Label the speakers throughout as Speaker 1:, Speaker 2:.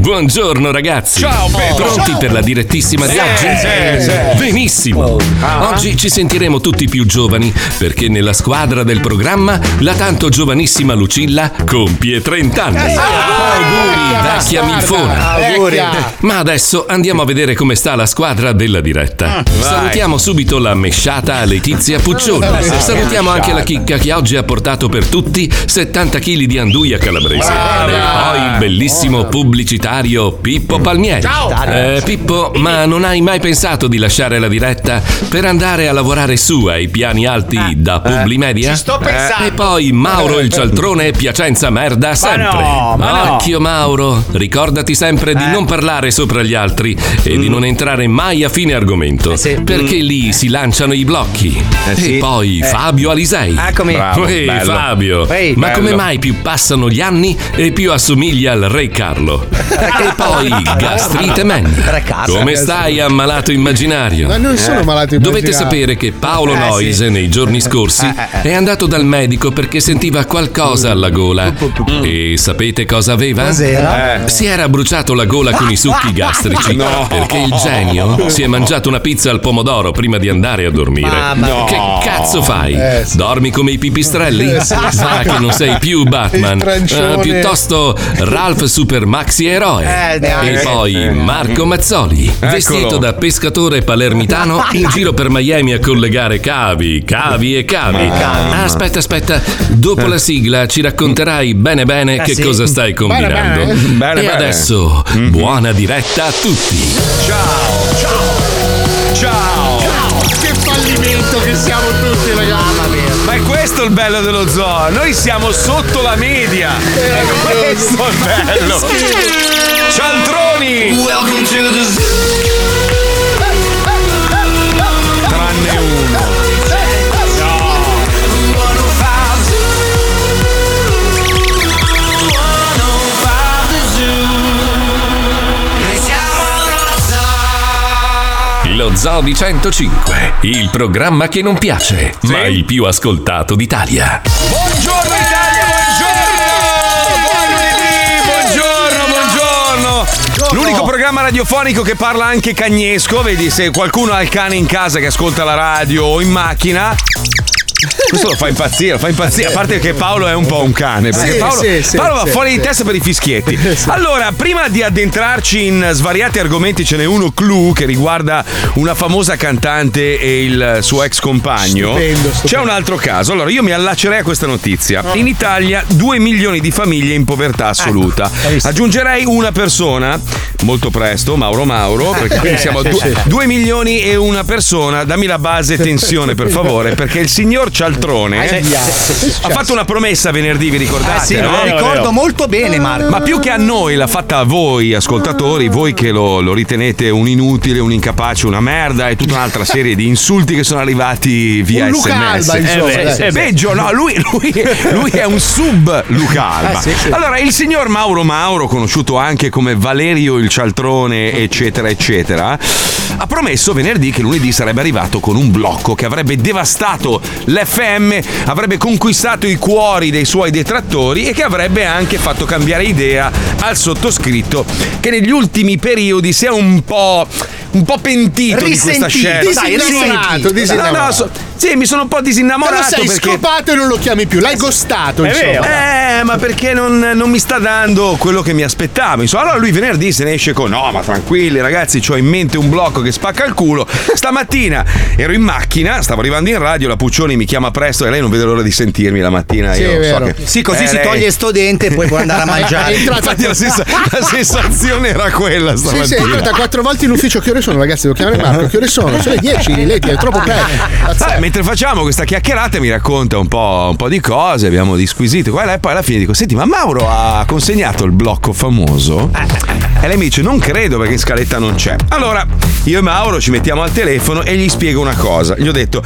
Speaker 1: Buongiorno ragazzi.
Speaker 2: Ciao, Pedro.
Speaker 1: Pronti
Speaker 2: Ciao.
Speaker 1: per la direttissima di
Speaker 2: Sì,
Speaker 1: oggi?
Speaker 2: sì, sì.
Speaker 1: Benissimo.
Speaker 2: Ah.
Speaker 1: Oggi ci sentiremo tutti più giovani perché nella squadra del programma la tanto giovanissima Lucilla compie 30 anni.
Speaker 2: Eh
Speaker 1: Auguri, vecchia milfona.
Speaker 3: Auguri.
Speaker 1: Eh, Ma adesso andiamo a vedere come sta la squadra della diretta.
Speaker 4: Mm,
Speaker 1: Salutiamo subito la mesciata Letizia Puccioni.
Speaker 5: Vai.
Speaker 1: Salutiamo anche la chicca che oggi ha portato per tutti 70 kg di anduia calabrese.
Speaker 5: Brava.
Speaker 1: E poi il bellissimo pubblicitario Pippo
Speaker 4: Mm.
Speaker 1: Palmieri.
Speaker 5: Ciao.
Speaker 1: Eh, Pippo, ma non hai mai pensato di lasciare la diretta per andare a lavorare su ai piani alti da Publimedia?
Speaker 4: Ah. ci sto pensando.
Speaker 1: Eh, E poi Mauro il cialtrone e Piacenza Merda sempre.
Speaker 4: no, ma no.
Speaker 1: Occhio Mauro, ricordati sempre
Speaker 6: Eh.
Speaker 1: di non parlare sopra gli altri e
Speaker 6: Mm.
Speaker 1: di non entrare mai a fine argomento, perché lì si lanciano i blocchi.
Speaker 6: sì.
Speaker 1: E
Speaker 6: Eh
Speaker 1: poi
Speaker 6: Mm. Eh.
Speaker 1: Fabio Alisei.
Speaker 6: Eccomi. Bravo,
Speaker 1: Ehi
Speaker 6: bello.
Speaker 1: Fabio,
Speaker 6: Ehi,
Speaker 1: ma
Speaker 6: bello.
Speaker 1: come mai più passano gli anni e più assomigli al Re Carlo? E poi Gastrite Man.
Speaker 7: Re Carlo.
Speaker 1: Come stai ammalato immaginario?
Speaker 7: Ma non sono malato
Speaker 1: Dovete
Speaker 7: immaginario.
Speaker 1: sapere che Paolo
Speaker 7: Eh, sì.
Speaker 1: Noise nei giorni scorsi
Speaker 7: Eh, eh, eh.
Speaker 1: è andato dal medico perché sentiva qualcosa alla gola. E sapete cosa aveva?
Speaker 8: Cos'era?
Speaker 1: Eh. Si era bruciato la gola con i succhi gastrici
Speaker 8: No.
Speaker 1: perché il genio si è mangiato una pizza al pomodoro prima di andare a dormire.
Speaker 8: Mamma mia.
Speaker 1: Che cazzo fai?
Speaker 8: Eh, sì.
Speaker 1: Dormi come i pipistrelli?
Speaker 8: Eh, sì.
Speaker 1: Va che non sei più Batman.
Speaker 8: Il trancione.
Speaker 1: Eh, piuttosto Ralph Super Maxi Eroe.
Speaker 8: Eh, dai.
Speaker 1: e poi
Speaker 8: Eh.
Speaker 1: Marco Mazzoli,
Speaker 8: Eccolo.
Speaker 1: vestito da pescatore palermitano in giro per Miami a collegare cavi, cavi e cavi.
Speaker 8: Cavi.
Speaker 1: Ah, aspetta, aspetta. Dopo la sigla ci racconterai bene bene
Speaker 8: Eh,
Speaker 1: che
Speaker 8: sì.
Speaker 1: cosa stai
Speaker 8: Bene,
Speaker 1: combinando.
Speaker 8: bene. Bene, Mhm.
Speaker 1: e
Speaker 8: bene.
Speaker 1: adesso, buona diretta a tutti.
Speaker 2: Ciao, ciao, ciao.
Speaker 3: Che fallimento che siamo tutti, ragazzi.
Speaker 2: Ma è questo il bello dello zoo. Noi siamo sotto la media. È questo il bello. Cialtroni.
Speaker 8: Welcome to the
Speaker 2: Tranne uno.
Speaker 1: Lo Zoo di 105, il programma che non piace, ma il più ascoltato d'Italia.
Speaker 2: Buongiorno Italia, buongiorno! Buon lunedì, buongiorno, buongiorno! L'unico programma radiofonico che parla anche cagnesco, vedi se qualcuno ha il cane in casa che ascolta la radio o in macchina. Questo lo fa impazzire, lo fa impazzire, a parte che Paolo è un po' un cane, perché
Speaker 8: Eh, Sì,
Speaker 2: Paolo,
Speaker 8: sì, sì,
Speaker 2: Paolo va
Speaker 8: sì,
Speaker 2: fuori
Speaker 8: sì.
Speaker 2: di testa per i fischietti. Allora, prima di addentrarci in svariati argomenti, ce n'è uno clou che riguarda una famosa cantante e il suo ex compagno.
Speaker 8: Stupendo,
Speaker 2: C'è un altro caso. Allora, io mi allacerei a questa notizia. In Italia 2 milioni di famiglie in povertà
Speaker 8: Ecco,
Speaker 2: assoluta. Aggiungerei una persona molto presto, Mauro Mauro, perché quindi
Speaker 8: Eh,
Speaker 2: siamo a
Speaker 8: sì,
Speaker 2: 2
Speaker 8: sì.
Speaker 2: milioni e una persona. Dammi la base tensione, per favore, perché il signor Cialtrone
Speaker 6: Eh, sì, sì, sì,
Speaker 2: Cioè, ha fatto una promessa venerdì, vi ricordate?
Speaker 6: Ah, sì,
Speaker 2: no?
Speaker 6: me la ricordo molto bene, Marco.
Speaker 2: Ma più che a noi, l'ha fatta a voi, ascoltatori, voi che lo, lo ritenete un inutile, un incapace, una merda e tutta un'altra serie di insulti che sono arrivati via
Speaker 8: Un Luca
Speaker 2: sms.
Speaker 8: Alba, insomma,
Speaker 2: Eh beh,
Speaker 8: dai.
Speaker 2: sì, peggio, no, lui, lui- lui è un sub Luca Alba.
Speaker 8: Eh, sì, sì.
Speaker 2: Allora, il signor Mauro Mauro, conosciuto anche come Valerio il Cialtrone, eccetera, eccetera, ha promesso venerdì che lunedì sarebbe arrivato con un blocco che avrebbe devastato l'FM, avrebbe conquistato i cuori dei suoi detrattori e che avrebbe anche fatto cambiare idea al sottoscritto che negli ultimi periodi si è un po'. Un po' pentito di questa
Speaker 7: Risentito,
Speaker 2: scelta.
Speaker 7: dai, risentito.
Speaker 2: No, no, so- sì, mi sono un po' disinnamorato.
Speaker 7: Te lo sei
Speaker 2: perché...
Speaker 7: scopato e non lo chiami più, l'hai gostato, insomma.
Speaker 2: Eh, ma perché non, non mi sta dando quello che mi aspettavo? Insomma, allora lui venerdì se ne esce con: No, ma tranquilli, ragazzi, ho in mente un blocco che spacca il culo. Stamattina ero in macchina, stavo arrivando in radio, la Puccioni mi chiama presto e lei non vede l'ora di sentirmi la mattina.
Speaker 6: Sì,
Speaker 2: io
Speaker 6: è
Speaker 2: so
Speaker 6: vero.
Speaker 2: che-
Speaker 6: Sì, così
Speaker 2: Eh,
Speaker 6: si
Speaker 2: lei-
Speaker 6: toglie sto dente e poi puoi andare a mangiare.
Speaker 7: È entrata-
Speaker 2: Infatti la, sensa- la sensazione era quella
Speaker 7: Sì,
Speaker 2: stamattina.
Speaker 7: sì, è entrata quattro volte in ufficio. Che ore sono, ragazzi? Devo chiamare Marco. Che ore sono? Sono le 10, lei è troppo presto.
Speaker 2: Vabbè, mentre facciamo questa chiacchierata mi racconta un po', un po' di cose, abbiamo disquisito qua e là, e poi alla fine dico, senti ma Mauro ha consegnato il blocco famoso? E lei mi dice, non credo perché in scaletta non c'è. Allora, io e Mauro ci mettiamo al telefono e gli spiego una cosa. Gli ho detto,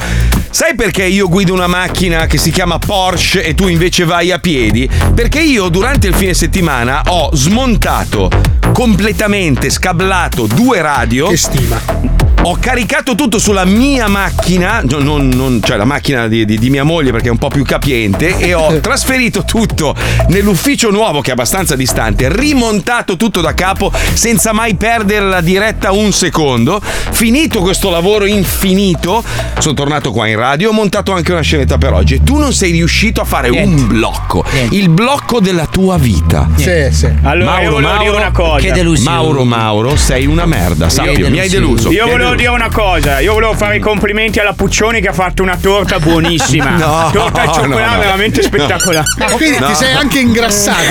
Speaker 2: sai perché io guido una macchina che si chiama Porsche e tu invece vai a piedi? Perché io durante il fine settimana ho smontato completamente, scablato due radio. Che stima. Ho caricato tutto sulla mia macchina, no- non- non- cioè la macchina di, di- di mia moglie perché è un po' più capiente, e ho trasferito tutto ufficio, nell'ufficio nuovo che è abbastanza distante, rimontato tutto da capo senza mai perdere la diretta un secondo. Finito questo lavoro infinito, sono tornato qua in radio, ho montato anche una scenetta per oggi e tu non sei riuscito a fare un blocco, il blocco della tua vita.
Speaker 7: Sì, sì.
Speaker 5: Allora, io volevo dire una cosa. Che delusione.
Speaker 2: Mauro, Mauro, sei una merda, sappio, mi hai deluso. Mi
Speaker 5: Io
Speaker 2: hai
Speaker 5: volevo
Speaker 2: deluso.
Speaker 5: dire una cosa, eh. io volevo fare i complimenti alla Puccioni che ha fatto una torta buonissima.
Speaker 2: No,
Speaker 5: torta al
Speaker 2: no,
Speaker 5: cioccolato
Speaker 2: no.
Speaker 5: veramente
Speaker 2: No.
Speaker 5: spettacolare.
Speaker 7: Ma quindi
Speaker 2: No.
Speaker 7: ti sei anche ingrassato.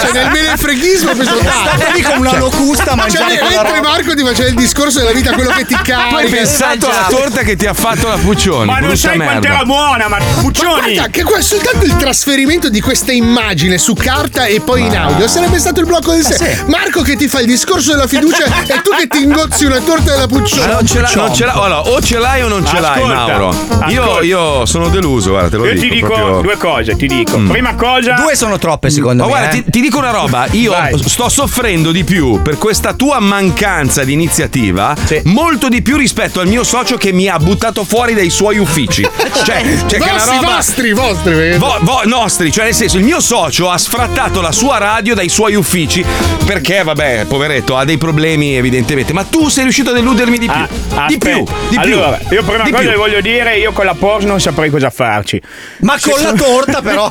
Speaker 7: cioè, nel menefreghismo ho preso tanto.
Speaker 6: Stato lì come una locusta a
Speaker 7: Cioè,
Speaker 6: mangiare quella
Speaker 7: mentre
Speaker 6: roba.
Speaker 7: Marco ti faceva il discorso della vita, quello che ti
Speaker 2: Tu hai
Speaker 7: carica.
Speaker 2: pensato alla torta che ti ha fatto la Puccioni.
Speaker 5: Ma non
Speaker 2: brutta
Speaker 5: sai
Speaker 2: merda.
Speaker 5: quanto era buona, ma
Speaker 7: Ma
Speaker 5: Puccioni!
Speaker 7: guarda, che qua- soltanto il trasferimento di questa immagine su carta e poi in audio sarebbe stato il blocco del
Speaker 5: Eh,
Speaker 7: sé. Marco che ti fa il discorso della fiducia e tu che ti ingozzi una torta della
Speaker 2: Ma
Speaker 7: puccione.
Speaker 2: non ce l'ha- non ce l'ha- allora, o ce l'hai o non ce l'hai,
Speaker 5: Ascolta,
Speaker 2: Mauro. Io,
Speaker 5: ascolta.
Speaker 2: io sono deluso, guarda, te lo
Speaker 5: Io
Speaker 2: dico.
Speaker 5: ti dico
Speaker 2: proprio. Mm.
Speaker 5: due cose, ti dico. Prima cosa,
Speaker 6: Due sono troppe secondo
Speaker 2: Ma
Speaker 6: me.
Speaker 2: guarda,
Speaker 6: eh.
Speaker 2: ti, ti dico una roba, io
Speaker 5: Vai.
Speaker 2: sto soffrendo di più per questa tua mancanza di iniziativa,
Speaker 6: Sì.
Speaker 2: molto di più rispetto al mio socio che mi ha buttato fuori dai suoi uffici. cioè, cioè che è una
Speaker 7: Vostri,
Speaker 2: roba
Speaker 7: vostri, vostri. perché-
Speaker 2: Vo- vo- nostri, cioè nel senso, il mio socio ha sfrattato la sua radio dai suoi uffici perché, vabbè, poveretto, ha dei problemi evidentemente, ma tu sei riuscito a deludermi di più.
Speaker 5: Ah,
Speaker 2: di
Speaker 5: aspetta.
Speaker 2: più, di più.
Speaker 5: Allora, io prima
Speaker 2: di
Speaker 5: cosa
Speaker 2: più.
Speaker 5: le voglio dire, io con la Porsche non saprei cosa farci.
Speaker 6: Ma con la torta però.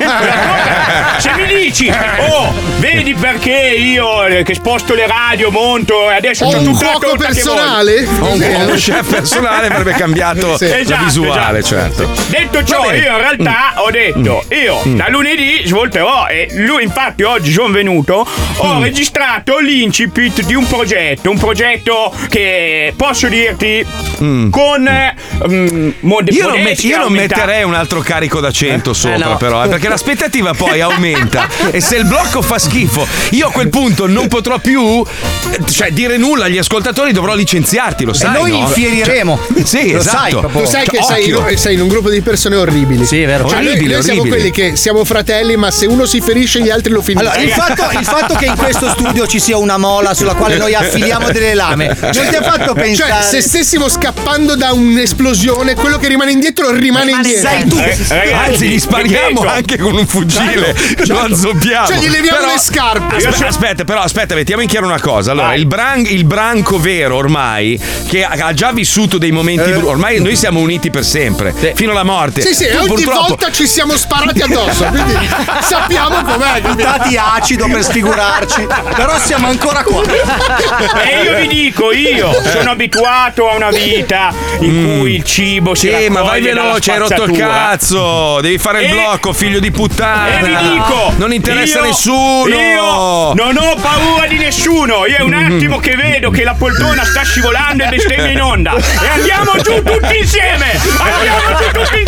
Speaker 5: Se mi dici, oh, vedi perché io eh, che sposto le radio, monto e adesso
Speaker 7: Ho
Speaker 5: c'ho
Speaker 7: un
Speaker 5: tutta la
Speaker 7: cuoco
Speaker 5: torta che
Speaker 7: personale?
Speaker 2: Ho un, ho uno chef personale avrebbe cambiato
Speaker 7: Sì.
Speaker 2: la
Speaker 5: Esatto,
Speaker 2: visuale, certo.
Speaker 5: voglio. Detto ciò,
Speaker 2: Va bene. Mm.
Speaker 5: io in realtà ho detto, io da lunedì svolterò e lui infatti oggi sono venuto,
Speaker 2: Mm.
Speaker 5: ho registrato l'incipit di un progetto, un progetto che posso dirti con... eh, mm, mod-
Speaker 2: Io
Speaker 7: eh,
Speaker 2: non, met-
Speaker 5: modestia
Speaker 2: io non
Speaker 5: aumentata.
Speaker 2: metterei un altro carico da 100 sopra, però, eh, perché l'aspettativa poi aumenta. e se il blocco fa schifo, io a quel punto non potrò più eh, cioè, dire nulla agli ascoltatori, dovrò licenziarti, lo sai.
Speaker 6: noi
Speaker 2: no? eh,
Speaker 6: infieriremo.
Speaker 2: Cioè, sì,
Speaker 6: Lo sai,
Speaker 2: esatto.
Speaker 6: proprio.
Speaker 7: Tu sai che
Speaker 2: Occhio.
Speaker 7: sei in, sei in un gruppo di persone orribili.
Speaker 6: Sì, è vero.
Speaker 7: Cioè, noi-
Speaker 2: Orribile,
Speaker 7: noi, siamo
Speaker 2: orribile.
Speaker 7: quelli che siamo fratelli, ma se uno si ferisce, gli altri lo finiscono.
Speaker 6: Allora, il fatto, il fatto che in questo studio ci sia una mola sulla quale noi affiliamo delle lame non ti ha fatto pensare.
Speaker 7: Cioè, se stessimo scappando da un'esplosione, quello che rimane indietro rimane indietro.
Speaker 6: sei tu.
Speaker 5: Eh, ragazzi,
Speaker 2: Anzi, gli spariamo
Speaker 5: ripeto,
Speaker 2: anche con un fucile, lo azzoppiamo.
Speaker 7: Cioè, gli leviamo
Speaker 2: Però-
Speaker 7: le scarpe.
Speaker 2: Aspe- Aspetta, però, aspetta, mettiamo in chiaro una cosa. Allora,
Speaker 5: Vai.
Speaker 2: il, bran- il branco vero ormai, che ha ha già vissuto dei momenti bru- ormai noi siamo uniti per sempre, fino alla morte.
Speaker 7: Eh? Sì, sì,
Speaker 2: Tu
Speaker 7: e ogni
Speaker 2: purtroppo-
Speaker 7: volta ci siamo sparati addosso, quindi sappiamo com'è.
Speaker 6: Dati acido per sfigurarci. Però siamo ancora qua.
Speaker 5: E Eh, io vi dico, io
Speaker 2: Eh.
Speaker 5: sono abituato a una vita in cui il cibo si
Speaker 2: Sì, Mm. Eh, ma vai
Speaker 5: raccoglie dalla
Speaker 2: veloce, hai rotto il
Speaker 5: spazzatura.
Speaker 2: cazzo. Devi fare il
Speaker 5: E-
Speaker 2: blocco, figlio di
Speaker 5: E
Speaker 2: puttana.
Speaker 5: vi dico,
Speaker 2: Ah, non interessa
Speaker 5: io-
Speaker 2: nessuno.
Speaker 5: Io non ho paura di nessuno. Io è un
Speaker 2: Mm-hmm.
Speaker 5: attimo che vedo che la poltrona sta scivolando e bestemmia in onda. E andiamo giù tutti insieme! Andiamo giù tutti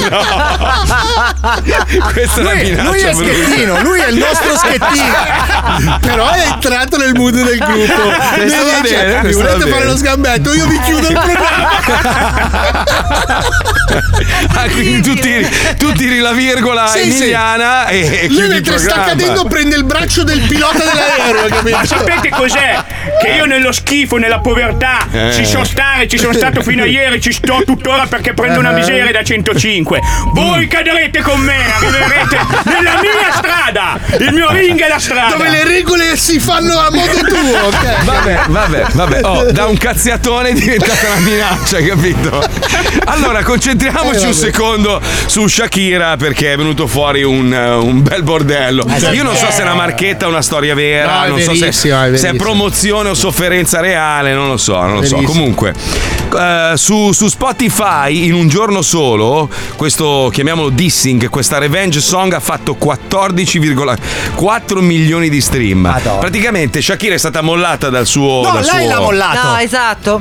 Speaker 5: insieme!
Speaker 2: Questa è una minaccia.
Speaker 6: Lui è
Speaker 2: brutta.
Speaker 6: schettino, lui è il nostro schettino.
Speaker 7: Però è entrato nel mood del gruppo. Mi
Speaker 2: Questo va
Speaker 7: dice,
Speaker 2: bene,
Speaker 7: "Mi
Speaker 2: questo va
Speaker 7: volete
Speaker 2: bene."
Speaker 7: fare lo sgambetto? Io vi chiudo il programma.
Speaker 2: Ah, quindi tu tiri, tu tiri la virgola
Speaker 7: Sì, sì.
Speaker 2: emiliana e, e chiudi
Speaker 7: Lui
Speaker 2: il
Speaker 7: mentre sta
Speaker 2: programma.
Speaker 7: cadendo prende il braccio del pilota dell'aereo,
Speaker 5: Ma
Speaker 7: capito?
Speaker 5: sapete cos'è? Eh, Che io nello schifo, nella povertà
Speaker 2: Eh.
Speaker 5: ci so stare, ci sono stato fino a ieri, ci sto tuttora perché prendo
Speaker 2: Eh.
Speaker 5: una miseria da 105. Voi cadrete con me, arriverete nella mia strada! Il mio ring è la strada!
Speaker 7: Dove le regole si fanno a modo tuo, ok?
Speaker 2: Vabbè, Eh, vabbè, vabbè. Oh, da un cazziatone è diventata una minaccia, hai capito? Allora,
Speaker 7: Eh,
Speaker 2: concentriamoci un secondo su Shakira perché è venuto fuori un, eh, un bel bordello.
Speaker 7: Eh,
Speaker 9: Esatto.
Speaker 2: Io non so se è una marchetta o una storia vera,
Speaker 7: No,
Speaker 2: non
Speaker 7: è
Speaker 2: so se,
Speaker 7: verissimo, è
Speaker 2: se è
Speaker 7: verissimo.
Speaker 2: promozione o sofferenza reale, non lo so, non lo so.
Speaker 7: Verissimo.
Speaker 2: Comunque, eh, su, su Spotify in un giorno solo, questo chiamiamolo dissing, questa revenge song ha fatto 14,4 milioni di stream.
Speaker 6: Madonna.
Speaker 2: Praticamente Shakira è stata mollata dal suo.
Speaker 6: No,
Speaker 2: dal
Speaker 6: lei
Speaker 2: suo-
Speaker 6: l'ha mollato.
Speaker 4: No, esatto.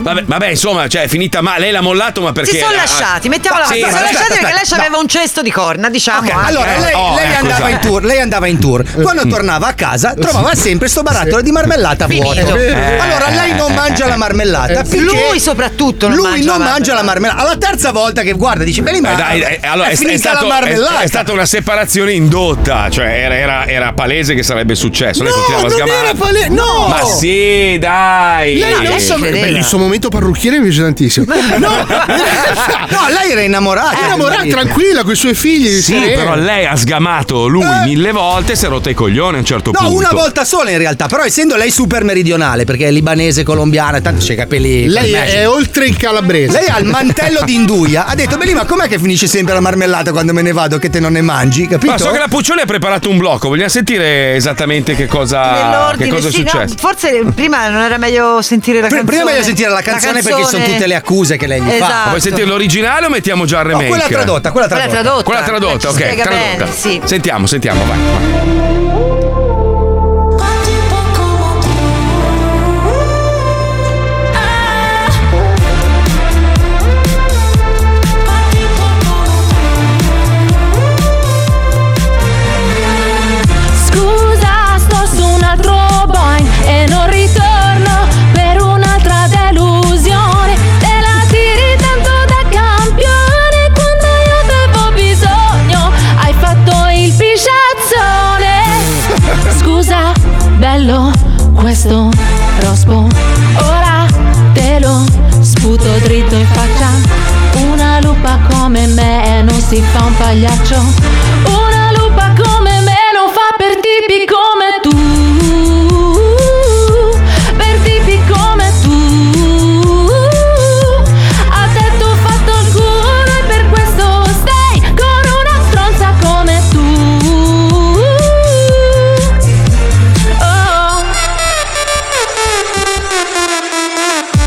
Speaker 2: Vabbè, vabbè, insomma, cioè, è finita male. Lei l'ha mollato, ma perché.
Speaker 4: si sono lasciati,
Speaker 6: Ah,
Speaker 4: mettiamola
Speaker 2: Sì,
Speaker 4: così. Si sono
Speaker 2: ma
Speaker 4: lasciati
Speaker 2: aspetta,
Speaker 4: perché lei ci aveva un cesto di corna, diciamo. eh.
Speaker 6: Allora, lei,
Speaker 2: Oh, Eh,
Speaker 6: lei
Speaker 2: ecco,
Speaker 6: andava
Speaker 2: esatto.
Speaker 6: in tour, lei andava in tour.
Speaker 2: mm.
Speaker 6: Quando tornava a casa,
Speaker 2: Eh,
Speaker 6: trovava sempre sto barattolo di marmellata vuoto.
Speaker 4: Finito.
Speaker 6: Allora
Speaker 2: eh,
Speaker 6: lei non mangia la marmellata. finché
Speaker 4: Lui soprattutto non
Speaker 6: lui
Speaker 4: mangia
Speaker 6: non
Speaker 4: la
Speaker 6: mangia la marmellata. Alla terza volta che guarda, dice: Beh, ma
Speaker 2: Eh, dai, eh, allora,
Speaker 6: è,
Speaker 2: è,
Speaker 6: finita
Speaker 2: è stato-
Speaker 6: la marmellata.
Speaker 2: è- è stata una separazione indotta, cioè era, era- era palese che sarebbe successo. Lei
Speaker 6: no,
Speaker 2: continuava a
Speaker 6: non era
Speaker 2: sgamare.
Speaker 6: pale- No!
Speaker 2: Ma sì, dai!
Speaker 7: Lei
Speaker 4: non
Speaker 7: adesso
Speaker 4: ci
Speaker 7: beh,
Speaker 4: credeva.
Speaker 7: il suo momento parrucchiere mi piace tantissimo. No, in realtà
Speaker 6: No, lei era innamorata.
Speaker 2: Eh,
Speaker 7: Era innamorata, tranquilla, con i suoi figli.
Speaker 2: Sì,
Speaker 7: serena.
Speaker 2: però lei ha sgamato lui mille volte e si è rotta i coglioni a un certo
Speaker 6: Eh. No,
Speaker 2: punto.
Speaker 6: una volta sola in realtà, però essendo lei super meridionale, perché è libanese, colombiana, tanto c'è i capelli.
Speaker 7: Lei
Speaker 6: calmati.
Speaker 7: è oltre il calabrese.
Speaker 6: Lei ha il mantello di induia, ha detto, Beli, ma com'è che finisce sempre la marmellata quando me ne vado che te non ne mangi, capito?
Speaker 2: Ma so che la Puccione ha preparato un blocco, vogliamo sentire esattamente che cosa, che
Speaker 4: Nell'ordine,
Speaker 2: cosa è
Speaker 4: sì, no,
Speaker 2: successo?
Speaker 4: Forse prima non era meglio sentire la
Speaker 6: Pr-
Speaker 4: canzone.
Speaker 6: prima meglio sentire la canzone, perché ci sono tutte le accuse che lei gli fa.
Speaker 4: Esatto.
Speaker 2: Vuoi sentire l'originale o mettiamo già il
Speaker 6: No,
Speaker 2: remake?
Speaker 6: quella tradotta, quella
Speaker 4: Quella
Speaker 6: tradotta.
Speaker 4: tradotta.
Speaker 2: Quella tradotta,
Speaker 4: Ci
Speaker 2: ok.
Speaker 4: spiega bene,
Speaker 2: Tradotta.
Speaker 4: sì.
Speaker 2: Sentiamo, sentiamo, vai.
Speaker 8: Scusa, sto su un altro Boeing e non ritorno per un'altra delusione. Te la tiri tanto da campione quando io avevo bisogno. Hai fatto il pisciazzone. Scusa, bello, questo rospo. Ora te lo sputo dritto in faccia. Una lupa come me non si fa un pagliaccio. Una lupa come me non fa per tipi come tu. Per tipi come tu. A te t'ho fatto il culo e per questo stai con una stronza come tu. Oh.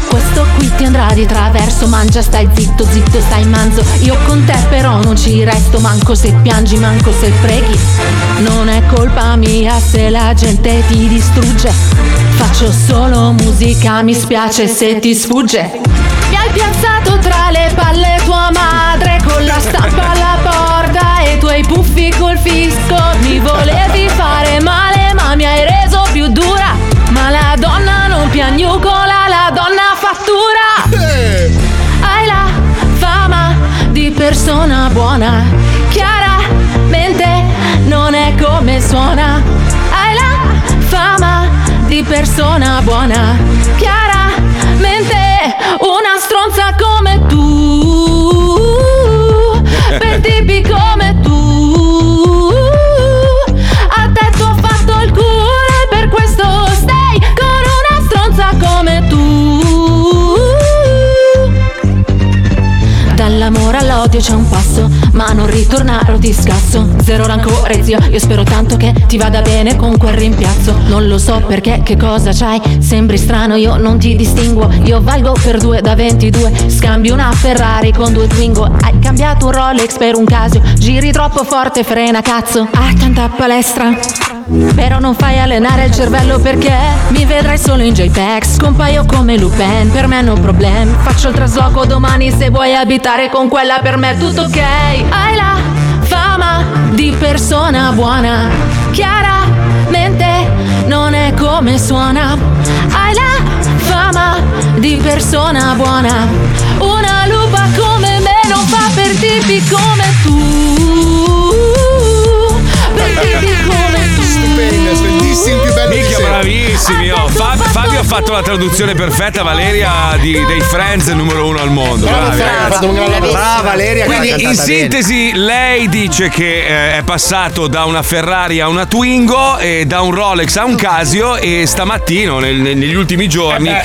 Speaker 8: Questo qui ti andrà di traverso, mangia, stai zitto, zitto, stai manzo. Io con te però non ci resto, manco se piangi, manco se preghi. Non è colpa mia se la gente ti distrugge. Faccio solo musica, mi spiace se ti sfugge. Mi hai piazzato tra le palle tua madre con la stampa alla porta e i tuoi puffi col fisco. Mi volevi fare male, ma mi hai reso più dura. Ma la donna non piagnucola, la donna fattura. Hai la fama di persona buona. Chiaramente non è come suona. Hai la fama di persona buona. Chiaramente una stronza come tu. Per tipi come tu. A te t'ho fatto il culo e per questo stai con una stronza come tu. Dall'amore all'odio c'è un passo, ma non ritornare o ti scasso. Zero rancore, zio, io spero tanto che ti vada bene con quel rimpiazzo. Non lo so perché, che cosa c'hai? Sembri strano, io non ti distinguo. Io valgo per due da 22. Scambi una Ferrari con due Twingo. Hai cambiato un Rolex per un casio. Giri troppo forte, frena cazzo. Ah, tanta palestra. Però non fai allenare il cervello perché mi vedrai solo in JPEG. Scompaio come Lupin, per me non problemi. Faccio il trasloco domani se vuoi abitare con quella per me è tutto ok. Hai la fama di persona buona. Chiaramente non è come suona. Hai la fama di persona buona. Una lupa come me non fa per tipi come tu. Per tipi come tu.
Speaker 7: Stupenda, bellissimo, più bello di
Speaker 2: Minchia,
Speaker 7: sempre.
Speaker 2: bravissimi. oh. Fab- Fabio ha fatto la traduzione perfetta, Valeria, di- dei Friends numero uno al mondo. Bravi,
Speaker 7: Fabio, ha fatto un gran lavoro.
Speaker 6: Brava Valeria, che l'ha
Speaker 2: Quindi in
Speaker 6: cantata bene.
Speaker 2: sintesi lei dice che eh, è passato da una Ferrari a una Twingo e da un Rolex a un Casio e stamattina, nel- nel- negli ultimi giorni,
Speaker 7: Eh,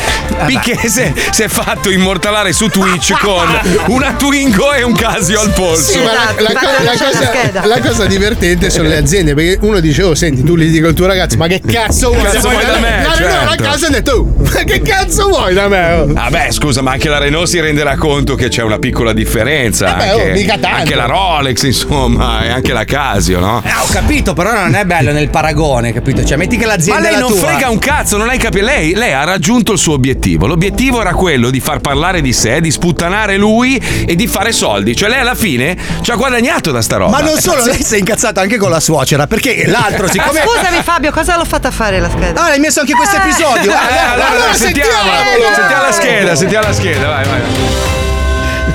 Speaker 2: Picchese si è fatto immortalare su Twitch con una Twingo e un Casio al polso.
Speaker 7: Sì, ma la-
Speaker 4: Esatto,
Speaker 7: la,
Speaker 4: la
Speaker 7: co- la
Speaker 4: faccia alla
Speaker 7: cosa,
Speaker 4: scheda.
Speaker 7: Cioè, la cosa divertente sono le aziende perché uno dice oh senti tu gli dico al tuo ragazzo ma che cazzo vuoi
Speaker 2: Cazzo vuoi da me,
Speaker 7: la Renault a
Speaker 2: certo.
Speaker 7: casa ha detto "Oh, ma che cazzo vuoi da me oh?"
Speaker 2: Vabbè, Ah, scusa, ma anche la Renault si renderà conto che c'è una piccola differenza.
Speaker 6: Eh
Speaker 7: Vabbè, oh,
Speaker 2: anche,
Speaker 7: mica tanto.
Speaker 2: anche la Rolex, insomma, e anche la Casio, no?
Speaker 6: Ah, ho capito, però non è bello nel paragone, capito? Cioè, metti che
Speaker 2: Ma
Speaker 6: l'azienda è
Speaker 2: lei
Speaker 6: la
Speaker 2: non
Speaker 6: tua.
Speaker 2: frega un cazzo, non hai capito. Lei, lei ha raggiunto il suo obiettivo. L'obiettivo era quello di far parlare di sé, di sputtanare lui e di fare soldi. Cioè, lei alla fine ci ha guadagnato da sta roba.
Speaker 6: Ma non solo, lei si è incazzata anche con la suocera, perché l'altro,
Speaker 4: Ma
Speaker 6: siccome.
Speaker 4: scusami Fabio, cosa l'ho fatta fare la scheda?
Speaker 6: Ah, l'hai messo anche questo
Speaker 4: Eh.
Speaker 6: episodio.
Speaker 2: Eh,
Speaker 6: Ah,
Speaker 2: allora,
Speaker 7: allora,
Speaker 2: sentiamo,
Speaker 7: sentiamolo!
Speaker 2: sentiamo la scheda, sentiamo la scheda, vai, vai.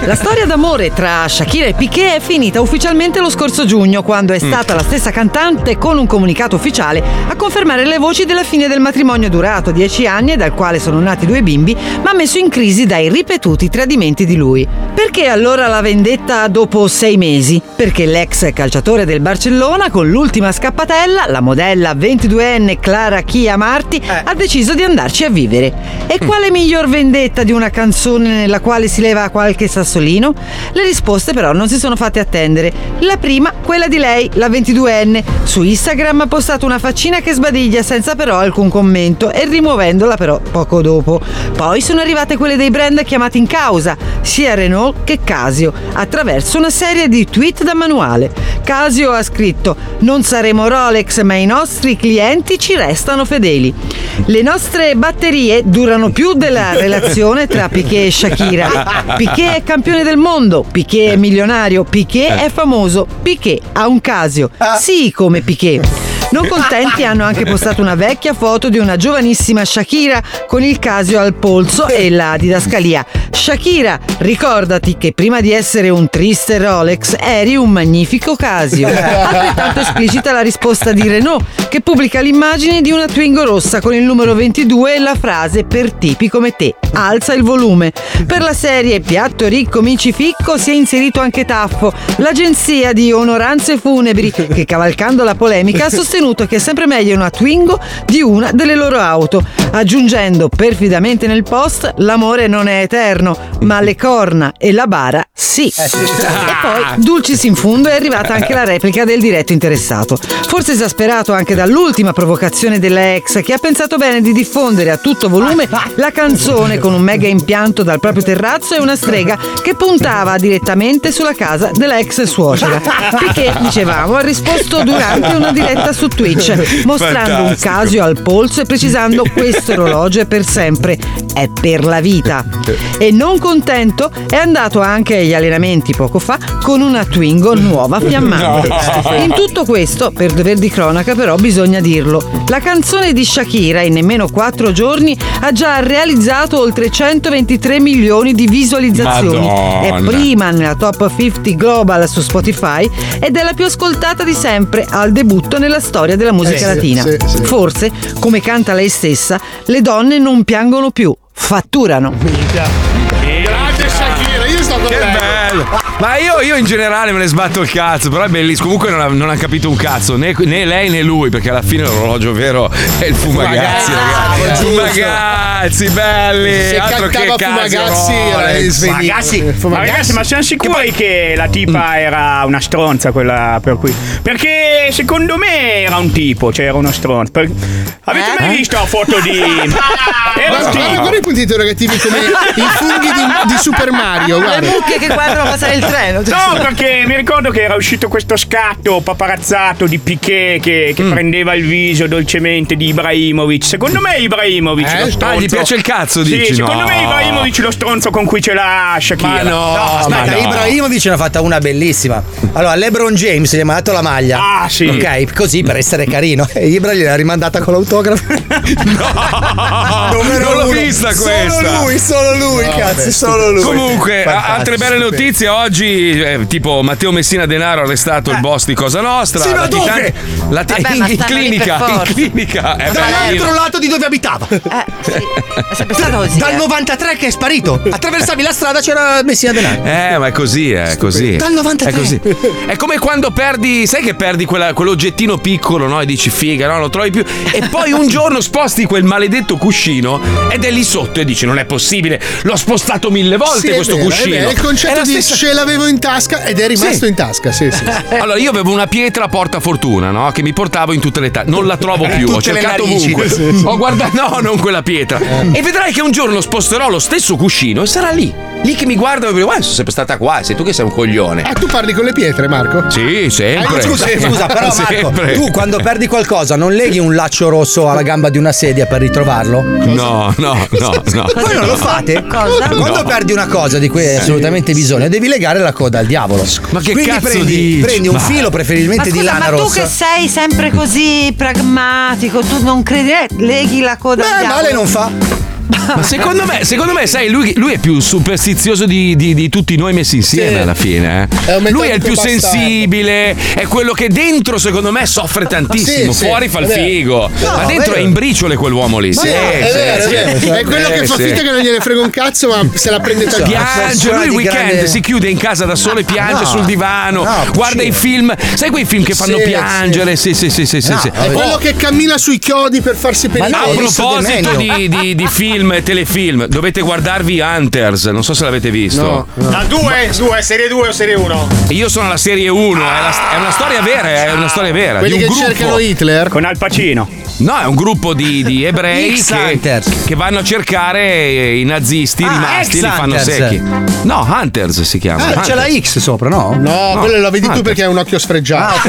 Speaker 4: La storia d'amore tra Shakira e Piquet è finita ufficialmente lo scorso giugno, quando è stata la stessa cantante con un comunicato ufficiale a confermare le voci della fine del matrimonio durato 10 anni e dal quale sono nati due bimbi, ma messo in crisi dai ripetuti tradimenti di lui. Perché allora la vendetta dopo sei mesi? Perché l'ex calciatore del Barcellona, con l'ultima scappatella, la modella 22enne Clara Chia Marti, ha deciso di andarci a vivere. E quale miglior vendetta di una canzone nella quale si leva qualche sassolino? Le risposte però non si sono fatte attendere. La prima, quella di lei, la 22enne. Su Instagram ha postato una faccina che sbadiglia senza però alcun commento e rimuovendola però poco dopo. Poi sono arrivate quelle dei brand chiamati in causa, sia Renault che Casio, attraverso una serie di tweet da manuale. Casio ha scritto: Non saremo Rolex, ma i nostri clienti ci restano fedeli. Le nostre batterie durano più della relazione tra Piquet e Shakira. Piquet è campione del mondo, Piquet è milionario, Piquet è famoso, Piquet ha un Casio. Sì, come Piquet. Non contenti hanno anche postato una vecchia foto di una giovanissima Shakira con il casio al polso e la didascalia. Shakira, ricordati che prima di essere un triste Rolex eri un magnifico casio. Altrettanto esplicita la risposta di Renault che pubblica l'immagine di una Twingo rossa con il numero 22 e la frase per tipi come te. Alza il volume. Per la serie Piatto ricco, mici ficco si è inserito anche Taffo, l'agenzia di onoranze funebri che cavalcando la polemica ha sostenuto che è sempre meglio una Twingo di una delle loro auto, aggiungendo perfidamente nel post l'amore non è eterno, ma le corna e la bara Eh, sì.
Speaker 10: Eh
Speaker 4: E poi, dulcis in fondo, è arrivata anche la replica del diretto interessato. Forse esasperato anche dall'ultima provocazione della ex, che ha pensato bene di diffondere a tutto volume la canzone con un mega impianto dal proprio terrazzo e una strega che puntava direttamente sulla casa della ex suocera. Piché, dicevamo, ha risposto durante una diretta su Twitch, mostrando un
Speaker 9: Fantastico.
Speaker 4: casio al polso e precisando questo orologio è per sempre, è per la vita. E non contento, è andato anche agli allenamenti poco fa con una Twingo nuova fiammante.
Speaker 9: No.
Speaker 4: In tutto questo, per dover di cronaca però bisogna dirlo, la canzone di Shakira in nemmeno 4 giorni ha già realizzato oltre 123 milioni di visualizzazioni.
Speaker 9: Madonna.
Speaker 4: È prima nella top 50 global su Spotify ed è la più ascoltata di sempre al debutto nella storia della musica
Speaker 9: Eh, sì,
Speaker 4: latina.
Speaker 9: sì, sì.
Speaker 4: Forse, come canta lei stessa, le donne non piangono più, fatturano.
Speaker 3: Grande Shakira, io sto con
Speaker 2: Che
Speaker 3: lei.
Speaker 2: bello! Ma io, io in generale me ne sbatto il cazzo, però è bellissimo. Comunque non ha, non ha capito un cazzo, né, né lei né lui, perché alla fine l'orologio vero è il Fumagazzi, ragazzi. Fumagazzi, belli!
Speaker 5: Se
Speaker 2: Altro che
Speaker 5: cantava
Speaker 2: Casio
Speaker 5: Fumagazzi,
Speaker 2: Rolex.
Speaker 5: era il svenire. Fumagazzi? Ma ragazzi, ma siamo sicuri che, la
Speaker 7: Mm.
Speaker 5: tipa era una stronza quella per cui. Perché secondo me era un tipo, cioè era uno stronzo. Per- Avete mai visto la foto di.
Speaker 7: Eh?
Speaker 5: era
Speaker 7: Guarda,
Speaker 5: un
Speaker 7: guarda,
Speaker 5: tipo.
Speaker 7: guarda i punti interrogativi come i funghi di, di Super Mario. Guarda.
Speaker 5: No, perché Eh, mi ricordo che era uscito questo scatto paparazzato di Piquet che,
Speaker 2: Mm.
Speaker 5: che prendeva il viso dolcemente di Ibrahimovic. Secondo me Ibrahimovic
Speaker 2: Eh?
Speaker 5: lo stronzo.
Speaker 2: Ah, gli piace il cazzo,
Speaker 5: sì,
Speaker 2: dici?
Speaker 5: secondo
Speaker 2: No.
Speaker 5: me Ibrahimovic lo stronzo con cui ce l'ha Shakira.
Speaker 6: Ma no, aspetta,
Speaker 5: no.
Speaker 6: Ibrahimovic ne ha fatta una bellissima. Allora, LeBron James gli ha mandato la maglia.
Speaker 5: Ah, sì.
Speaker 6: Ok, così per essere carino. E Ibra gliel'ha rimandata con l'autografo.
Speaker 2: Ah, non l'ho vista questa. Ah,
Speaker 6: Solo lui, solo lui, cazzo, solo lui.
Speaker 2: Comunque, a-
Speaker 6: Fantastico.
Speaker 2: Eh, altre belle notizie. Oggi, eh, tipo Matteo Messina Denaro ha arrestato il boss di Cosa Nostra.
Speaker 6: Eh. Sì, ma
Speaker 2: La
Speaker 6: dove?
Speaker 2: Titan- la ti-
Speaker 6: Vabbè, ma
Speaker 2: in, in
Speaker 6: stanno lì
Speaker 2: clinica,
Speaker 6: per
Speaker 2: in
Speaker 6: forza.
Speaker 2: clinica. Eh,
Speaker 6: Dall'altro
Speaker 2: beh,
Speaker 6: lato di dove abitava.
Speaker 2: eh.
Speaker 6: Dal 93 che è sparito. Attraversavi la strada c'era Messina Denaro.
Speaker 2: Eh, ma è così, è così.
Speaker 6: Dal 93.
Speaker 2: È così. È come quando perdi, sai che perdi quella- quell'oggettino piccolo, no? E dici figa, no, non lo trovi più. E poi un giorno sposti quel maledetto cuscino ed è lì sotto e dici non è possibile, l'ho spostato mille volte
Speaker 7: Sì, è
Speaker 2: questo
Speaker 7: vero, è
Speaker 2: cuscino.
Speaker 7: vero. Il concetto di ce l'avevo in tasca ed è rimasto
Speaker 2: Sì.
Speaker 7: in tasca. Sì, sì, Ah, sì.
Speaker 2: Allora, io avevo una pietra porta fortuna, no? Che mi portavo in tutte le tasche. Non la trovo
Speaker 7: In
Speaker 2: più, ho
Speaker 7: Eh, tutte le
Speaker 2: cercato
Speaker 7: narici.
Speaker 2: ovunque.
Speaker 7: Sì, Eh. sì.
Speaker 2: Ho guardato, no, non quella pietra. E vedrai che un giorno sposterò lo stesso cuscino e sarà lì. Lì che mi guardano e mi dicono, "Guarda, sono sempre stata qua, sei tu che sei un coglione.
Speaker 7: Ah, tu parli con le pietre, Marco?
Speaker 2: Sì, sempre.
Speaker 6: Ah, scusa, scusa, però Marco,
Speaker 2: Sempre.
Speaker 6: tu quando perdi qualcosa non leghi un laccio rosso alla gamba di una sedia per ritrovarlo?
Speaker 2: No, no, no, no.
Speaker 6: Voi non lo fate?
Speaker 4: Cosa?
Speaker 6: Quando
Speaker 2: No.
Speaker 6: perdi una cosa di cui hai assolutamente bisogno, devi legare la coda al diavolo.
Speaker 2: Ma che
Speaker 6: Quindi
Speaker 2: cazzo
Speaker 6: prendi,
Speaker 2: dici?
Speaker 6: prendi un
Speaker 2: Ma-
Speaker 6: filo
Speaker 4: Ma
Speaker 6: preferibilmente di
Speaker 4: scusa,
Speaker 6: lana
Speaker 4: ma tu
Speaker 6: rossa.
Speaker 4: che sei sempre così pragmatico, tu non credi, eh, leghi la coda
Speaker 6: Beh,
Speaker 4: al diavolo.
Speaker 6: male non fa.
Speaker 2: Ma secondo me, secondo me sai, lui, lui è più superstizioso di, di- di tutti noi messi insieme
Speaker 7: Sì.
Speaker 2: alla fine. eh.
Speaker 7: È un
Speaker 2: lui è il
Speaker 7: metodico
Speaker 2: più
Speaker 7: bastardo.
Speaker 2: sensibile, è quello che dentro, secondo me, soffre tantissimo.
Speaker 7: Sì, sì,
Speaker 2: Fuori fa il
Speaker 7: è vero.
Speaker 2: figo,
Speaker 7: No,
Speaker 2: ma dentro
Speaker 7: è
Speaker 2: è,
Speaker 7: vero.
Speaker 2: in briciole quell'uomo lì.
Speaker 7: Ma
Speaker 2: sì,
Speaker 7: no, è
Speaker 2: sì,
Speaker 7: vero,
Speaker 2: sì.
Speaker 7: è vero. eh, È quello che fa
Speaker 2: sì.
Speaker 7: finta che non gliene frega un cazzo, ma se la prende tanto.
Speaker 2: Piange, lui il weekend si chiude in casa da solo e piange
Speaker 7: no.
Speaker 2: sul divano,
Speaker 7: No,
Speaker 2: guarda
Speaker 7: sì.
Speaker 2: i film, sai quei film che fanno
Speaker 7: Sì,
Speaker 2: piangere? Sì, sì, sì, sì, sì.
Speaker 7: No,
Speaker 2: sì.
Speaker 7: È quello che cammina sui chiodi per farsi
Speaker 2: Ma
Speaker 7: pericoloso.
Speaker 2: a proposito di, di- di film e telefilm, dovete guardarvi Hunters. Non so se l'avete visto.
Speaker 3: La 2, serie 2 o serie 1?
Speaker 2: Io sono alla serie 1. È, la- è una storia vera. È
Speaker 5: Ah.
Speaker 2: una storia vera.
Speaker 3: Quelli
Speaker 2: di un
Speaker 3: che
Speaker 2: gruppo.
Speaker 3: cercano
Speaker 7: Hitler
Speaker 5: con Al Pacino.
Speaker 2: No, è un gruppo di, di ebrei
Speaker 6: Ex
Speaker 2: che,
Speaker 6: Hunters. Ah,
Speaker 2: che vanno a cercare eh, i nazisti rimasti e
Speaker 6: ex
Speaker 2: li fanno
Speaker 6: Hunters.
Speaker 2: secchi. No, Hunters si
Speaker 7: Eh,
Speaker 2: chiama.
Speaker 6: Ah, c'è la
Speaker 2: Hunters.
Speaker 6: X sopra, no?
Speaker 7: No,
Speaker 2: No,
Speaker 7: quello la vedi tu
Speaker 2: tanto.
Speaker 7: perché hai un occhio sfregiato.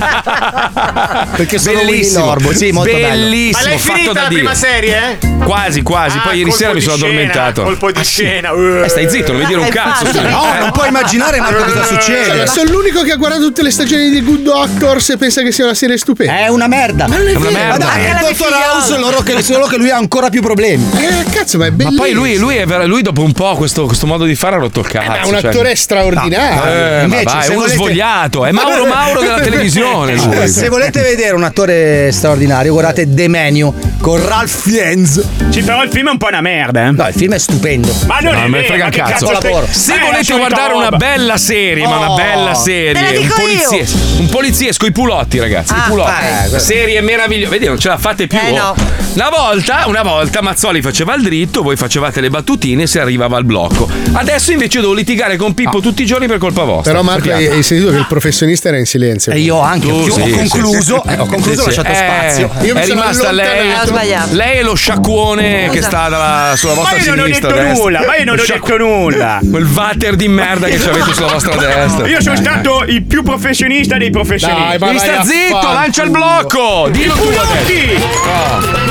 Speaker 2: Ah,
Speaker 6: Perché sono
Speaker 2: Bellissimo,
Speaker 6: un Norbo, sì, molto bello.
Speaker 2: bellissimo.
Speaker 3: Ma l'hai
Speaker 2: fatto
Speaker 3: finita
Speaker 2: da
Speaker 3: la
Speaker 2: Dio.
Speaker 3: prima serie?
Speaker 2: Quasi, quasi.
Speaker 3: Ah,
Speaker 2: Poi ieri
Speaker 3: colpo
Speaker 2: sera mi
Speaker 3: di
Speaker 2: sono
Speaker 3: scena,
Speaker 2: addormentato. Ah,
Speaker 3: Colpo di scena. uh.
Speaker 2: Eh, stai zitto, non mi dire un cazzo. Eh. su-
Speaker 6: No, non puoi immaginare Marco cosa
Speaker 3: Eh,
Speaker 7: Cioè,
Speaker 6: succede.
Speaker 7: sono l'unico che ha guardato tutte le stagioni di Good Doctors e pensa che sia una serie stupenda.
Speaker 6: È una merda. Ma
Speaker 2: È una merda.
Speaker 6: dai,
Speaker 2: Eh.
Speaker 6: il dottor House loro che- solo che lui ha ancora più problemi.
Speaker 7: Eh, cazzo, ma è
Speaker 2: Ma
Speaker 7: bellissimo. Eh,
Speaker 2: poi lui, lui, è vera- lui dopo un po' questo, questo modo di fare ha rotto il cazzo.
Speaker 7: Ma è un
Speaker 2: cioè-
Speaker 7: attore straordinario.
Speaker 2: Eh,
Speaker 6: Invece,
Speaker 2: ma vai,
Speaker 6: se
Speaker 2: è uno
Speaker 6: volete- Eh,
Speaker 2: svogliato, è Mauro Mauro della televisione. lui.
Speaker 6: Se volete vedere un attore straordinario, guardate The Menu con Ralph Fiennes.
Speaker 5: Sì, però il film è un po' una merda, eh.
Speaker 6: No, il film è stupendo.
Speaker 5: Ma non
Speaker 2: No,
Speaker 5: è
Speaker 2: me ne
Speaker 5: vero,
Speaker 2: frega
Speaker 5: ma
Speaker 2: un
Speaker 5: che
Speaker 2: cazzo.
Speaker 5: cazzo
Speaker 6: Lavoro.
Speaker 5: sei-
Speaker 2: Se
Speaker 5: Eh, la
Speaker 2: volete
Speaker 5: solita
Speaker 2: guardare
Speaker 5: roba.
Speaker 2: una bella serie, ma una
Speaker 6: Oh.
Speaker 2: bella serie, un, polizie- un poliziesco, i pulotti, ragazzi.
Speaker 5: Ah,
Speaker 2: i
Speaker 7: Eh,
Speaker 2: pulotti. serie meravigliosa. Vedi, non ce la fate più. oh.
Speaker 4: Eh, no.
Speaker 2: Una volta, una volta Mazzoli faceva il dritto, voi facevate le battutine e si arrivava al blocco. Adesso invece devo litigare con Pippo tutti i giorni per colpa vostra.
Speaker 7: Ah. Però Marco hai, hai sentito che il professionista era in silenzio.
Speaker 6: E io anche.
Speaker 2: Tu
Speaker 6: io
Speaker 2: sì,
Speaker 6: ho
Speaker 2: sì,
Speaker 6: concluso. eh, ho concluso, ho
Speaker 2: Sì, sì.
Speaker 6: lasciato spazio.
Speaker 2: Eh,
Speaker 7: Io mi
Speaker 2: è
Speaker 7: sono
Speaker 2: rimasta lei.
Speaker 4: allontanato. Ah, ho sbagliato.
Speaker 2: Lei è lo sciacquone che sta dalla, sulla
Speaker 5: Ma
Speaker 2: vostra
Speaker 5: io non ho
Speaker 2: sinistra.
Speaker 5: detto
Speaker 2: destra.
Speaker 5: nulla, ma io non
Speaker 2: Lo
Speaker 5: ho
Speaker 2: sciac-
Speaker 5: detto nulla.
Speaker 2: Quel water di merda che ci avete sulla vostra destra.
Speaker 5: Io sono stato il più professionista dei professionisti.
Speaker 2: Devi sta zitto, lancia il blocco! Dillo tu adesso!
Speaker 5: Tutti!
Speaker 9: Ah.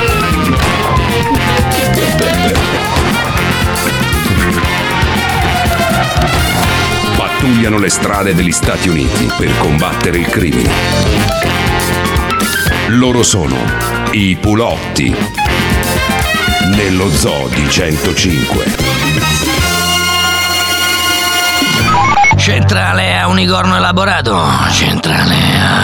Speaker 1: pattugliano le strade degli Stati Uniti per combattere il crimine. Loro sono i Pulotti nello zoo di 105.
Speaker 9: Centrale a unicorno elaborato. Centrale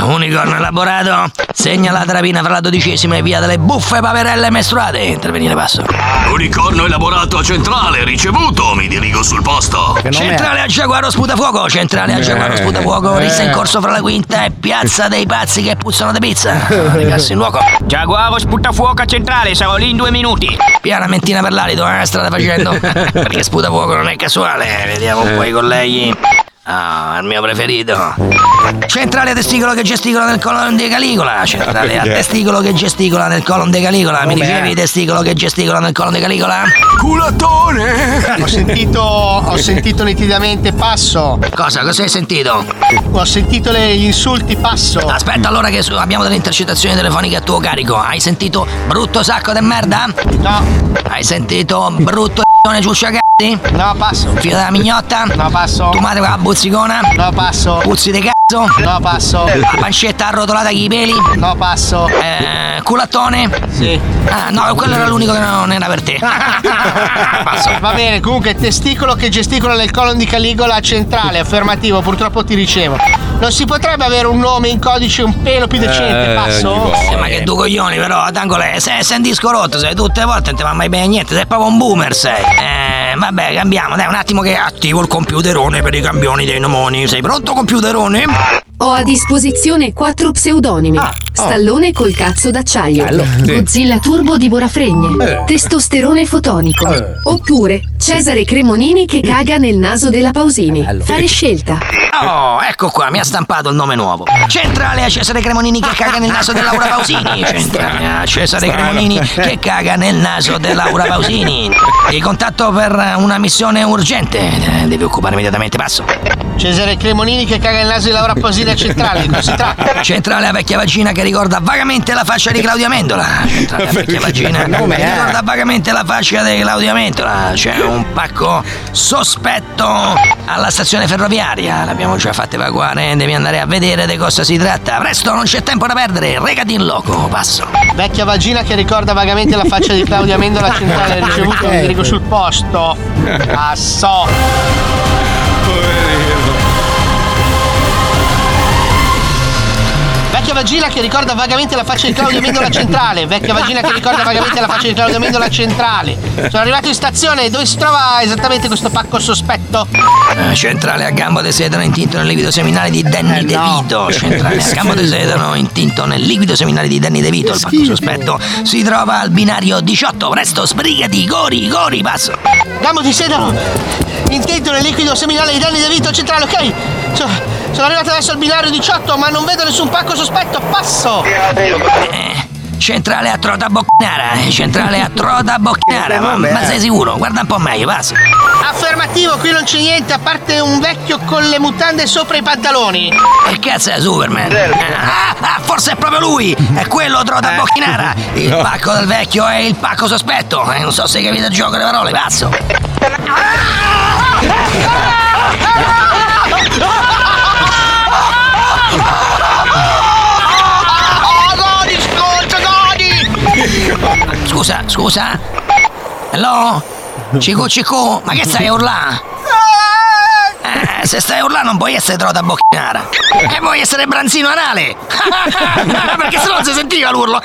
Speaker 9: a unicorno elaborato. Segna la trapina fra la dodicesima e via delle buffe paperelle mestruate. Intervenire passo. Unicorno elaborato a centrale, ricevuto. Mi dirigo sul posto. Centrale a Giaguaro sputafuoco. Centrale a
Speaker 2: Eh.
Speaker 9: Giaguaro
Speaker 11: Eh.
Speaker 9: sputafuoco. Rissa in corso fra la quinta e piazza dei pazzi che puzzano di pizza. Recarsi in luogo.
Speaker 11: Giaguaro sputa fuoco a centrale, sarò lì in due minuti.
Speaker 9: Piana mentina per l'alito, eh, strada facendo. Perché sputafuoco non è casuale. Vediamo un po' i colleghi. Ah, il mio preferito. Centrale a testicolo che gesticola nel colon di Caligola. Centrale a testicolo che gesticola nel colon di Caligola. Mi dicevi testicolo che gesticola nel colon di Caligola? Culatone!
Speaker 11: Ho sentito, ho sentito nitidamente passo.
Speaker 9: Cosa? Cosa hai sentito?
Speaker 11: Ho sentito le- gli insulti passo.
Speaker 9: Aspetta allora che su- abbiamo delle intercettazioni telefoniche a tuo carico. Hai sentito brutto sacco di merda?
Speaker 11: No,
Speaker 9: Hai sentito brutto c***one giusciacazzi?
Speaker 11: no, passo.
Speaker 9: Figlio della mignotta?
Speaker 11: No, passo.
Speaker 9: Tu madre con la buzzicona?
Speaker 11: No, passo.
Speaker 9: Puzzi di cazzo?
Speaker 11: No, passo.
Speaker 9: La pancetta arrotolata con i peli?
Speaker 11: No, passo.
Speaker 9: Eh, culattone?
Speaker 11: Sì.
Speaker 9: Ah, no, quello era l'unico che non era per te. Passo.
Speaker 11: Va bene, comunque, testicolo che gesticola nel colon di Caligola centrale, affermativo, purtroppo ti ricevo. Non si potrebbe avere un nome in codice un pelo più decente,
Speaker 2: Eh, ogni
Speaker 11: passo?
Speaker 2: volta.
Speaker 9: Eh, ma che due coglioni però, Tangolo, eh, sei, sei un disco rotto, sei tutte le volte, non ti fa mai bene niente, sei proprio un boomer sei. Eh, vabbè, cambiamo, dai, un attimo che attivo il computerone per i campioni dei nomoni. Sei pronto computerone?
Speaker 12: Ho a disposizione quattro pseudonimi. Stallone col cazzo d'acciaio. Godzilla Turbo di Borafregne. Testosterone fotonico. Oppure Cesare Cremonini che caga nel naso della Pausini. Fare scelta.
Speaker 9: Oh, ecco qua, mi ha stampato il nome nuovo. Centrale a Cesare Cremonini che caga nel naso di Laura Pausini. Centrale a Cesare Cremonini che caga nel naso di Laura Pausini. Ti contatto per una missione urgente. Eh, Devi occupare immediatamente, passo.
Speaker 11: Cesare Cremonini che caga il naso di Laura Pasina centrale, di cui si tratta.
Speaker 9: Centrale la vecchia vagina che ricorda vagamente la faccia di Claudia Mendola. Centrale la vecchia vagina
Speaker 11: Nome,
Speaker 9: che
Speaker 11: eh.
Speaker 9: ricorda vagamente la faccia di Claudia Mendola. C'è un pacco sospetto alla stazione ferroviaria. L'abbiamo già fatto evacuare, devi andare a vedere di cosa si tratta. Presto, non c'è tempo da perdere. Regati in loco, passo.
Speaker 11: Vecchia vagina che ricorda vagamente la faccia di Claudia Mendola centrale ricevuto un dirigo sul posto. Ah, Assò. Vecchia vagina che ricorda vagamente la faccia di Claudio Mendola centrale. Vecchia vagina che ricorda vagamente la faccia di Claudio Mendola centrale. Sono arrivato in stazione dove si trova esattamente questo pacco sospetto.
Speaker 9: Eh, Centrale a gambo di sedano intinto nel liquido seminale di Danny
Speaker 11: Eh,
Speaker 9: De Vito. Centrale a gambo di sedano intinto nel liquido seminale di Danny De Vito. Il pacco sospetto si trova al binario 18. Presto, sbrigati, gori, gori, passo. Eh,
Speaker 11: Gambo di sedano! Intento nel liquido seminale di Danny De Vito centrale, ok? So- sono arrivato adesso al binario 18, ma non vedo nessun pacco sospetto, passo!
Speaker 9: Centrale a Trota Bocchinara. eh, Centrale a Trota Bocchinara. Ma, ma sei sicuro? Guarda un po' meglio, passo.
Speaker 11: Affermativo, qui non c'è niente a parte un vecchio con le mutande sopra i pantaloni.
Speaker 9: Che cazzo è Superman? Ah, ah, forse è proprio lui! È quello Trota Bocchinara! Il
Speaker 11: Eh. No.
Speaker 9: pacco del vecchio è il pacco sospetto! Eh, Non so se hai capito il gioco le parole, passo!
Speaker 11: Godi, scorcia, Godi!
Speaker 9: Scusa, scusa. Hello? Cicu cicu, ma che stai a urlà? Eh, se stai a urlà non puoi essere trota bocchinara. E vuoi essere branzino anale. Perché se non si sentiva l'urlo.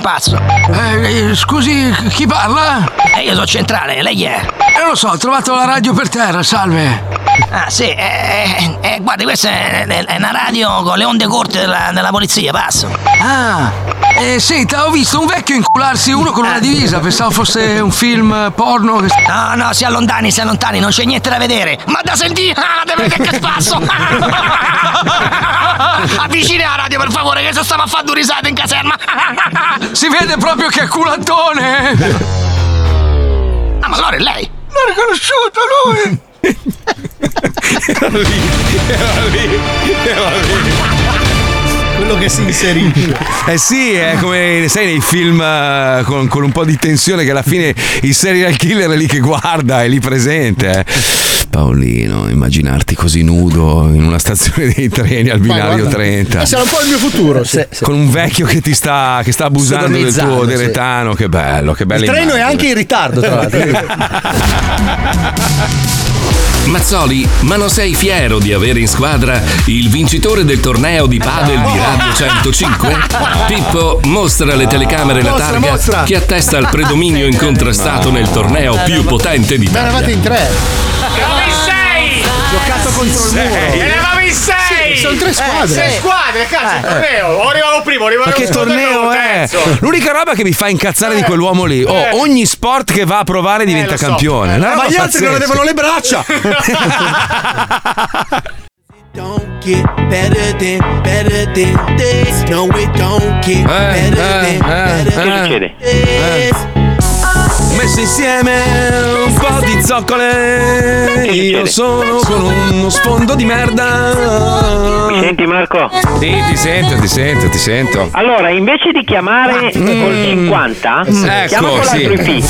Speaker 9: Passo.
Speaker 13: Eh, scusi, chi parla?
Speaker 9: E io sono centrale, lei chi è?
Speaker 13: Eh, lo so, ho trovato la radio per terra, salve.
Speaker 9: Ah sì, eh, eh, eh, guardi, questa è, è- è una radio con le onde corte della, della polizia, passo.
Speaker 13: Ah, eh, senta, ho visto un vecchio incularsi uno con una divisa, pensavo fosse un film eh, porno. Che...
Speaker 9: Eh. No, no, si allontani, si allontani, non c'è niente da vedere. Ma da sentire, ah, deve che che spasso. Avvicini la radio, per favore, che se stava a fare due risate in caserma.
Speaker 13: Si vede proprio che è
Speaker 5: Eh.
Speaker 13: culatone!
Speaker 9: Ah, ma allora è lei.
Speaker 13: L'ho riconosciuto lui!
Speaker 2: Era lì, era lì, era lì.
Speaker 6: Quello che si inserisce.
Speaker 2: Eh sì, è come sai nei film eh, con, con un po' di tensione che alla fine il serial killer è lì che guarda, è lì presente. eh. Paolino, immaginarti così nudo in una stazione dei treni al binario
Speaker 7: guarda,
Speaker 2: 30.
Speaker 7: eh, sarà un po' il mio futuro, sì.
Speaker 2: Con un vecchio che ti sta, che sta abusando del tuo
Speaker 7: Sodomizzando, sì.
Speaker 2: deretano, che bello, che bello.
Speaker 6: Il treno è anche in ritardo, tra l'altro.
Speaker 1: Mazzoli, ma non sei fiero di avere in squadra il vincitore del torneo di padel di Radio 105? Pippo mostra alle telecamere la
Speaker 7: Mostra,
Speaker 1: targa
Speaker 7: mostra.
Speaker 1: che attesta il predominio incontrastato nel torneo più potente
Speaker 7: Ma
Speaker 1: d'Italia.
Speaker 7: eravate in tre.
Speaker 5: Eravamo in sei!
Speaker 6: Giocato contro il muro.
Speaker 5: Eravamo in sei!
Speaker 7: Sì, sono tre squadre.
Speaker 5: sei squadre, cazzo,
Speaker 2: Eh.
Speaker 5: il torneo! O arrivavo primo, o arrivavo
Speaker 2: Ma che
Speaker 5: secondo,
Speaker 2: torneo
Speaker 5: arrivavo
Speaker 2: è?
Speaker 5: terzo.
Speaker 2: L'unica roba che mi fa incazzare di quell'uomo lì. Oh,
Speaker 5: Eh.
Speaker 2: ogni sport che va a provare diventa
Speaker 11: Eh,
Speaker 5: lo so. Eh,
Speaker 2: campione. Una
Speaker 5: Ma
Speaker 2: roba
Speaker 5: gli altri non
Speaker 2: pazzesca.
Speaker 5: avevano le braccia.
Speaker 14: get better than, better than this. No, it don't get better than, better than
Speaker 2: eh.
Speaker 14: this.
Speaker 2: Messo insieme un po' di zoccole. Io sono con uno sfondo di merda. Mi senti, Marco? Sì, ti sento, ti sento, ti sento.
Speaker 15: Allora, invece di chiamare
Speaker 4: mm.
Speaker 15: col 50, chiama
Speaker 2: Ecco,
Speaker 15: Ah? con
Speaker 2: sì.
Speaker 15: l'altro IP.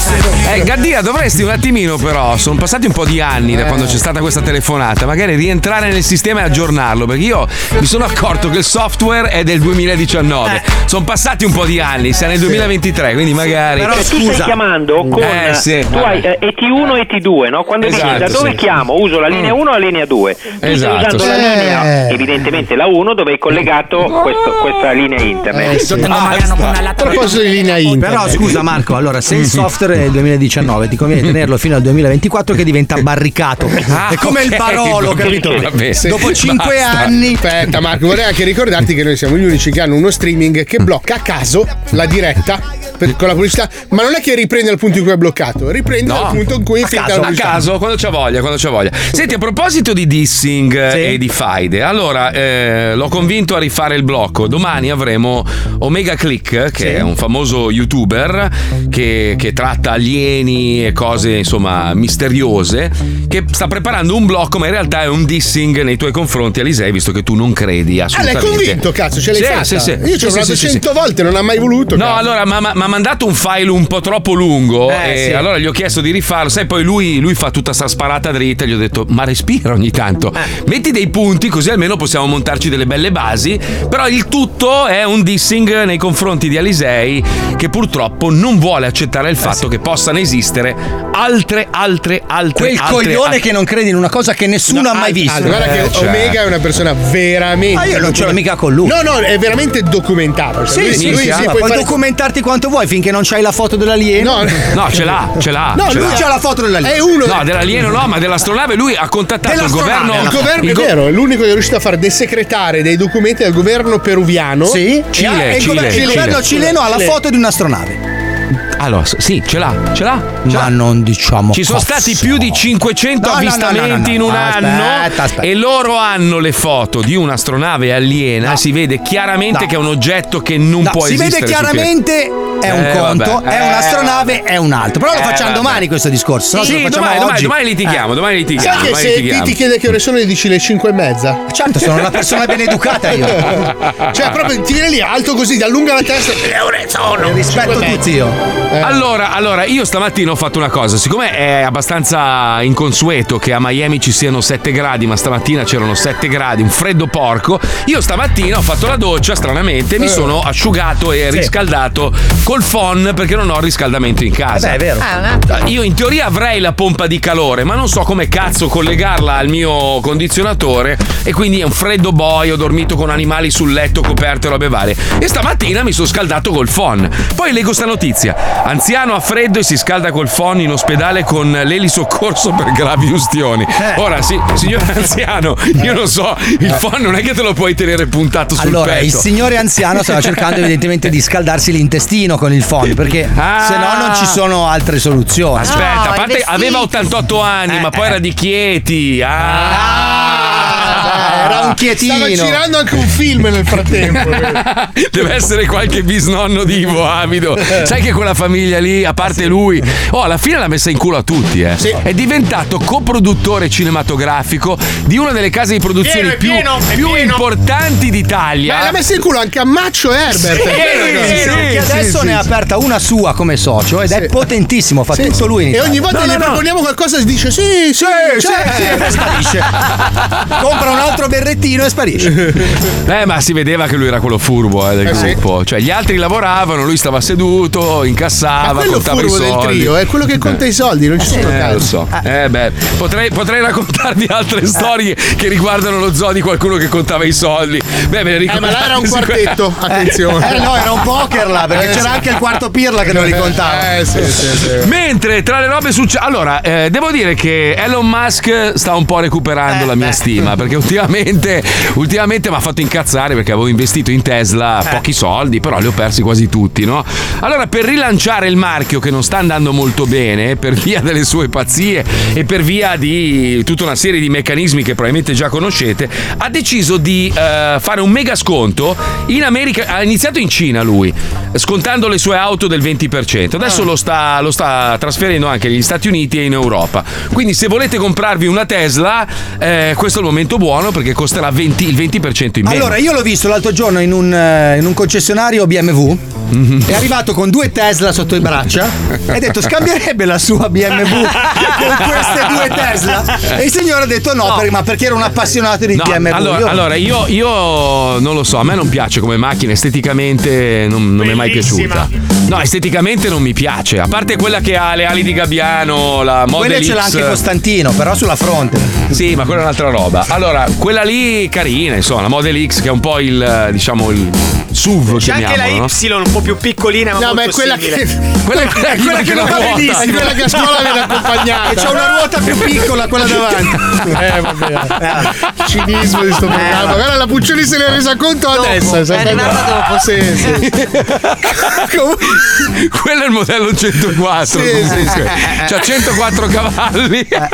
Speaker 2: Eh, Gaddia, dovresti un attimino, però. Sono passati un po' di anni
Speaker 15: Eh.
Speaker 2: da quando c'è stata questa telefonata. Magari rientrare nel sistema e aggiornarlo. Perché io mi sono accorto che il software è del 2019.
Speaker 15: Eh.
Speaker 2: Sono passati un po' di anni, siamo nel 2023, quindi magari.
Speaker 15: Però tu stai chiamando con
Speaker 2: Eh, sì,
Speaker 15: tu hai
Speaker 2: vabbè.
Speaker 15: eh, ET1 e ET2, no? Quando dici
Speaker 2: Esatto,
Speaker 15: da dove
Speaker 2: sì. Mm.
Speaker 15: chiamo? Uso la linea 1 o la linea 2? Tu
Speaker 2: Esatto,
Speaker 15: stai usando
Speaker 2: sì.
Speaker 15: la linea,
Speaker 2: Eh.
Speaker 15: evidentemente la 1 dove hai collegato questo- questa linea internet.
Speaker 5: Eh,
Speaker 2: Eh,
Speaker 5: Ah,
Speaker 7: A proposito di linea internet.
Speaker 6: Però scusa Marco, allora
Speaker 5: Mm.
Speaker 6: se il software è del 2019 ti conviene tenerlo fino al 2024 che diventa barricato.
Speaker 7: Ah,
Speaker 6: è come il
Speaker 7: ok,
Speaker 6: barolo,
Speaker 7: ok,
Speaker 6: capito?
Speaker 7: vabbè.
Speaker 6: Dopo 5
Speaker 7: Basta.
Speaker 6: anni
Speaker 7: Aspetta, Marco, vorrei anche ricordarti che noi siamo gli unici che hanno uno streaming che blocca a caso la diretta per- con la pubblicità, ma non è che riprende dal punto in cui è bloccato, riprende
Speaker 2: No.
Speaker 7: dal punto in cui è
Speaker 2: a
Speaker 7: finita
Speaker 2: caso,
Speaker 7: la
Speaker 2: a
Speaker 7: pubblicità.
Speaker 2: caso, quando c'ha voglia, quando c'ha voglia. Senti, a proposito di dissing eh, e di faide, allora eh, l'ho convinto a rifare il blocco. Domani avremo Omega Click, che è un famoso youtuber che, che tratta alieni e cose insomma misteriose, che sta preparando un blocco, ma in realtà è un dissing nei tuoi confronti, Alisei, visto che tu non credi
Speaker 7: Ah, l'hai
Speaker 2: assolutamente.
Speaker 7: convinto, cazzo, ce l'hai
Speaker 2: Sì,
Speaker 7: fatta.
Speaker 2: sì, sì.
Speaker 7: Io ci ho
Speaker 2: Sì, sì,
Speaker 7: provato
Speaker 2: sì, sì.
Speaker 7: 100 volte, non ha mai voluto.
Speaker 2: No, allora mi ha ma- mi ha Ah, mandato un file un po' troppo lungo
Speaker 7: Eh,
Speaker 2: e
Speaker 7: sì.
Speaker 2: allora gli ho chiesto di rifarlo. Sai, poi lui, lui fa tutta sta sparata dritta e gli ho detto: Ma respira ogni tanto,
Speaker 7: Eh.
Speaker 2: metti dei punti così almeno possiamo montarci delle belle basi. Però il tutto è un dissing nei confronti di Alisei che purtroppo non vuole accettare
Speaker 7: Eh,
Speaker 2: il fatto che possano esistere altre, altre, altre.
Speaker 6: Quel
Speaker 2: altre,
Speaker 6: coglione
Speaker 2: altre- Eh,
Speaker 6: che non crede in una cosa che nessuno ha mai visto.
Speaker 7: Allora, guarda che Omega è una persona veramente.
Speaker 6: Ma Ah, io non c'ero mica con lui.
Speaker 7: No, no, è veramente documentato. Cioè,
Speaker 6: Sì,
Speaker 7: lui-
Speaker 6: sì,
Speaker 7: lui
Speaker 6: sì,
Speaker 7: si
Speaker 6: ma
Speaker 7: puoi
Speaker 6: puoi
Speaker 7: fare-
Speaker 6: documentarti quanto vuoi finché non c'hai la foto dell'alieno.
Speaker 2: No, ce l'ha, ce l'ha.
Speaker 6: No,
Speaker 2: ce
Speaker 6: lui
Speaker 2: l'ha.
Speaker 6: c'ha la foto dell'alieno.
Speaker 7: È uno.
Speaker 2: No, dell'alieno no, ma dell'astronave lui ha contattato il
Speaker 7: Dell'astronave,
Speaker 2: governo.
Speaker 7: Il governo
Speaker 2: il
Speaker 7: è
Speaker 2: go-
Speaker 7: vero, è l'unico che è riuscito a far desecretare dei documenti al governo peruviano.
Speaker 6: Sì,
Speaker 2: Cile,
Speaker 7: E ha- e il
Speaker 2: Cile,
Speaker 7: governo-
Speaker 2: Cile.
Speaker 6: Il governo cileno ha la
Speaker 7: Cile.
Speaker 6: foto di un'astronave.
Speaker 2: Allora, sì, ce l'ha, ce l'ha.
Speaker 6: Ma non diciamo
Speaker 2: Ci sono
Speaker 6: cazzo.
Speaker 2: stati più di 500
Speaker 6: No, no, no,
Speaker 2: avvistamenti
Speaker 6: no, no,
Speaker 2: in un
Speaker 6: no. Aspetta,
Speaker 2: anno
Speaker 6: aspetta.
Speaker 2: e loro hanno le foto di un'astronave aliena. Si vede chiaramente
Speaker 6: No.
Speaker 2: che è un oggetto che non
Speaker 6: No,
Speaker 2: può
Speaker 6: si vede
Speaker 2: esistere. su Terra.
Speaker 6: chiaramente è un
Speaker 2: Eh,
Speaker 6: conto,
Speaker 2: vabbè.
Speaker 6: è
Speaker 2: Eh,
Speaker 6: un'astronave,
Speaker 2: vabbè.
Speaker 6: è un altro. Però lo
Speaker 2: Eh,
Speaker 6: facciamo
Speaker 2: vabbè.
Speaker 6: domani questo discorso. no? Se
Speaker 2: Sì,
Speaker 6: lo facciamo
Speaker 2: domani, domani,
Speaker 6: oggi- Eh.
Speaker 2: domani litighiamo, domani litighiamo.
Speaker 7: Ah. Sai che
Speaker 2: domani
Speaker 7: se
Speaker 2: litighiamo.
Speaker 7: ti chiede che ore sono gli dici le 5 e mezza?
Speaker 6: Certo, sono una persona beneducata io.
Speaker 7: cioè, proprio ti viene lì alto così, ti allunga la testa. Eh. Le ore sono. Rispetto
Speaker 6: tuo zio.
Speaker 2: Allora, allora, io stamattina ho fatto una cosa. Siccome è abbastanza inconsueto che a Miami ci siano 7 gradi, ma stamattina c'erano 7 gradi, un freddo porco. Io stamattina ho fatto la doccia, stranamente, mi
Speaker 1: Eh.
Speaker 2: sono asciugato e
Speaker 1: Sì.
Speaker 2: riscaldato col phon perché non ho il riscaldamento in casa.
Speaker 1: Eh beh, è vero.
Speaker 4: Ah, un attimo.
Speaker 2: Io in teoria avrei la pompa di calore, ma non so come cazzo collegarla al mio condizionatore. E quindi è un freddo boio, ho dormito con animali sul letto, coperte e robe varie. E stamattina mi sono scaldato col phon. Poi leggo sta notizia: anziano a freddo e si scalda col phon in ospedale con l'elisoccorso per gravi ustioni.
Speaker 6: Eh.
Speaker 2: Ora, sì, signor anziano, io non so, il phon non è che te lo puoi tenere puntato sul
Speaker 6: Allora,
Speaker 2: petto.
Speaker 6: il signore anziano stava cercando evidentemente di scaldarsi l'intestino con il phon, perché se no non ci sono altre soluzioni.
Speaker 2: Ah. Aspetta, a parte
Speaker 6: vestiti.
Speaker 2: aveva 88
Speaker 6: Eh,
Speaker 2: anni, ma poi era di Chieti. Ah!
Speaker 6: era un
Speaker 7: Stava girando anche un film nel frattempo.
Speaker 2: Deve essere qualche bisnonno di Ivo Amido. Sai che quella famiglia lì, a parte lui, oh, alla fine l'ha messa in culo a tutti. Eh. È diventato coproduttore cinematografico di una delle case di produzione
Speaker 7: Pieno, è pieno,
Speaker 2: più,
Speaker 7: è
Speaker 2: più
Speaker 7: pieno.
Speaker 2: importanti d'Italia.
Speaker 7: Ma Eh, l'ha messa in culo anche a Maccio Herbert.
Speaker 2: Sì,
Speaker 7: Perché
Speaker 2: sì,
Speaker 6: Che adesso ne ha aperta una sua come socio ed è potentissimo, fa tutto lui. in
Speaker 7: E ogni
Speaker 6: Italia.
Speaker 7: volta gli proponiamo qualcosa e dice sì, sì, Cioè, sì,
Speaker 6: sì,
Speaker 7: sì.
Speaker 6: e sparisce. Compra un altro berrettino e sparisce.
Speaker 2: Eh, ma si vedeva che lui era quello furbo eh, del
Speaker 6: Eh, sì.
Speaker 2: gruppo. Cioè, gli altri lavoravano, lui stava seduto, incassava,
Speaker 7: Quello
Speaker 2: contava i
Speaker 7: furbo del
Speaker 2: soldi.
Speaker 7: trio, eh, è quello che conta i soldi, non ci sono
Speaker 2: Eh, lo
Speaker 7: casi.
Speaker 2: so. Eh, beh, potrei, potrei raccontarvi altre storie che riguardano lo zoo di qualcuno che contava i soldi. Beh, ve le
Speaker 7: Eh,
Speaker 2: ricordo.
Speaker 7: ma là era un quartetto, attenzione.
Speaker 6: Eh, no, era un poker là, perché c'era anche il quarto pirla che non li contava.
Speaker 7: Eh, sì, sì, sì.
Speaker 2: Mentre tra le robe successe. Allora, eh, devo dire che Elon Musk sta un po' recuperando la mia stima. Perché ultimamente, ultimamente mi ha fatto incazzare perché avevo investito in Tesla pochi soldi, però li ho persi quasi tutti, no? Allora, per rilanciare il marchio che non sta andando molto bene, per via delle sue pazzie e per via di tutta una serie di meccanismi che probabilmente già conoscete, ha deciso di eh, fare un mega sconto in America. Ha iniziato in Cina lui, scontando le sue auto del 20%.
Speaker 6: Ah.
Speaker 2: Adesso lo, sta, lo sta trasferendo anche negli Stati Uniti e in Europa. Quindi, se volete comprarvi una Tesla, eh, questo è il momento buono perché costerà 20 il 20% in meno.
Speaker 6: Allora, io l'ho visto l'altro giorno in un, eh, in un concessionario BMW.
Speaker 2: Mhm.
Speaker 6: È arrivato con due Tesla sotto i braccia e ha detto scambierebbe la sua BMW con queste due Tesla. E il signore ha detto no, per- ma perché era un appassionato di
Speaker 2: No,
Speaker 6: BMW.
Speaker 2: allora,
Speaker 6: Io-
Speaker 2: allora, io, io non lo so, a me non piace come macchina, esteticamente non, non mi è mai
Speaker 6: Bellissima.
Speaker 2: piaciuta. No, esteticamente non mi piace, a parte quella che ha le ali di gabbiano, la Model
Speaker 6: Quella ce l'ha
Speaker 2: X.
Speaker 6: anche Costantino, però sulla fronte.
Speaker 2: Sì, ma quella è un'altra roba. Allora, quella lì carina, insomma, la Model X che è un po' il, eh, diciamo, il SUV lo
Speaker 3: C'è anche la
Speaker 2: chiamiamolo, no?
Speaker 3: Y un po' più piccolina, ma
Speaker 7: No, ma è
Speaker 3: molto
Speaker 7: quella
Speaker 3: simile.
Speaker 7: che- quella che-
Speaker 3: È
Speaker 7: quella che non
Speaker 3: va
Speaker 7: ruota.
Speaker 3: benissimo.
Speaker 7: È quella che a scuola viene accompagnata.
Speaker 6: E c'ha una ruota più piccola, quella davanti.
Speaker 7: Eh, vabbè. Cinismo di sto programma. Guarda, la Puccioni se ne è resa conto adesso. Eh. È
Speaker 2: arrivata
Speaker 7: dopo. Sì, sì.
Speaker 2: Quello è il modello 104.
Speaker 6: Sì,
Speaker 2: comunque. Cioè,
Speaker 6: sì.
Speaker 2: C'ha 104 cavalli.
Speaker 7: Eh,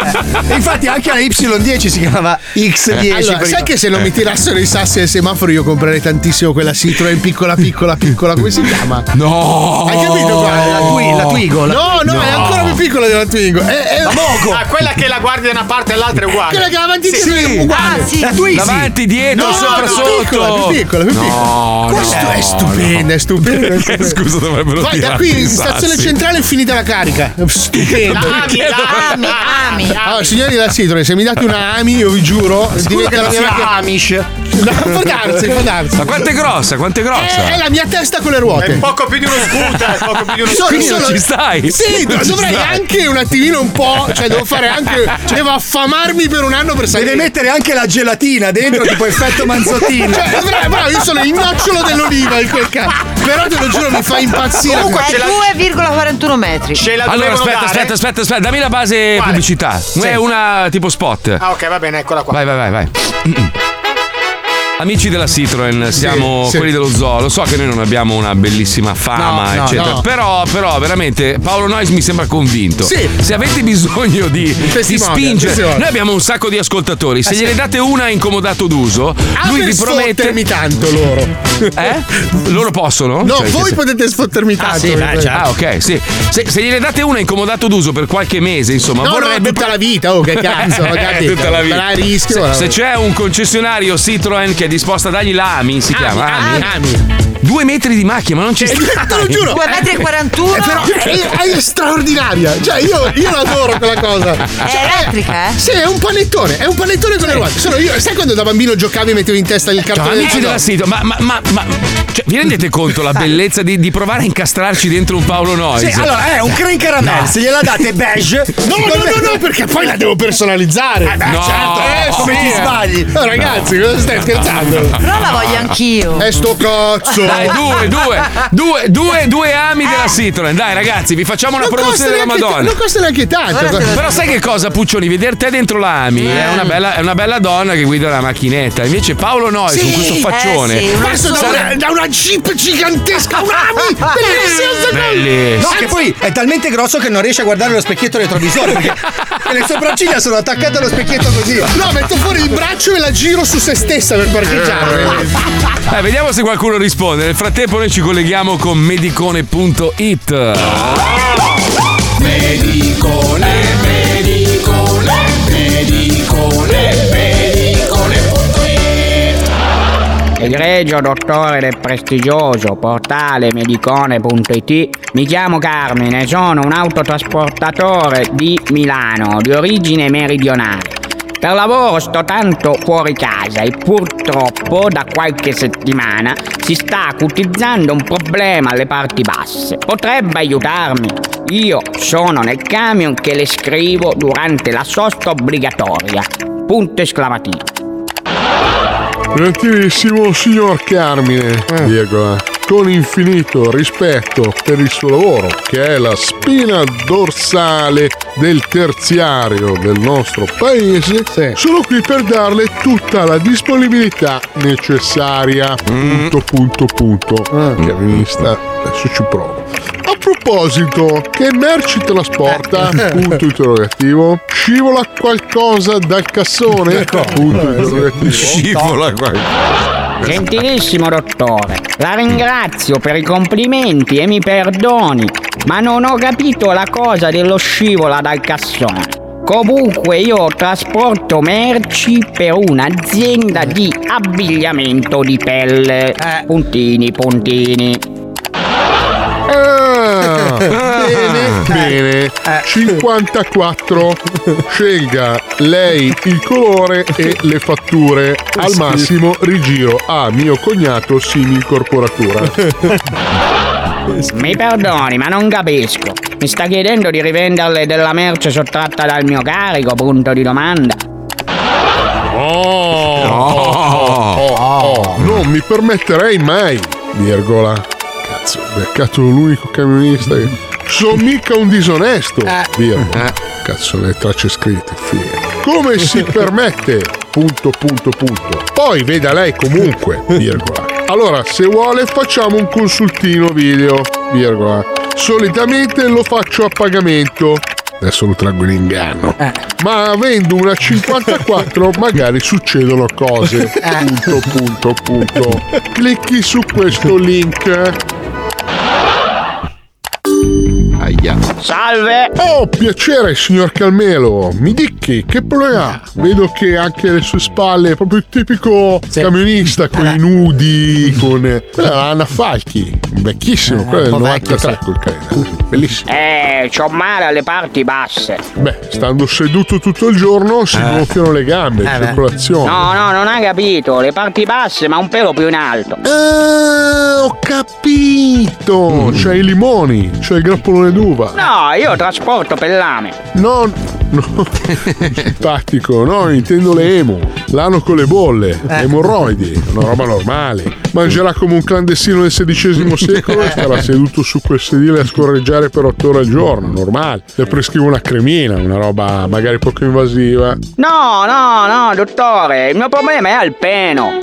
Speaker 6: E infatti anche la Y10 si chiamava X10.
Speaker 7: Eh, Allora, sai che se non mi
Speaker 6: tirassero
Speaker 7: tirassero i sassi al semaforo io comprerei tantissimo quella Citroen piccola piccola piccola, come si chiama?
Speaker 2: No!
Speaker 7: Hai capito qua?
Speaker 6: La Twi- la Twigo, la-
Speaker 7: No, no,
Speaker 6: No.
Speaker 7: è ancora più piccola della Twigo. È, è...
Speaker 3: Ah, quella che la guardi da una parte e
Speaker 6: Eh,
Speaker 3: l'altra è uguale.
Speaker 7: Quella che avanti e dietro è uguale.
Speaker 3: Ah, sì.
Speaker 7: La Twizy.
Speaker 2: Davanti, dietro,
Speaker 7: No,
Speaker 2: sopra,
Speaker 7: no,
Speaker 2: sotto.
Speaker 7: Più piccola, più piccola, più
Speaker 2: No,
Speaker 7: piccola.
Speaker 2: no,
Speaker 7: Questo è stupendo,
Speaker 2: no.
Speaker 7: è stupendo. è stupendo.
Speaker 2: Scusa, dovrebbero
Speaker 7: Vai, da
Speaker 2: tirarti
Speaker 7: qui
Speaker 2: i
Speaker 7: in stazione
Speaker 2: sassi.
Speaker 7: centrale è finita la carica. Stupendo.
Speaker 3: La ami, la ami, ami, ami.
Speaker 7: Allora, signori della Citroen, se mi date una Ami, io vi giuro, diventa la mia macchina-
Speaker 3: Amish.
Speaker 7: No, può darsi, può darsi. Eh,
Speaker 2: Ma quanto è grossa? Quanto è grossa?
Speaker 7: È, è la mia testa con le ruote.
Speaker 3: È poco più di uno scooter, è poco più di uno
Speaker 7: Sono-
Speaker 3: scooter.
Speaker 2: Quindi non
Speaker 7: sono-
Speaker 2: ci stai?
Speaker 7: Sì,
Speaker 2: Non ci
Speaker 7: dovrei
Speaker 2: stai.
Speaker 7: anche un attimino un po'. Cioè, devo fare anche. Cioè, devo affamarmi per un anno per salire.
Speaker 6: Deve mettere anche la gelatina dentro, tipo effetto manzottino.
Speaker 3: Eh,
Speaker 7: Cioè, dovrei- bravo, io sono il nocciolo dell'oliva in quel caso. Però te lo giuro, mi fa impazzire.
Speaker 4: Comunque
Speaker 7: Cioè,
Speaker 4: è 2,41 metri.
Speaker 2: Allora, aspetta, aspetta, aspetta, aspetta, dammi la base
Speaker 4: Quale?
Speaker 2: pubblicità. È una tipo spot.
Speaker 3: Ah, ok, va bene, eccola qua.
Speaker 2: Vai, vai, vai, vai. Amici della Citroen, siamo
Speaker 1: sì.
Speaker 2: quelli dello zoo. Lo so che noi non abbiamo una bellissima fama,
Speaker 1: No, no,
Speaker 2: eccetera.
Speaker 1: no.
Speaker 2: Però, però, veramente, Paolo Nois mi sembra convinto.
Speaker 1: Sì.
Speaker 2: Se avete bisogno di, di
Speaker 1: testimonial,
Speaker 2: spingere,
Speaker 1: testimonial.
Speaker 2: noi abbiamo un sacco di ascoltatori. Se
Speaker 1: Eh, sì.
Speaker 2: gliene date una incomodato d'uso,
Speaker 7: Ah,
Speaker 2: lui
Speaker 7: per
Speaker 2: vi promette.
Speaker 7: sfottermi tanto loro.
Speaker 2: Eh? Loro possono?
Speaker 7: No,
Speaker 2: Cioè, che
Speaker 7: voi
Speaker 2: se-
Speaker 7: potete sfottermi tanto.
Speaker 2: Ah, sì, beh, già. Ah, ok, sì. Se, se gliene date una incomodato d'uso per qualche mese, insomma,
Speaker 7: No, no,
Speaker 2: vorrebbe
Speaker 7: tutta la vita, oh, che cazzo, ragazzi,
Speaker 2: Eh, tutta la vita.
Speaker 7: però è rischio,
Speaker 2: Se-
Speaker 7: guarda.
Speaker 2: se, c'è un concessionario Citroen che è disposto a dargli la AMI, si chiama AMI.
Speaker 7: Ami, Eh,
Speaker 2: Due metri di macchina, ma non ci stai.
Speaker 7: Te lo giuro.
Speaker 4: Due metri e 41.
Speaker 7: Eh, però è, è straordinaria. Cioè, io, io l'adoro quella cosa. Cioè, è
Speaker 4: elettrica, eh?
Speaker 7: Sì, è un panettone, è un panettone con le ruote. Sono io, sai quando da bambino giocavi e mettevi in testa il
Speaker 2: Cioè,
Speaker 7: cartone
Speaker 2: amici della Cito, ma, ma- ma- ma- cioè, vi rendete conto la bellezza di, di provare a incastrarci dentro un Paolo Noyes?
Speaker 6: Sì,
Speaker 7: eh,
Speaker 6: allora
Speaker 11: eh,
Speaker 6: è un crane caramel,
Speaker 2: No.
Speaker 6: se gliela date beige.
Speaker 7: No, no, no, no, perché poi la devo personalizzare.
Speaker 6: Eh, beh,
Speaker 7: No.
Speaker 6: certo, eh, come
Speaker 7: Sì.
Speaker 6: ti sbagli.
Speaker 7: Oh, ragazzi, cosa stai scherzando?
Speaker 4: Però la voglio anch'io.
Speaker 7: E sto cazzo.
Speaker 2: Dai, due, due, due, due, due ami della Citroen. Dai, ragazzi, vi facciamo una
Speaker 7: Eh. Non costa
Speaker 2: promozione della
Speaker 7: neanche-
Speaker 2: Madonna.
Speaker 7: Non costa neanche tanto. Eh.
Speaker 2: Però sai che cosa, Puccioni? Vedere te dentro la Ami è, una bella, è una bella donna che guida la macchinetta. Invece Paolo Noyes
Speaker 7: Sì,
Speaker 2: con questo
Speaker 7: eh,
Speaker 2: faccione.
Speaker 7: sì, una
Speaker 2: Passo da
Speaker 7: sola-
Speaker 2: una-
Speaker 7: da una jeep gigantesca, un ami deliziosa con-
Speaker 6: No, che poi è talmente grosso che non riesce a guardare lo specchietto retrovisore. Perché e le sopracciglia sono attaccate allo specchietto così.
Speaker 7: No, metto fuori il braccio e la giro su se stessa per parcheggiare.
Speaker 2: Eh, vediamo se qualcuno risponde. Nel frattempo noi ci colleghiamo con medicone.it.
Speaker 14: Medicone, medicone, medicone, medicone.it
Speaker 16: Egregio dottore del prestigioso portale medicone.it, mi chiamo Carmine, sono un autotrasportatore di Milano, di origine meridionale. Per lavoro sto tanto fuori casa e purtroppo da qualche settimana si sta acutizzando un problema alle parti basse. Potrebbe aiutarmi? Io sono nel camion che le scrivo durante la sosta obbligatoria. Punto esclamativo.
Speaker 17: Gentilissimo signor Carmine,
Speaker 6: Eh.
Speaker 17: virgola, con infinito rispetto per il suo lavoro, che è la spina dorsale del terziario del nostro paese, sono qui per darle tutta la disponibilità necessaria.
Speaker 6: Mm.
Speaker 17: Punto, punto, punto.
Speaker 6: Eh.
Speaker 7: Mm.
Speaker 17: Carminista, adesso ci provo. A proposito, che merci trasporta? Punto interrogativo. Scivola qualcosa dal cassone? Punto interrogativo.
Speaker 7: "Oh,
Speaker 2: Scivola
Speaker 16: Gentilissimo dottore, la ringrazio per i complimenti e mi perdoni, ma non ho capito la cosa dello scivola dal cassone. Comunque io trasporto merci per un'azienda di abbigliamento di pelle. Puntini, puntini.
Speaker 17: Ah,
Speaker 16: Eh.
Speaker 17: bene, bene. 54. Scelga lei il colore e le fatture. Al massimo rigiro a mio cognato simil corporatura.
Speaker 16: Mi perdoni, ma non capisco. Mi sta chiedendo di rivenderle della merce sottratta dal mio carico? Punto di domanda.
Speaker 17: Oh, oh, oh, non mi permetterei mai virgola. Cazzo, ho beccato l'unico camionista che. Sono mica un disonesto, virgola. Cazzo, le tracce scritte, figa. Come si permette? Punto, punto, punto. Poi veda lei comunque, virgola. Allora, se vuole facciamo un consultino video, virgola. Solitamente lo faccio a pagamento. Adesso lo traggo in inganno. Ma avendo una 54 magari succedono cose. Punto, punto, punto. Clicchi su questo link. Aia. Salve! Oh, piacere, signor Calmelo. Mi dichi che problema ha? Vedo che anche alle sue spalle è proprio il tipico camionista con i nudi, con. Quella era Anna Falchi, vecchissimo, quella
Speaker 16: Eh,
Speaker 17: del
Speaker 16: un po' vecchio,
Speaker 17: 93 col cane. Bellissimo.
Speaker 16: Eh, c'ho male alle parti basse.
Speaker 17: Beh, stando seduto tutto il giorno si gonfiano le gambe,
Speaker 16: Eh, beh.
Speaker 17: circolazione.
Speaker 16: No, no, non hai capito. Le parti basse, ma un pelo più in alto.
Speaker 17: Ah, ho
Speaker 16: Mm.
Speaker 17: capito! C'è i limoni, c'è il grappolone d'uva.
Speaker 16: No, io trasporto pellame.
Speaker 17: No, no, simpatico, no, intendo le emo, l'ano con le bolle,
Speaker 16: Eh.
Speaker 17: emorroidi, una roba normale. Mangerà come un clandestino del XVI secolo
Speaker 16: Eh.
Speaker 17: e starà seduto su quel sedile a scorreggiare per otto ore al giorno, normale. Le prescrivo una cremina, una roba magari poco invasiva.
Speaker 16: No, no, no, dottore. Il mio problema è al peno.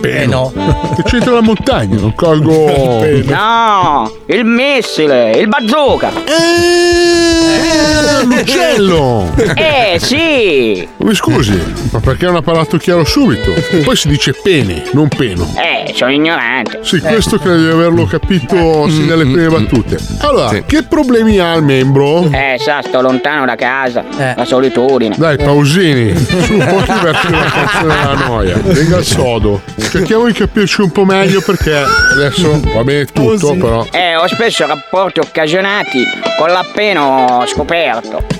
Speaker 17: Peno? Che c'entra la montagna? Non colgo...
Speaker 16: No, il missile, il bazooka.
Speaker 17: Eh, L'uccello!
Speaker 16: Eh, sì.
Speaker 17: Mi scusi, ma perché non ha parlato chiaro subito? Poi si dice pene, non peno.
Speaker 16: Eh, sono ignorante.
Speaker 17: Sì, questo credo di averlo capito sin dalle prime battute. Allora,
Speaker 16: Sì.
Speaker 17: che problemi ha il membro?
Speaker 16: Eh, sa, sto lontano da casa, la solitudine.
Speaker 17: Dai, Pausini, su, un po' divertire la canzone della noia. Venga al sodo. Cerchiamo di capirci un po' meglio perché adesso va bene tutto, però.
Speaker 16: Eh, ho spesso rapporti occasionati con l'appena scoperto.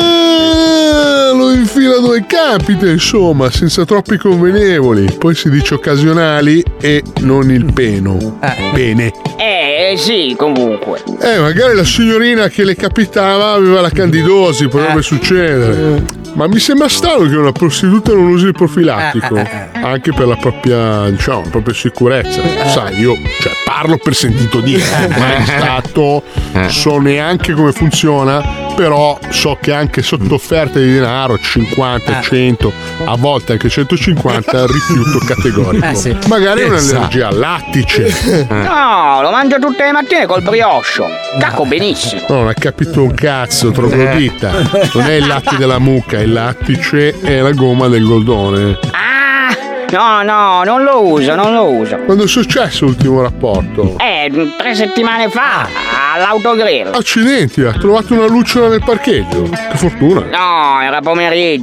Speaker 17: Ah, Lo infila dove capita, insomma, senza troppi convenevoli. Poi si dice occasionali e non il peno. Bene.
Speaker 16: Eh, sì, comunque.
Speaker 17: Eh, magari la signorina che le capitava aveva la candidosi,
Speaker 18: Eh.
Speaker 17: potrebbe succedere. Ma mi sembra strano che una prostituta non usi il profilattico,
Speaker 18: Eh, eh,
Speaker 17: anche per la propria, diciamo, la propria sicurezza. Sai, io cioè, parlo per sentito dire,
Speaker 18: Eh.
Speaker 17: non sono mai stato, so neanche come funziona, però so che anche sotto offerta di denaro,
Speaker 18: Eh.
Speaker 17: 50, 100, a volte anche 150, rifiuto categorico.
Speaker 16: Eh, sì.
Speaker 17: Magari è
Speaker 16: Pensa.
Speaker 18: Esatto.
Speaker 17: un'allergia al lattice.
Speaker 18: Eh.
Speaker 16: No, lo mangio tutte le mattine col brioche. Cacco benissimo.
Speaker 17: No, non ha capito un cazzo, troglodita. Non è il latte della mucca, il lattice è la gomma del goldone.
Speaker 16: Ah! No, no, non lo uso, non lo uso.
Speaker 17: Quando è successo l'ultimo rapporto?
Speaker 16: Eh, tre settimane fa, all'autogrill.
Speaker 17: Accidenti, ha trovato una lucciola nel parcheggio. Che fortuna.
Speaker 16: No, era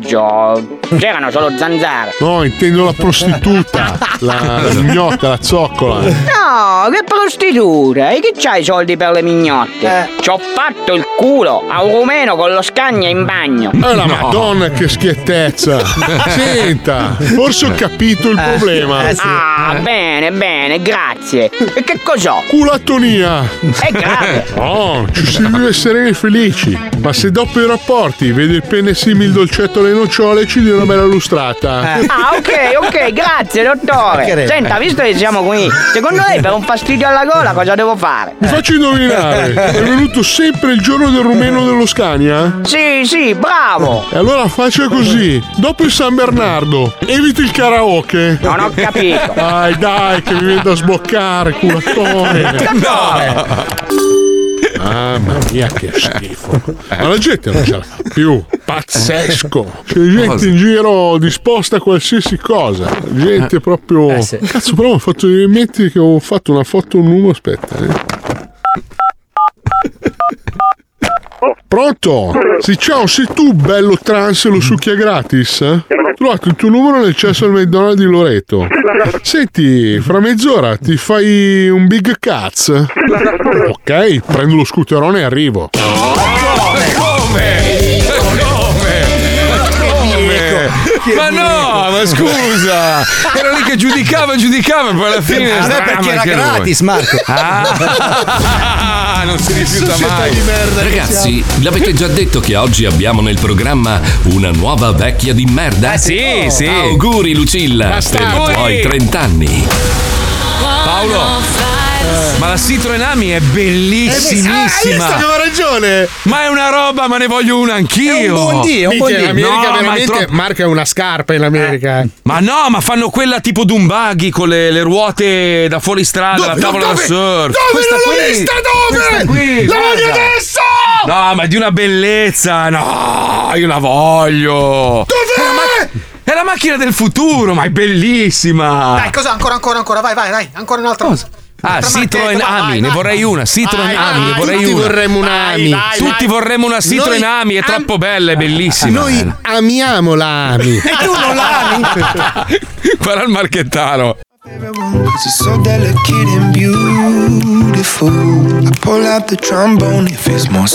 Speaker 16: pomeriggio. C'erano solo zanzare.
Speaker 17: No, intendo la prostituta, la, la mignota, la zoccola.
Speaker 16: No, che prostituta! E chi c'ha i soldi per le mignotte? Ci ho fatto il culo a un rumeno con lo scagna in bagno.
Speaker 17: Eh, la madonna che schiettezza. Senta, forse ho capito
Speaker 16: Eh,
Speaker 17: il problema.
Speaker 16: Ah, bene, bene, grazie. E che cos'ho? Eh,
Speaker 17: Culatonia!
Speaker 16: È grave!
Speaker 17: No, ci si vive sereni e felici. Ma se dopo i rapporti vede il pene simile dolcetto alle nocciole, ci dia una bella lustrata.
Speaker 16: Ah, ok, ok, grazie dottore.
Speaker 17: Mancherebbe.
Speaker 16: Senta, visto che siamo qui, secondo lei per un fastidio alla gola cosa devo fare?
Speaker 17: Mi faccio indovinare, è venuto sempre il giorno del rumeno dello Scania?
Speaker 16: Sì, sì, bravo!
Speaker 17: E allora faccia così, dopo il San Bernardo, eviti il karaoke.
Speaker 16: Non ho capito.
Speaker 17: Dai, dai, che mi viene da sboccare, culatone.
Speaker 18: No.
Speaker 17: Ah, Mamma mia che schifo. Ma la gente non ce la fa più. Pazzesco. C'è gente
Speaker 18: Cosa?
Speaker 17: in giro disposta a qualsiasi cosa. Gente proprio... Cazzo, però mi ho fatto in mente che ho fatto una foto un numero, aspetta. eh. Pronto? Sì, ciao, sei tu, bello trans,
Speaker 7: Mm.
Speaker 17: lo succhia gratis? Ho trovato il tuo numero nel cesso al McDonald's di Loreto. Senti, fra mezz'ora ti fai un big cazzo? Ok, prendo lo scooterone e arrivo.
Speaker 18: Come? Come? Come?
Speaker 7: Ecco.
Speaker 2: ma no, ma scusa, ero lì che giudicava, giudicava, e poi alla fine.
Speaker 6: Ah, no,
Speaker 2: Ah,
Speaker 6: perché
Speaker 2: ma
Speaker 6: era
Speaker 2: anche noi.
Speaker 6: gratis, Marco.
Speaker 2: Ah, non si rifiuta mai.
Speaker 1: Ragazzi, l'avete già detto che oggi abbiamo nel programma una nuova vecchia di merda?
Speaker 2: Eh
Speaker 1: sì, sì. Auguri Lucilla per i
Speaker 2: Bastardi.
Speaker 1: tuoi 30 anni.
Speaker 2: Paolo. eh, Ma la Citroen Ami è
Speaker 7: Eh, hai visto?
Speaker 2: bellissimissima.
Speaker 7: Avevo ragione.
Speaker 2: Ma è una roba, ma ne voglio una anch'io.
Speaker 7: Minchia, in America
Speaker 2: No, ma è
Speaker 7: veramente
Speaker 2: troppo-
Speaker 7: marca una scarpa in America. eh.
Speaker 2: Ma no, ma fanno quella tipo Dumbaghi con le, le ruote da fuoristrada,
Speaker 7: Dove-
Speaker 2: la tavola
Speaker 7: dove-
Speaker 2: da surf.
Speaker 7: dove
Speaker 2: Questa
Speaker 7: non l'ho
Speaker 2: qui-
Speaker 7: vista? Dove?
Speaker 2: questa qui,
Speaker 7: La voglio
Speaker 2: guarda.
Speaker 7: adesso!
Speaker 2: No, ma è di una bellezza. No, io la voglio. Dov'è?
Speaker 11: Ah,
Speaker 2: È la macchina del futuro, ma è bellissima.
Speaker 3: Dai, cosa? Ancora, ancora, ancora. Vai, vai, vai. Ancora un'altra.
Speaker 2: Ah, Citroen Ami, ne vorrei una. Citroen
Speaker 3: Vai,
Speaker 2: Ami, ne
Speaker 3: vai,
Speaker 2: vorrei
Speaker 3: tutti
Speaker 2: una.
Speaker 3: vorremmo una Vai, Ami. vai,
Speaker 2: Tutti
Speaker 3: vai.
Speaker 2: vorremmo una Citroen
Speaker 7: Noi
Speaker 2: Ami, è troppo bella, è bellissima.
Speaker 7: Noi amiamo la Ami.
Speaker 6: E tu non l'ami?
Speaker 2: Guarda il marchettaro.
Speaker 14: She's so delicate and beautiful. I pull out the trombone if it's more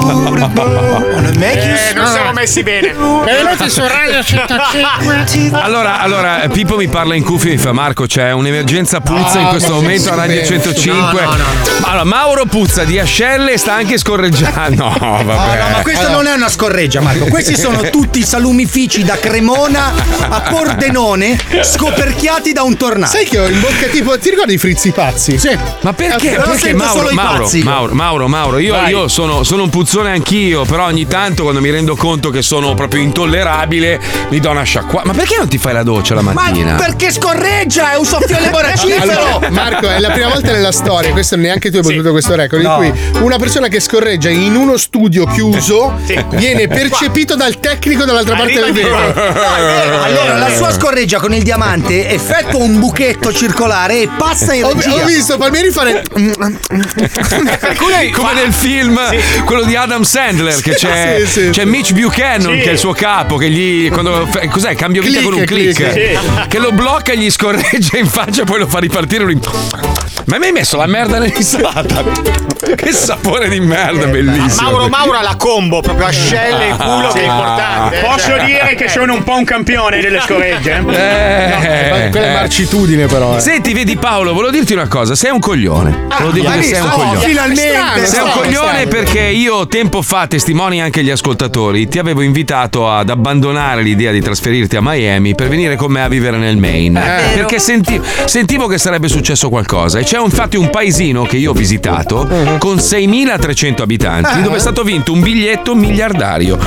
Speaker 14: suitable. Wanna make you
Speaker 3: Eh, non siamo messi bene.
Speaker 14: Benvenuti su Radio 105.
Speaker 2: Allora, allora, eh, Pippo mi parla in cuffia e mi fa Marco c'è un'emergenza puzza
Speaker 14: No,
Speaker 2: in questo
Speaker 14: ma
Speaker 2: momento
Speaker 14: sì,
Speaker 2: a Radio
Speaker 14: sì,
Speaker 2: 105.
Speaker 14: no, no, no,
Speaker 2: Ma Allora, Mauro puzza di ascelle e sta anche scorreggiando. No, vabbè.
Speaker 6: No, ma questa non è una scorreggia, Marco. Questi sono tutti i salumifici da Cremona a Pordenone scoperchiati da un tornado.
Speaker 7: Sai che ho in bocca tipo. Ti ricordi i frizzi pazzi? Sì.
Speaker 2: Ma perché? Perché Mauro, Mauro, Mauro, Mauro, Mauro, io,
Speaker 7: Vai.
Speaker 2: io sono, sono un puzzone anch'io, però ogni tanto quando mi rendo conto che sono proprio intollerabile mi do una sciacquata. Ma perché non ti fai la doccia la mattina?
Speaker 6: Perché scorreggia? È un soffione voracifero!
Speaker 7: Allora, Marco, è la prima volta nella storia, questo neanche tu hai battuto questo record,
Speaker 6: No.
Speaker 7: in cui una persona che scorreggia in uno studio chiuso
Speaker 2: Eh,
Speaker 7: viene percepito dal tecnico dall'altra parte del vetro.
Speaker 6: Allora,
Speaker 2: Eh.
Speaker 6: la sua scorreggia con il diamante effettua un buchetto circolare e passa in
Speaker 7: Ho-
Speaker 6: regia.
Speaker 7: ho visto Palmieri fare-
Speaker 2: Come, come nel film quello di Adam Sandler che c'è,
Speaker 7: Sì, sì,
Speaker 2: c'è
Speaker 7: sì.
Speaker 2: Mitch Buchanan
Speaker 7: Sì.
Speaker 2: che è il suo capo che gli quando fa- cos'è cambio vita
Speaker 7: Click,
Speaker 2: con un click,
Speaker 7: click. Sì.
Speaker 2: che lo blocca e gli scorreggia in faccia e poi lo fa ripartire lui ma mi hai messo la merda nell'insalata che sapore di
Speaker 7: Eh,
Speaker 2: merda bellissimo
Speaker 3: Mauro Mauro ha la combo, proprio ascelle e culo
Speaker 7: Ah.
Speaker 3: che è importante. Eh.
Speaker 5: Posso dire che sono un po' un campione delle scorregge?
Speaker 2: Eh,
Speaker 5: No, quella è
Speaker 7: marcitudine però. eh.
Speaker 2: Senti, vedi Paolo, volevo dirti una cosa, sei un coglione. Volevo dirti
Speaker 7: hai
Speaker 2: che sei un
Speaker 7: visto? Oh,
Speaker 2: coglione.
Speaker 7: finalmente,
Speaker 2: sei
Speaker 7: strano,
Speaker 2: un coglione
Speaker 7: strano.
Speaker 2: perché io tempo fa, testimoni anche gli ascoltatori, ti avevo invitato ad abbandonare l'idea di trasferirti a Miami per venire con me a vivere nel Maine.
Speaker 7: Ah,
Speaker 2: Perché senti- sentivo che sarebbe successo qualcosa. E c'è infatti un paesino che io ho visitato
Speaker 7: Mm-hmm.
Speaker 2: con 6.300 abitanti,
Speaker 7: Ah,
Speaker 14: Eh.
Speaker 2: dove è stato vinto un biglietto miliardario.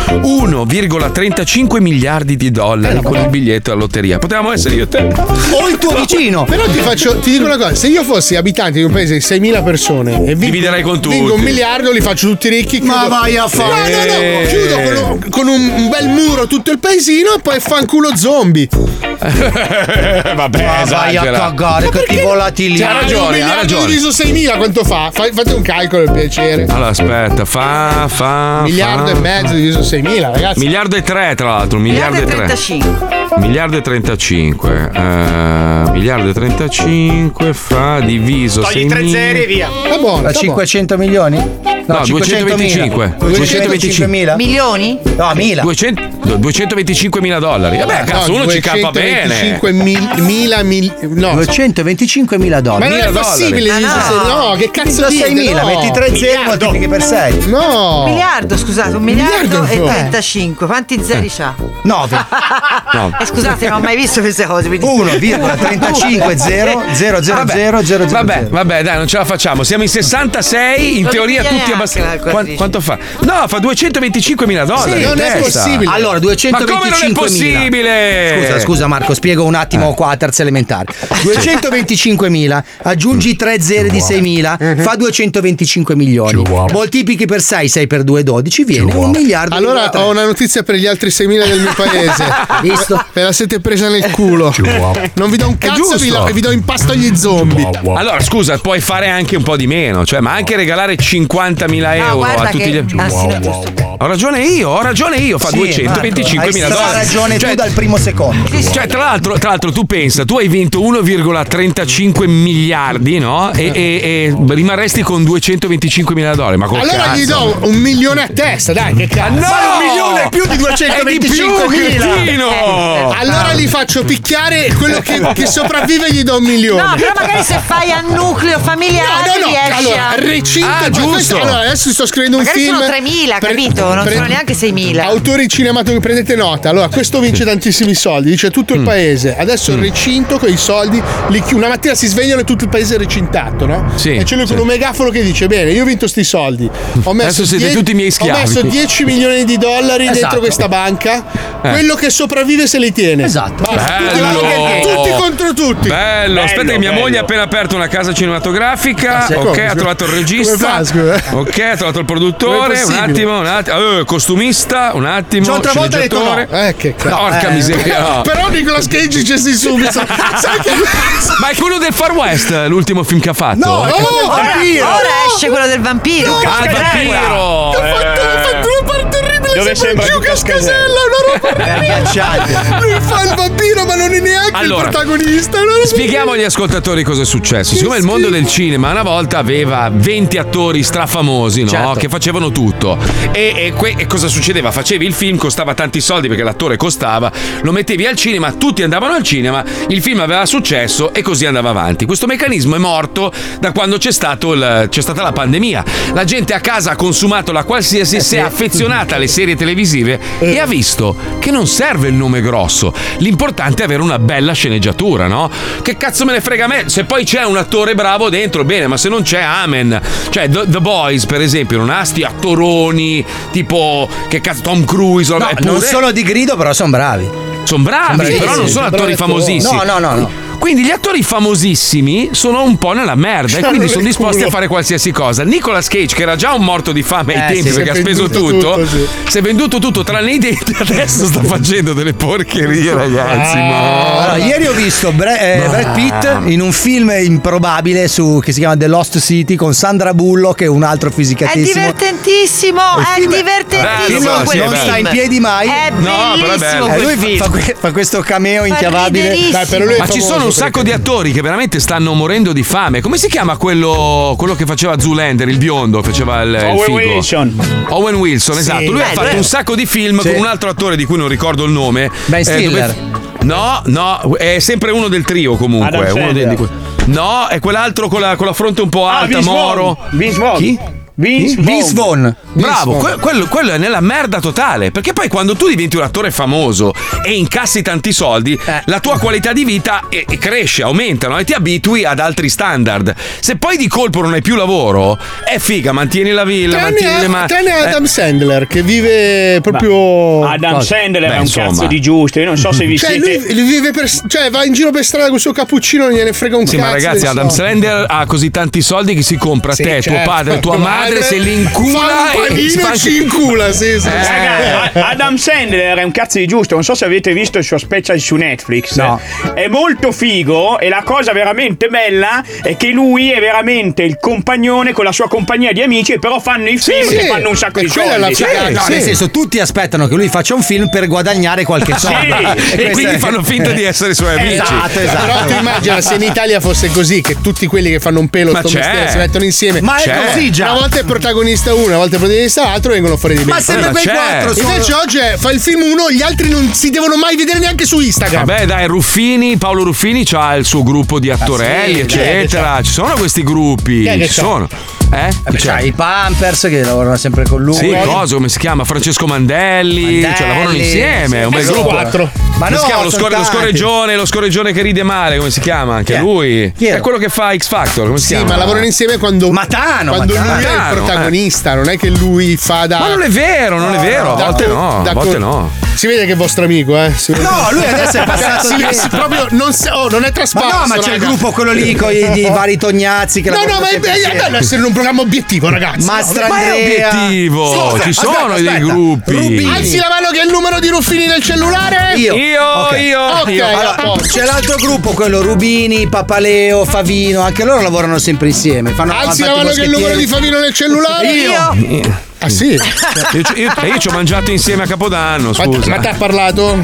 Speaker 2: 1,35 miliardi di dollari con il biglietto alla lotteria. Potevamo essere io e te.
Speaker 7: O il tuo vicino. Però ti faccio, ti dico una cosa: se io fossi abitante di un paese di 6.000 persone e vinco,
Speaker 2: Dividerei con tutti.
Speaker 7: vinco un miliardo, li faccio tutti ricchi.
Speaker 6: Ma
Speaker 7: chiudo-
Speaker 6: vai a
Speaker 7: No,
Speaker 6: fa-
Speaker 7: no, no,
Speaker 2: Eh.
Speaker 7: chiudo con, un- con un un bel muro tutto il paesino e poi fanculo zombie.
Speaker 2: Vabbè,
Speaker 6: Ma vai a
Speaker 2: esagera.
Speaker 6: cagare che ti volatili.
Speaker 7: Cioè, un miliardo diviso 6.000 quanto fa? Fai- fate un calcolo per piacere.
Speaker 2: Allora aspetta, fa, fa.
Speaker 7: Miliardo
Speaker 2: Ah, fa.
Speaker 7: e mezzo diviso 6.000, ragazzi.
Speaker 2: Miliardo e tre, tra l'altro. un Miliardo, e tre.
Speaker 4: 35.
Speaker 2: Miliardo e 35. eh, miliardo e 35 fa diviso.
Speaker 6: Togli tre
Speaker 2: 6.000.
Speaker 6: zeri e
Speaker 3: via.
Speaker 7: È buono.
Speaker 6: Da 500 milioni?
Speaker 2: No, 225.
Speaker 6: 225.000?
Speaker 4: Milioni?
Speaker 6: No, mila.
Speaker 2: 200 225 mila dollari. Vabbè, cazzo, uno ci campa bene.
Speaker 7: 25 mila, mil- no.
Speaker 6: 225 mila
Speaker 7: Ma
Speaker 6: dollari.
Speaker 7: non è
Speaker 6: Ah,
Speaker 7: possibile, diviso- no. che cazzo
Speaker 6: Diviso
Speaker 7: dite?
Speaker 6: 6.000,
Speaker 7: no.
Speaker 6: metti 3 zeri moltiplichi per 6.
Speaker 7: No.
Speaker 4: Miliardo, scusate, un miliardo,
Speaker 6: Miliardo,
Speaker 4: e
Speaker 6: eh.
Speaker 4: 35. Quanti zeri c'ha?
Speaker 6: 9.
Speaker 2: No.
Speaker 4: Eh, scusate, non ho mai visto queste cose. quindi- Eh.
Speaker 6: 1,35 0 0 0
Speaker 2: Vabbè,
Speaker 6: 0 0
Speaker 2: Vabbè, vabbè, dai, non ce la facciamo. Siamo in 66, in
Speaker 6: Non
Speaker 2: teoria
Speaker 6: viene
Speaker 2: tutti
Speaker 6: neanche
Speaker 2: abbastanza.
Speaker 6: l'alcol,
Speaker 2: Quan-
Speaker 6: dici.
Speaker 2: quanto fa? No, fa 225 mila dollari.
Speaker 6: Sì,
Speaker 2: in
Speaker 6: non è
Speaker 2: testa.
Speaker 6: possibile. Allora,
Speaker 2: Ma come non è
Speaker 6: 225.000?
Speaker 2: possibile?
Speaker 6: Scusa, scusa Marco, spiego un attimo qua a terza elementare. 225.000, aggiungi 3 zeri di 6.000, fa 225 milioni. Moltiplichi per 6, 6 per 2, 12, viene un miliardo.
Speaker 7: Allora ho una notizia per gli altri 6.000 del mio paese.
Speaker 6: Visto?
Speaker 7: Ve la siete presa nel culo. Non vi do un cazzo, vi, la- vi do in pasto agli zombie.
Speaker 2: Allora, scusa, puoi fare anche un po' di meno, cioè, ma anche regalare 50.000 euro
Speaker 4: guarda
Speaker 2: Eh, oh, a tutti
Speaker 4: che-
Speaker 2: gli.
Speaker 4: ah, sì, no,
Speaker 2: Ho ragione io, ho ragione io, fa 225.000
Speaker 6: Hai
Speaker 2: dollari.
Speaker 6: ragione tu dal primo secondo.
Speaker 2: Cioè, tra l'altro, tra l'altro, tu pensa, tu hai vinto 1,35 miliardi, no? E, e- e rimarresti con 225 mila dollari. Ma col
Speaker 7: Allora
Speaker 2: cazzo.
Speaker 7: gli do un milione a testa, dai, che cazzo.
Speaker 2: no!
Speaker 7: Ma un milione è più di
Speaker 2: È di più!
Speaker 7: 225
Speaker 2: cretino!
Speaker 7: Allora li faccio picchiare quello che, che sopravvive gli do un milione.
Speaker 4: No, però magari se fai a nucleo familiare
Speaker 7: No, no, no.
Speaker 4: riesci
Speaker 7: Allora,
Speaker 4: a...
Speaker 7: recinto.
Speaker 2: Ah,
Speaker 7: ma questo- allora, adesso sto scrivendo un
Speaker 4: Magari
Speaker 7: film.
Speaker 4: sono 3.000,
Speaker 7: Pre-
Speaker 4: capito? Non
Speaker 7: pre-
Speaker 4: sono neanche 6.000.
Speaker 7: Autori cinematografici, prendete nota. Allora, questo vince tantissimi soldi, dice tutto
Speaker 2: Mm.
Speaker 7: il paese. Adesso il recinto con i soldi, li chi- una mattina si svegliano e tutto il paese è recintato, no?
Speaker 2: Sì,
Speaker 7: E c'è lui
Speaker 2: sì.
Speaker 7: con un megafono che dice: Bene, io ho vinto sti soldi. Ho messo
Speaker 2: Adesso siete
Speaker 7: die-
Speaker 2: tutti i miei
Speaker 7: Ho
Speaker 2: schiavi."
Speaker 7: messo 10 milioni di dollari
Speaker 2: Esatto.
Speaker 7: dentro questa banca.
Speaker 2: Eh.
Speaker 7: Quello che sopravvive se li tiene. Esatto.
Speaker 2: Bello.
Speaker 7: Tutti contro tutti.
Speaker 2: Bello, aspetta che mia
Speaker 7: bello.
Speaker 2: moglie ha appena aperto una casa cinematografica.
Speaker 7: Ah, sì,
Speaker 2: ok,
Speaker 7: come,
Speaker 2: ha
Speaker 7: scusa?
Speaker 2: trovato il
Speaker 7: Come
Speaker 2: regista.
Speaker 7: fa, scusa?
Speaker 2: ok, ha trovato il
Speaker 7: Com'è
Speaker 2: produttore. Un
Speaker 7: possibile?
Speaker 2: attimo, un attimo. eh, costumista, un attimo.
Speaker 7: John Travolta ha detto
Speaker 2: sceneggiatore.
Speaker 7: no. Eh, che cazzo.
Speaker 2: Porca
Speaker 7: Eh.
Speaker 2: miseria. no.
Speaker 7: Però Nicolas Cage c'è subito. Sai che
Speaker 2: Ma è quello del Far West, l'ultimo film che ha fatto.
Speaker 7: No,
Speaker 2: Eh,
Speaker 7: oh,
Speaker 2: cazzo.
Speaker 4: Ora,
Speaker 7: vampiro!
Speaker 4: ora esce quello del vampiro.
Speaker 2: No,
Speaker 4: Casca-
Speaker 2: il vampiro!
Speaker 5: Dove sembra più cascasella? eh,
Speaker 7: Lui fa il vampiro, ma non è neanche
Speaker 2: Allora,
Speaker 7: il protagonista. non è-
Speaker 2: Spieghiamo agli ascoltatori cosa è successo. Siccome il mondo del cinema una volta aveva 20 attori strafamosi, no?
Speaker 18: Certo.
Speaker 2: Che facevano tutto. E, e que- e cosa succedeva? Facevi il film, costava tanti soldi perché l'attore costava, lo mettevi al cinema, tutti andavano al cinema, il film aveva successo e così andava avanti. Questo meccanismo è morto da quando c'è, stato il- c'è stata la pandemia. La gente a casa ha consumato la qualsiasi, si
Speaker 6: Eh.
Speaker 2: è affezionata alle serie televisive e ha visto che non serve il nome grosso. L'importante è avere una bella sceneggiatura, no? Che cazzo me ne frega a me? Se poi c'è un attore bravo dentro, bene, ma se non c'è, amen. Cioè, The, The Boys, per esempio, non ha sti attoroni tipo, che cazzo, Tom Cruise.
Speaker 6: No, non sono di grido, però sono bravi.
Speaker 2: Sono bravi,
Speaker 6: bravi,
Speaker 2: però
Speaker 6: sì,
Speaker 2: non
Speaker 6: sì,
Speaker 2: sono
Speaker 6: sono
Speaker 2: attori
Speaker 6: bravi attori.
Speaker 2: famosissimi.
Speaker 6: No, no, no, no.
Speaker 2: Quindi gli attori famosissimi sono un po' nella merda e
Speaker 6: Hanno
Speaker 2: quindi
Speaker 6: nel
Speaker 2: sono disposti
Speaker 6: culo.
Speaker 2: a fare qualsiasi cosa. Nicolas Cage, che era già un morto di fame ai
Speaker 6: Eh,
Speaker 2: tempi
Speaker 6: sì,
Speaker 2: perché ha
Speaker 6: si è
Speaker 2: speso
Speaker 6: venduto
Speaker 2: tutto,
Speaker 6: tutto, sì.
Speaker 2: si è venduto tutto tranne i denti, adesso sta facendo delle porcherie, ragazzi. ma-
Speaker 6: Allora, ieri ho visto Bra- eh,
Speaker 2: Ma-
Speaker 6: Brad Pitt in un film improbabile su, che si chiama The Lost City con Sandra Bullo, che è un altro
Speaker 4: È
Speaker 6: fisicatissimo.
Speaker 4: divertentissimo, è
Speaker 6: Bello, sì, è
Speaker 4: divertentissimo quel film.
Speaker 6: bello. Non sta in piedi mai.
Speaker 4: È
Speaker 6: No,
Speaker 2: però è
Speaker 4: bellissimo
Speaker 2: bello.
Speaker 6: E
Speaker 4: quel
Speaker 6: lui
Speaker 4: film.
Speaker 6: fa, fa que- fa questo cameo inchiavabile.
Speaker 4: riderissimo. Dai, però lui è
Speaker 2: Ma ci
Speaker 6: famoso
Speaker 2: sono un
Speaker 6: perché-
Speaker 2: sacco di attori che veramente stanno morendo di fame. Come si chiama quello, quello che faceva Zoolander, il biondo, faceva il, il
Speaker 5: Owen
Speaker 2: figo?
Speaker 5: Wilson.
Speaker 2: Owen Wilson,
Speaker 5: Sì.
Speaker 2: esatto. Lui
Speaker 6: Eh,
Speaker 5: Beh,
Speaker 4: Eh,
Speaker 2: ha fatto
Speaker 5: lui-
Speaker 2: un sacco di film
Speaker 5: Sì.
Speaker 2: con un altro attore di cui non ricordo il nome. Eh,
Speaker 6: Ben Stiller.
Speaker 2: No, no, è sempre uno del trio comunque.
Speaker 5: Adam
Speaker 2: è uno
Speaker 5: Sandler.
Speaker 2: di que- no, è quell'altro con la, con la fronte un po'
Speaker 5: Ah,
Speaker 2: alta,
Speaker 5: Vince
Speaker 2: moro.
Speaker 5: Vaughn. Vince Vaughn.
Speaker 2: Chi?
Speaker 5: Vince
Speaker 2: Chi?
Speaker 5: Vaughn. Vince
Speaker 2: Bravo,
Speaker 5: Vaughn.
Speaker 2: que- quello, quello è nella merda totale. Perché poi quando tu diventi un attore famoso e incassi tanti soldi,
Speaker 5: Eh.
Speaker 2: la tua qualità di vita eh, cresce, aumenta no? e ti abitui ad altri standard. Se poi di colpo non hai più lavoro, è figa, mantieni la villa, mantieni le Eh,
Speaker 7: Tranne,
Speaker 2: mani.
Speaker 7: tranne Adam Sandler che vive proprio.
Speaker 5: Eh. Adam
Speaker 7: Cosa?
Speaker 5: Sandler
Speaker 2: Beh,
Speaker 5: è un
Speaker 2: insomma.
Speaker 5: cazzo di giusto. Io non so se vi
Speaker 7: Cioè,
Speaker 5: siete.
Speaker 7: lui, lui vive per, cioè, va in giro per strada con il suo cappuccino, non gliene frega un
Speaker 2: Sì,
Speaker 7: cazzo.
Speaker 2: ma ragazzi,
Speaker 7: dei
Speaker 2: Adam
Speaker 7: soldi.
Speaker 2: Sandler ha così tanti soldi che si compra
Speaker 7: Sì,
Speaker 2: te, tuo
Speaker 7: certo.
Speaker 2: padre, tua madre, se li
Speaker 7: Fa
Speaker 2: incula
Speaker 7: un
Speaker 2: e
Speaker 7: panino e ci incula, sì, sì.
Speaker 5: Eh,
Speaker 7: sì.
Speaker 5: raga, A- Adam Sandler è un cazzo di giusto. Non so se avete visto il suo special su Netflix. È molto figo. E la cosa veramente bella è che lui è veramente il compagnone con la sua compagnia di amici. E però fanno i film
Speaker 6: Sì,
Speaker 5: che fanno un sacco
Speaker 6: e
Speaker 5: di
Speaker 6: quella è la
Speaker 5: soldi.
Speaker 6: figata. No, Nel senso, tutti aspettano che lui faccia un film per guadagnare qualche
Speaker 5: Sì,
Speaker 6: soldo.
Speaker 5: e
Speaker 6: questo
Speaker 2: quindi fanno finta
Speaker 6: Eh.
Speaker 2: di essere suoi amici.
Speaker 6: Esatto,
Speaker 7: Però
Speaker 6: esatto.
Speaker 7: tu immagina se in Italia fosse così, che tutti quelli che fanno un pelo
Speaker 6: Ma
Speaker 7: sto
Speaker 6: c'è.
Speaker 7: mestiere si mettono insieme.
Speaker 6: Ma è C'è. così già.
Speaker 7: Una volta è protagonista uno, una volta è protagonista l'altro, vengono fuori di me.
Speaker 6: Ma sempre Ma quei c'è. quattro sono-
Speaker 7: Invece oggi è, fa il film uno, gli altri non si devono mai vedere neanche su Instagram.
Speaker 2: Vabbè, Eh dai, Ruffini, Paolo Ruffini ha il suo gruppo di attorelli,
Speaker 6: Ah, sì,
Speaker 2: eccetera.
Speaker 6: dai, che
Speaker 2: Ci sono questi gruppi,
Speaker 6: Chi è che
Speaker 2: ci
Speaker 6: c'ha?
Speaker 2: sono. Eh?
Speaker 6: Vabbè,
Speaker 2: Cioè,
Speaker 6: c'ha i Pampers che lavorano sempre con lui.
Speaker 2: sì, cosa, come si chiama? Francesco Mandelli,
Speaker 6: Mandelli,
Speaker 2: cioè lavorano
Speaker 6: sì,
Speaker 2: insieme, è un bel
Speaker 6: sono
Speaker 2: gruppo.
Speaker 6: quattro. Ma
Speaker 2: Come si
Speaker 6: no,
Speaker 2: chiama? Lo,
Speaker 6: sono
Speaker 2: score- lo
Speaker 6: tanti.
Speaker 2: scorreggione, lo scorreggione che ride male, come si chiama? Anche
Speaker 7: Chi è?
Speaker 2: lui.
Speaker 7: Chi era?
Speaker 2: è quello che fa X Factor, come si
Speaker 7: Sì,
Speaker 2: chiama?
Speaker 7: ma lavorano insieme quando,
Speaker 6: Matano,
Speaker 7: quando
Speaker 2: Matano.
Speaker 7: lui è
Speaker 2: Matano,
Speaker 7: il
Speaker 2: eh.
Speaker 7: protagonista, non è che lui fa da.
Speaker 2: Ma non è vero, non è vero, a volte no, a volte no.
Speaker 7: Si vede che è vostro amico, eh. si vede. Cioè,
Speaker 6: No, lui adesso è passato
Speaker 7: Si-
Speaker 6: dentro.
Speaker 7: si- proprio non, sa- oh, non è
Speaker 6: Ma
Speaker 7: trasparente.
Speaker 6: no, ma c'è il gruppo quello lì con i, di vari tognazzi che
Speaker 7: No,
Speaker 6: lavorano
Speaker 7: no, ma è,
Speaker 6: sempre
Speaker 7: è
Speaker 6: insieme.
Speaker 7: bello essere in un programma obiettivo, ragazzi.
Speaker 6: Mastro
Speaker 7: No,
Speaker 6: Andrea.
Speaker 2: Obiettivo,
Speaker 7: Scusa,
Speaker 2: ci sono
Speaker 7: aspetta,
Speaker 2: dei
Speaker 7: aspetta.
Speaker 2: gruppi.
Speaker 7: Rubini. Alzi la mano che è il numero di Ruffini del cellulare.
Speaker 6: Io,
Speaker 2: Ok. Eh, io,
Speaker 7: Ok, oh,
Speaker 6: Io. Allora,
Speaker 7: a posto.
Speaker 6: c'è l'altro gruppo, quello Rubini, Papaleo, Favino, anche loro lavorano sempre insieme. Fanno,
Speaker 7: Alzi
Speaker 6: fanno
Speaker 7: la mano
Speaker 6: fatti
Speaker 7: che è il numero di
Speaker 6: moschettieri.
Speaker 7: Favino nel cellulare.
Speaker 6: Io.
Speaker 7: Ah sì?
Speaker 2: Io, ci- io- io ci ho mangiato insieme a Capodanno,
Speaker 7: Ma-
Speaker 2: scusa.
Speaker 7: Ma ti ha parlato?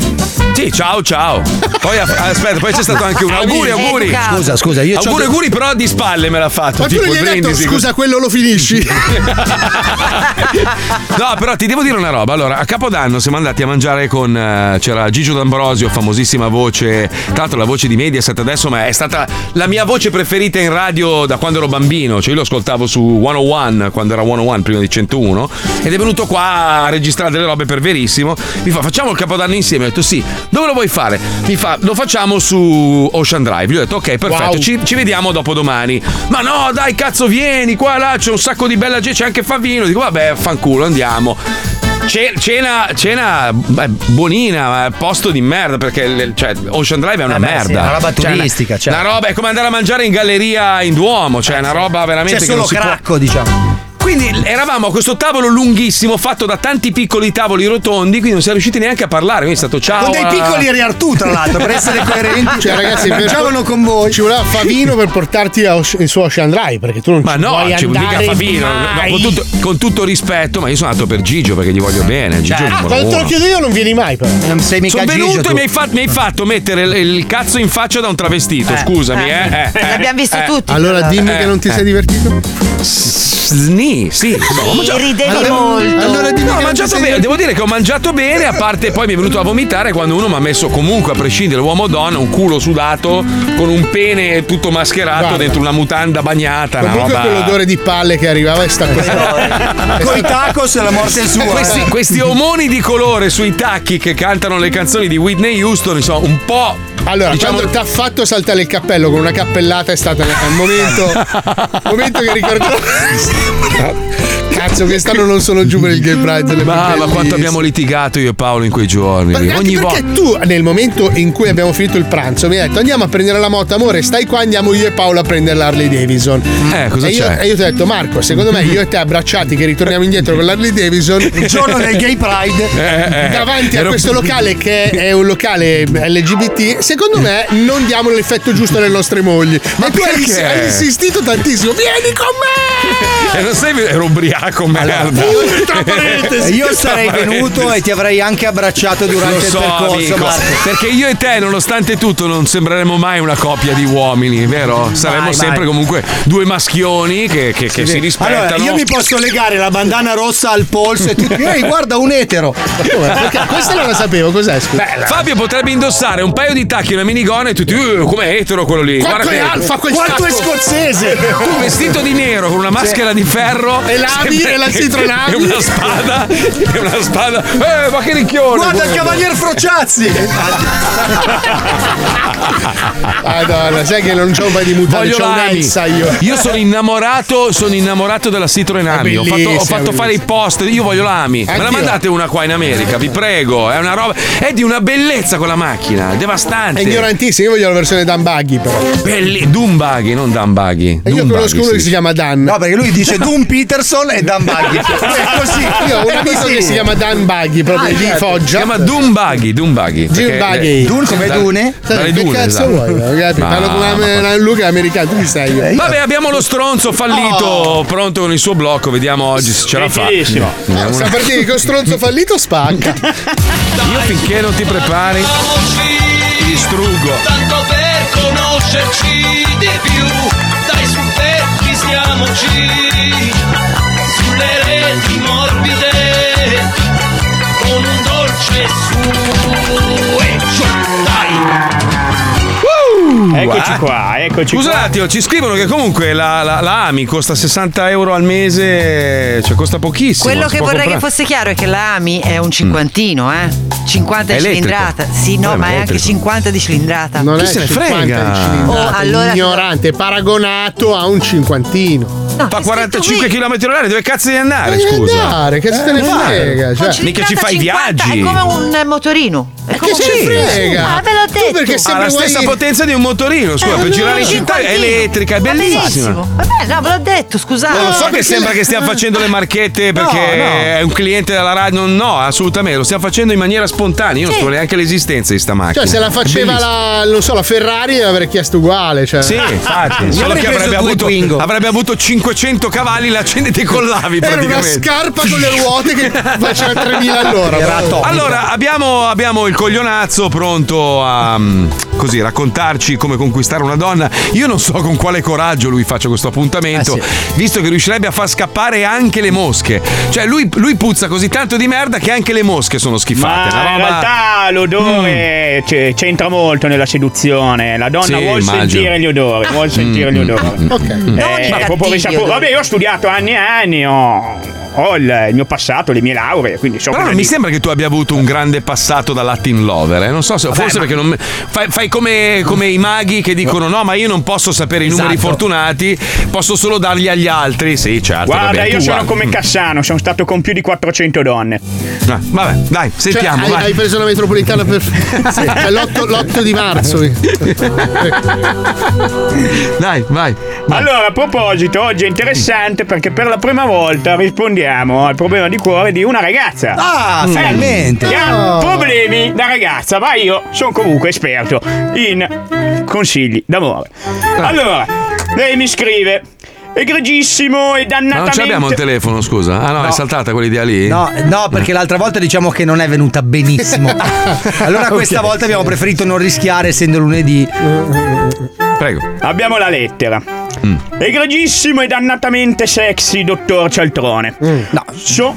Speaker 2: Sì, ciao, ciao. Poi a- aspetta, poi c'è stato anche un auguri, auguri.
Speaker 6: Scusa, scusa, io c'ho-
Speaker 2: auguri, auguri, però di spalle me l'ha fatto.
Speaker 7: Ma tu
Speaker 2: tipo
Speaker 7: non gli hai detto,
Speaker 2: brindisi,
Speaker 7: scusa, quello lo finisci?
Speaker 2: No, però ti devo dire una roba. Allora, a Capodanno siamo andati a mangiare con. eh, c'era Gigio D'Ambrosio, famosissima voce. Tra l'altro, la voce di Mediaset adesso, ma è stata la mia voce preferita in radio da quando ero bambino. Cioè, io lo ascoltavo su 101 quando era 101, prima di 101. Ed è venuto qua a registrare delle robe per verissimo. Mi fa, facciamo il Capodanno insieme. Ho detto, sì, dove lo vuoi fare? Mi fa, lo facciamo su Ocean Drive. Gli ho detto, ok, perfetto,
Speaker 18: Wow.
Speaker 2: ci, ci vediamo dopo domani. Ma no, dai, cazzo, vieni qua, là, c'è un sacco di bella gente, c'è anche Favino. Dico, vabbè, fanculo, andiamo. Ce- Cena, cena beh, buonina, ma posto di merda perché le- cioè, Ocean Drive è una
Speaker 6: Vabbè,
Speaker 2: merda.
Speaker 6: sì, è una roba
Speaker 2: Cioè,
Speaker 6: turistica, certo.
Speaker 2: Una roba è come andare a mangiare in galleria in Duomo, cioè una roba veramente
Speaker 6: C'è
Speaker 2: che
Speaker 6: solo
Speaker 2: non si può-
Speaker 6: cracco, diciamo.
Speaker 2: quindi eravamo a questo tavolo lunghissimo fatto da tanti piccoli tavoli rotondi, quindi non si è riusciti neanche a parlare. Quindi è stato ciao. eh.
Speaker 6: Con dei
Speaker 2: a-
Speaker 6: piccoli eri tu, tra l'altro, per essere coerenti.
Speaker 7: Cioè, ragazzi, per-
Speaker 6: mangiavano con voi.
Speaker 7: Ci voleva Favino per portarti a Osh- in su Ocean Drive, perché tu non
Speaker 2: Ma
Speaker 7: ci
Speaker 2: no,
Speaker 7: puoi
Speaker 2: ci mica
Speaker 7: andare
Speaker 2: Favino,
Speaker 7: mai.
Speaker 2: no, con, tutto, con tutto rispetto, ma io sono andato per Gigio perché gli voglio bene. Gigio è il
Speaker 7: Ah,
Speaker 2: numero
Speaker 7: quando te lo
Speaker 2: uno.
Speaker 7: chiedo io non vieni mai però. Non sei
Speaker 2: Sono venuto e mi hai, fatto, mi hai fatto mettere il, il cazzo in faccia da un travestito,
Speaker 7: Eh,
Speaker 2: scusami, eh. eh, eh,
Speaker 7: L'abbiamo visto
Speaker 2: eh.
Speaker 7: tutti. Allora dimmi che non ti sei divertito.
Speaker 2: Sni, sì. No, ho mangiato-
Speaker 7: ridevi
Speaker 2: Allora-
Speaker 7: molto.
Speaker 2: Allora,
Speaker 7: No,
Speaker 2: dimmi
Speaker 7: ho
Speaker 2: che ho
Speaker 7: mangiato
Speaker 2: mangiato bene.
Speaker 7: bene.
Speaker 2: Devo dire che ho mangiato bene, a parte poi mi è venuto a vomitare quando uno mi ha messo comunque, a prescindere uomo o donna, un culo sudato con un pene tutto mascherato
Speaker 7: Guarda.
Speaker 2: dentro una mutanda bagnata. una
Speaker 7: Comunque
Speaker 2: roba-
Speaker 7: quell'odore di palle che arrivava e sta cosa.
Speaker 6: Coi tacos e la morte è sua.
Speaker 2: Eh, Questi, questi omoni di colore sui tacchi che cantano le canzoni di Whitney Houston, insomma, un po'.
Speaker 7: Allora,
Speaker 2: diciamo,
Speaker 7: quando ti ha fatto saltare il cappello con una cappellata è stato il momento, momento che ricordo. Cazzo, quest'anno non sono
Speaker 2: Eh,
Speaker 7: giù per il Gay Pride.
Speaker 2: Ah, ma quanto abbiamo litigato io e Paolo in quei giorni.
Speaker 7: Perché, anche
Speaker 2: Ogni volta.
Speaker 7: perché tu, nel momento in cui abbiamo finito il pranzo, mi hai detto andiamo a prendere la moto, amore, stai qua, andiamo io e Paolo a prendere l'Harley Davidson.
Speaker 2: Eh, cosa
Speaker 7: e, io,
Speaker 2: c'è?
Speaker 7: e io ti ho detto, Marco, secondo me io e te abbracciati che ritorniamo indietro con l'Harley Davidson.
Speaker 6: Il giorno del Gay Pride.
Speaker 2: Eh, eh,
Speaker 7: davanti a
Speaker 2: ero-
Speaker 7: questo locale che è un locale LGBT, secondo me non diamo l'effetto giusto alle nostre mogli. Ma tu hai,
Speaker 2: perché?
Speaker 7: hai insistito tantissimo, vieni con me!
Speaker 2: E non sei Eh, ero ubriaco, merda.
Speaker 6: E Io sarei venuto e ti avrei anche abbracciato durante
Speaker 2: Lo so,
Speaker 6: il percorso,
Speaker 2: amico,
Speaker 6: Marco.
Speaker 2: perché io e te, nonostante tutto, non sembreremo mai una coppia di uomini, vero? Saremmo
Speaker 6: Mai,
Speaker 2: sempre
Speaker 6: mai.
Speaker 2: comunque due maschioni che, che- che si rispettano.
Speaker 6: Allora, io mi posso legare la bandana rossa al polso e tu ehi, guarda un etero.
Speaker 7: Perché questa non la sapevo, cos'è? Scusa?
Speaker 2: Fabio potrebbe indossare un paio di tacchi e una minigonna e tutti, "Uh, com'è etero quello lì?
Speaker 7: Quanto
Speaker 2: Guarda
Speaker 7: è
Speaker 2: che-
Speaker 7: alfa quel
Speaker 6: Quanto è
Speaker 7: sacco?
Speaker 6: scozzese?
Speaker 2: Tu vestito di nero con una maschera di ferro
Speaker 7: E l'avi,
Speaker 2: sembra-
Speaker 7: e la citronavi.
Speaker 2: E una spada E una spada Eh ma che ricchione
Speaker 6: Guarda il cavalier Frociazzi!
Speaker 7: Madonna, sai che non c'ho un paio di mutande,
Speaker 2: Voglio
Speaker 7: c'ho
Speaker 2: l'ami.
Speaker 7: un'Elsa io.
Speaker 2: Io sono innamorato, sono innamorato della Citroen Ami. Ho fatto, ho
Speaker 7: bellissima,
Speaker 2: fatto
Speaker 7: bellissima.
Speaker 2: fare i post, io voglio l'Ami. Me la
Speaker 7: Anch'io.
Speaker 2: mandate una qua in America, vi prego. È una roba. È di una bellezza quella macchina, è
Speaker 7: È
Speaker 2: devastante.
Speaker 7: ignorantissimo, io voglio la versione Dan Buggy però.
Speaker 2: Belli- Dumbuggy, non Dumbuggy.
Speaker 7: E io conosco uno che si chiama Dan. No,
Speaker 6: perché lui dice Doom Peterson e Dan Buggy. È così.
Speaker 7: Io ho un
Speaker 6: è
Speaker 7: amico
Speaker 6: così. Ah,
Speaker 7: che si chiama Dan Buggy, proprio di Foggia.
Speaker 2: Ah, certo. Si chiama Dumbuggy, Dumbuggy. perché-
Speaker 7: Buggy.
Speaker 6: Dune come
Speaker 2: da-
Speaker 6: Dune?
Speaker 2: Dalle
Speaker 7: Sai, Che
Speaker 2: dune,
Speaker 7: cazzo
Speaker 2: esatto.
Speaker 7: vuoi? ragazzi?
Speaker 2: Ma-
Speaker 7: Parlo con una- una Luca americano, tu chi sei?
Speaker 6: Eh,
Speaker 7: io? Oh.
Speaker 2: Vabbè, abbiamo lo stronzo fallito, pronto con il suo blocco. Vediamo oggi se ce la fa.
Speaker 7: Gentilissimo.
Speaker 2: Vediamo
Speaker 7: Ah, Sta
Speaker 2: una-
Speaker 7: per dire che con stronzo fallito spacca.
Speaker 2: Io finché non ti prepari, ti distruggo.
Speaker 18: Tanto per conoscerci di più, dai su perchisiamoci, sulle reti morbide, con un dolce su e giù, dai.
Speaker 5: Eccoci qua, eccoci
Speaker 2: Scusa
Speaker 5: qua.
Speaker 2: un attimo, Ah. oh, ci scrivono che comunque la, la, la AMI costa 60 euro al mese, cioè costa pochissimo.
Speaker 4: Quello
Speaker 2: si
Speaker 4: che
Speaker 2: può
Speaker 4: vorrei che
Speaker 2: comprare. Mm.
Speaker 4: fosse chiaro è che la AMI è un cinquantino, eh. 50
Speaker 2: È
Speaker 4: di
Speaker 2: elettrico.
Speaker 4: cilindrata. Sì,
Speaker 2: Eh,
Speaker 4: no,
Speaker 2: ma
Speaker 4: ma è anche
Speaker 2: elettrico.
Speaker 4: 50 di cilindrata.
Speaker 7: Non è 50 di cilindrata,
Speaker 4: Oh, allora-
Speaker 7: ignorante, paragonato a un cinquantino.
Speaker 2: Fa 45 km all'ora, dove cazzo devi andare?
Speaker 7: Devi
Speaker 2: Scusa. Eh,
Speaker 7: andare, cazzo te ne frega, cioè.
Speaker 4: Con
Speaker 2: Mica ci
Speaker 4: cilindrata
Speaker 2: fai
Speaker 4: 50
Speaker 2: viaggi.
Speaker 4: È come un eh, motorino. È
Speaker 7: Ma
Speaker 4: come
Speaker 7: che
Speaker 4: un-
Speaker 7: ce ne frega?
Speaker 4: Ah, ve l'ho detto.
Speaker 7: perché
Speaker 2: Ha la stessa potenza di un motorino, scusa,
Speaker 4: Eh,
Speaker 2: per
Speaker 4: no,
Speaker 2: girare in città è
Speaker 4: cinquantino.
Speaker 2: elettrica, è
Speaker 4: Va
Speaker 2: bellissima.
Speaker 4: benissimo. Vabbè, no, ve l'ho detto, scusate.
Speaker 2: No, lo so che sembra che stiamo facendo le marchette perché
Speaker 4: no.
Speaker 2: è un cliente della radio. No, assolutamente, lo stiamo facendo in maniera spontanea. Io non so neanche l'esistenza di sta macchina.
Speaker 7: Cioè, se la
Speaker 2: È
Speaker 7: faceva
Speaker 2: bellissima.
Speaker 7: la, non so, la Ferrari l'avrei chiesto uguale. Cioè.
Speaker 2: Sì, infatti, solo che avrebbe avuto, avrebbe avuto 500 cavalli la accendete con l'avi
Speaker 7: Era una
Speaker 2: praticamente.
Speaker 7: scarpa con le ruote che faceva 3000 all'ora. bravo.
Speaker 2: Allora, abbiamo, abbiamo il coglionazzo pronto a mm, così raccontarci come conquistare una donna. Io non so con quale coraggio lui faccia questo appuntamento, visto che riuscirebbe a far scappare anche le mosche. Cioè, lui, lui puzza così tanto di merda che anche le mosche sono schifate.
Speaker 5: Ma
Speaker 2: Una
Speaker 5: in
Speaker 2: roba-
Speaker 5: realtà l'odore
Speaker 6: Mm.
Speaker 5: c'è- c'entra molto nella seduzione. La donna
Speaker 2: Sì,
Speaker 5: vuol
Speaker 2: immagino.
Speaker 5: sentire gli odori, vuol sentire
Speaker 7: Mm,
Speaker 5: gli odori. Eh,
Speaker 18: cattivi
Speaker 5: proprio per sapore.
Speaker 18: odori.
Speaker 5: Vabbè, io ho studiato anni e anni, ho, ho il, il mio passato, le mie lauree, quindi so
Speaker 2: Però
Speaker 5: cosa
Speaker 2: non mi
Speaker 5: dire.
Speaker 2: sembra che tu abbia avuto un grande passato da Latin lover, eh. non so se,
Speaker 5: Vabbè,
Speaker 2: forse
Speaker 5: ma-
Speaker 2: perché non. Fai, fai come, come i maghi che dicono: no, ma io non posso sapere i numeri
Speaker 5: Esatto.
Speaker 2: fortunati, posso solo darli agli altri. Sì, certo.
Speaker 5: Guarda,
Speaker 2: vabbè,
Speaker 5: io
Speaker 2: tu Ah,
Speaker 5: sono
Speaker 2: guarda.
Speaker 5: come Cassano, sono stato con più di 400 donne.
Speaker 2: Ah, vabbè, dai, sentiamo.
Speaker 7: Cioè, hai,
Speaker 2: vai.
Speaker 7: hai preso la metropolitana per l'8, di marzo.
Speaker 2: Dai, vai.
Speaker 5: Allora, a proposito, oggi è interessante perché per la prima volta rispondiamo al problema di cuore di una ragazza. Eh,
Speaker 6: Ah, finalmente.
Speaker 5: Che ha
Speaker 6: Oh.
Speaker 5: problemi da ragazza, ma io sono comunque esperto in consigli d'amore.
Speaker 2: Ah.
Speaker 5: Allora, lei mi scrive. Egregissimo e
Speaker 2: Ma non
Speaker 5: dannatamente.
Speaker 2: ce l'abbiamo il telefono, scusa. Ah, no,
Speaker 6: No.
Speaker 2: è saltata quell'idea lì?
Speaker 6: No, no, perché l'altra volta diciamo che non è venuta benissimo. Allora questa
Speaker 5: Ok.
Speaker 6: volta abbiamo preferito non rischiare, essendo lunedì.
Speaker 2: Prego. Mm.
Speaker 5: Abbiamo la lettera. Egregissimo e dannatamente sexy, dottor Cialtrone.
Speaker 6: Mm.
Speaker 5: No. So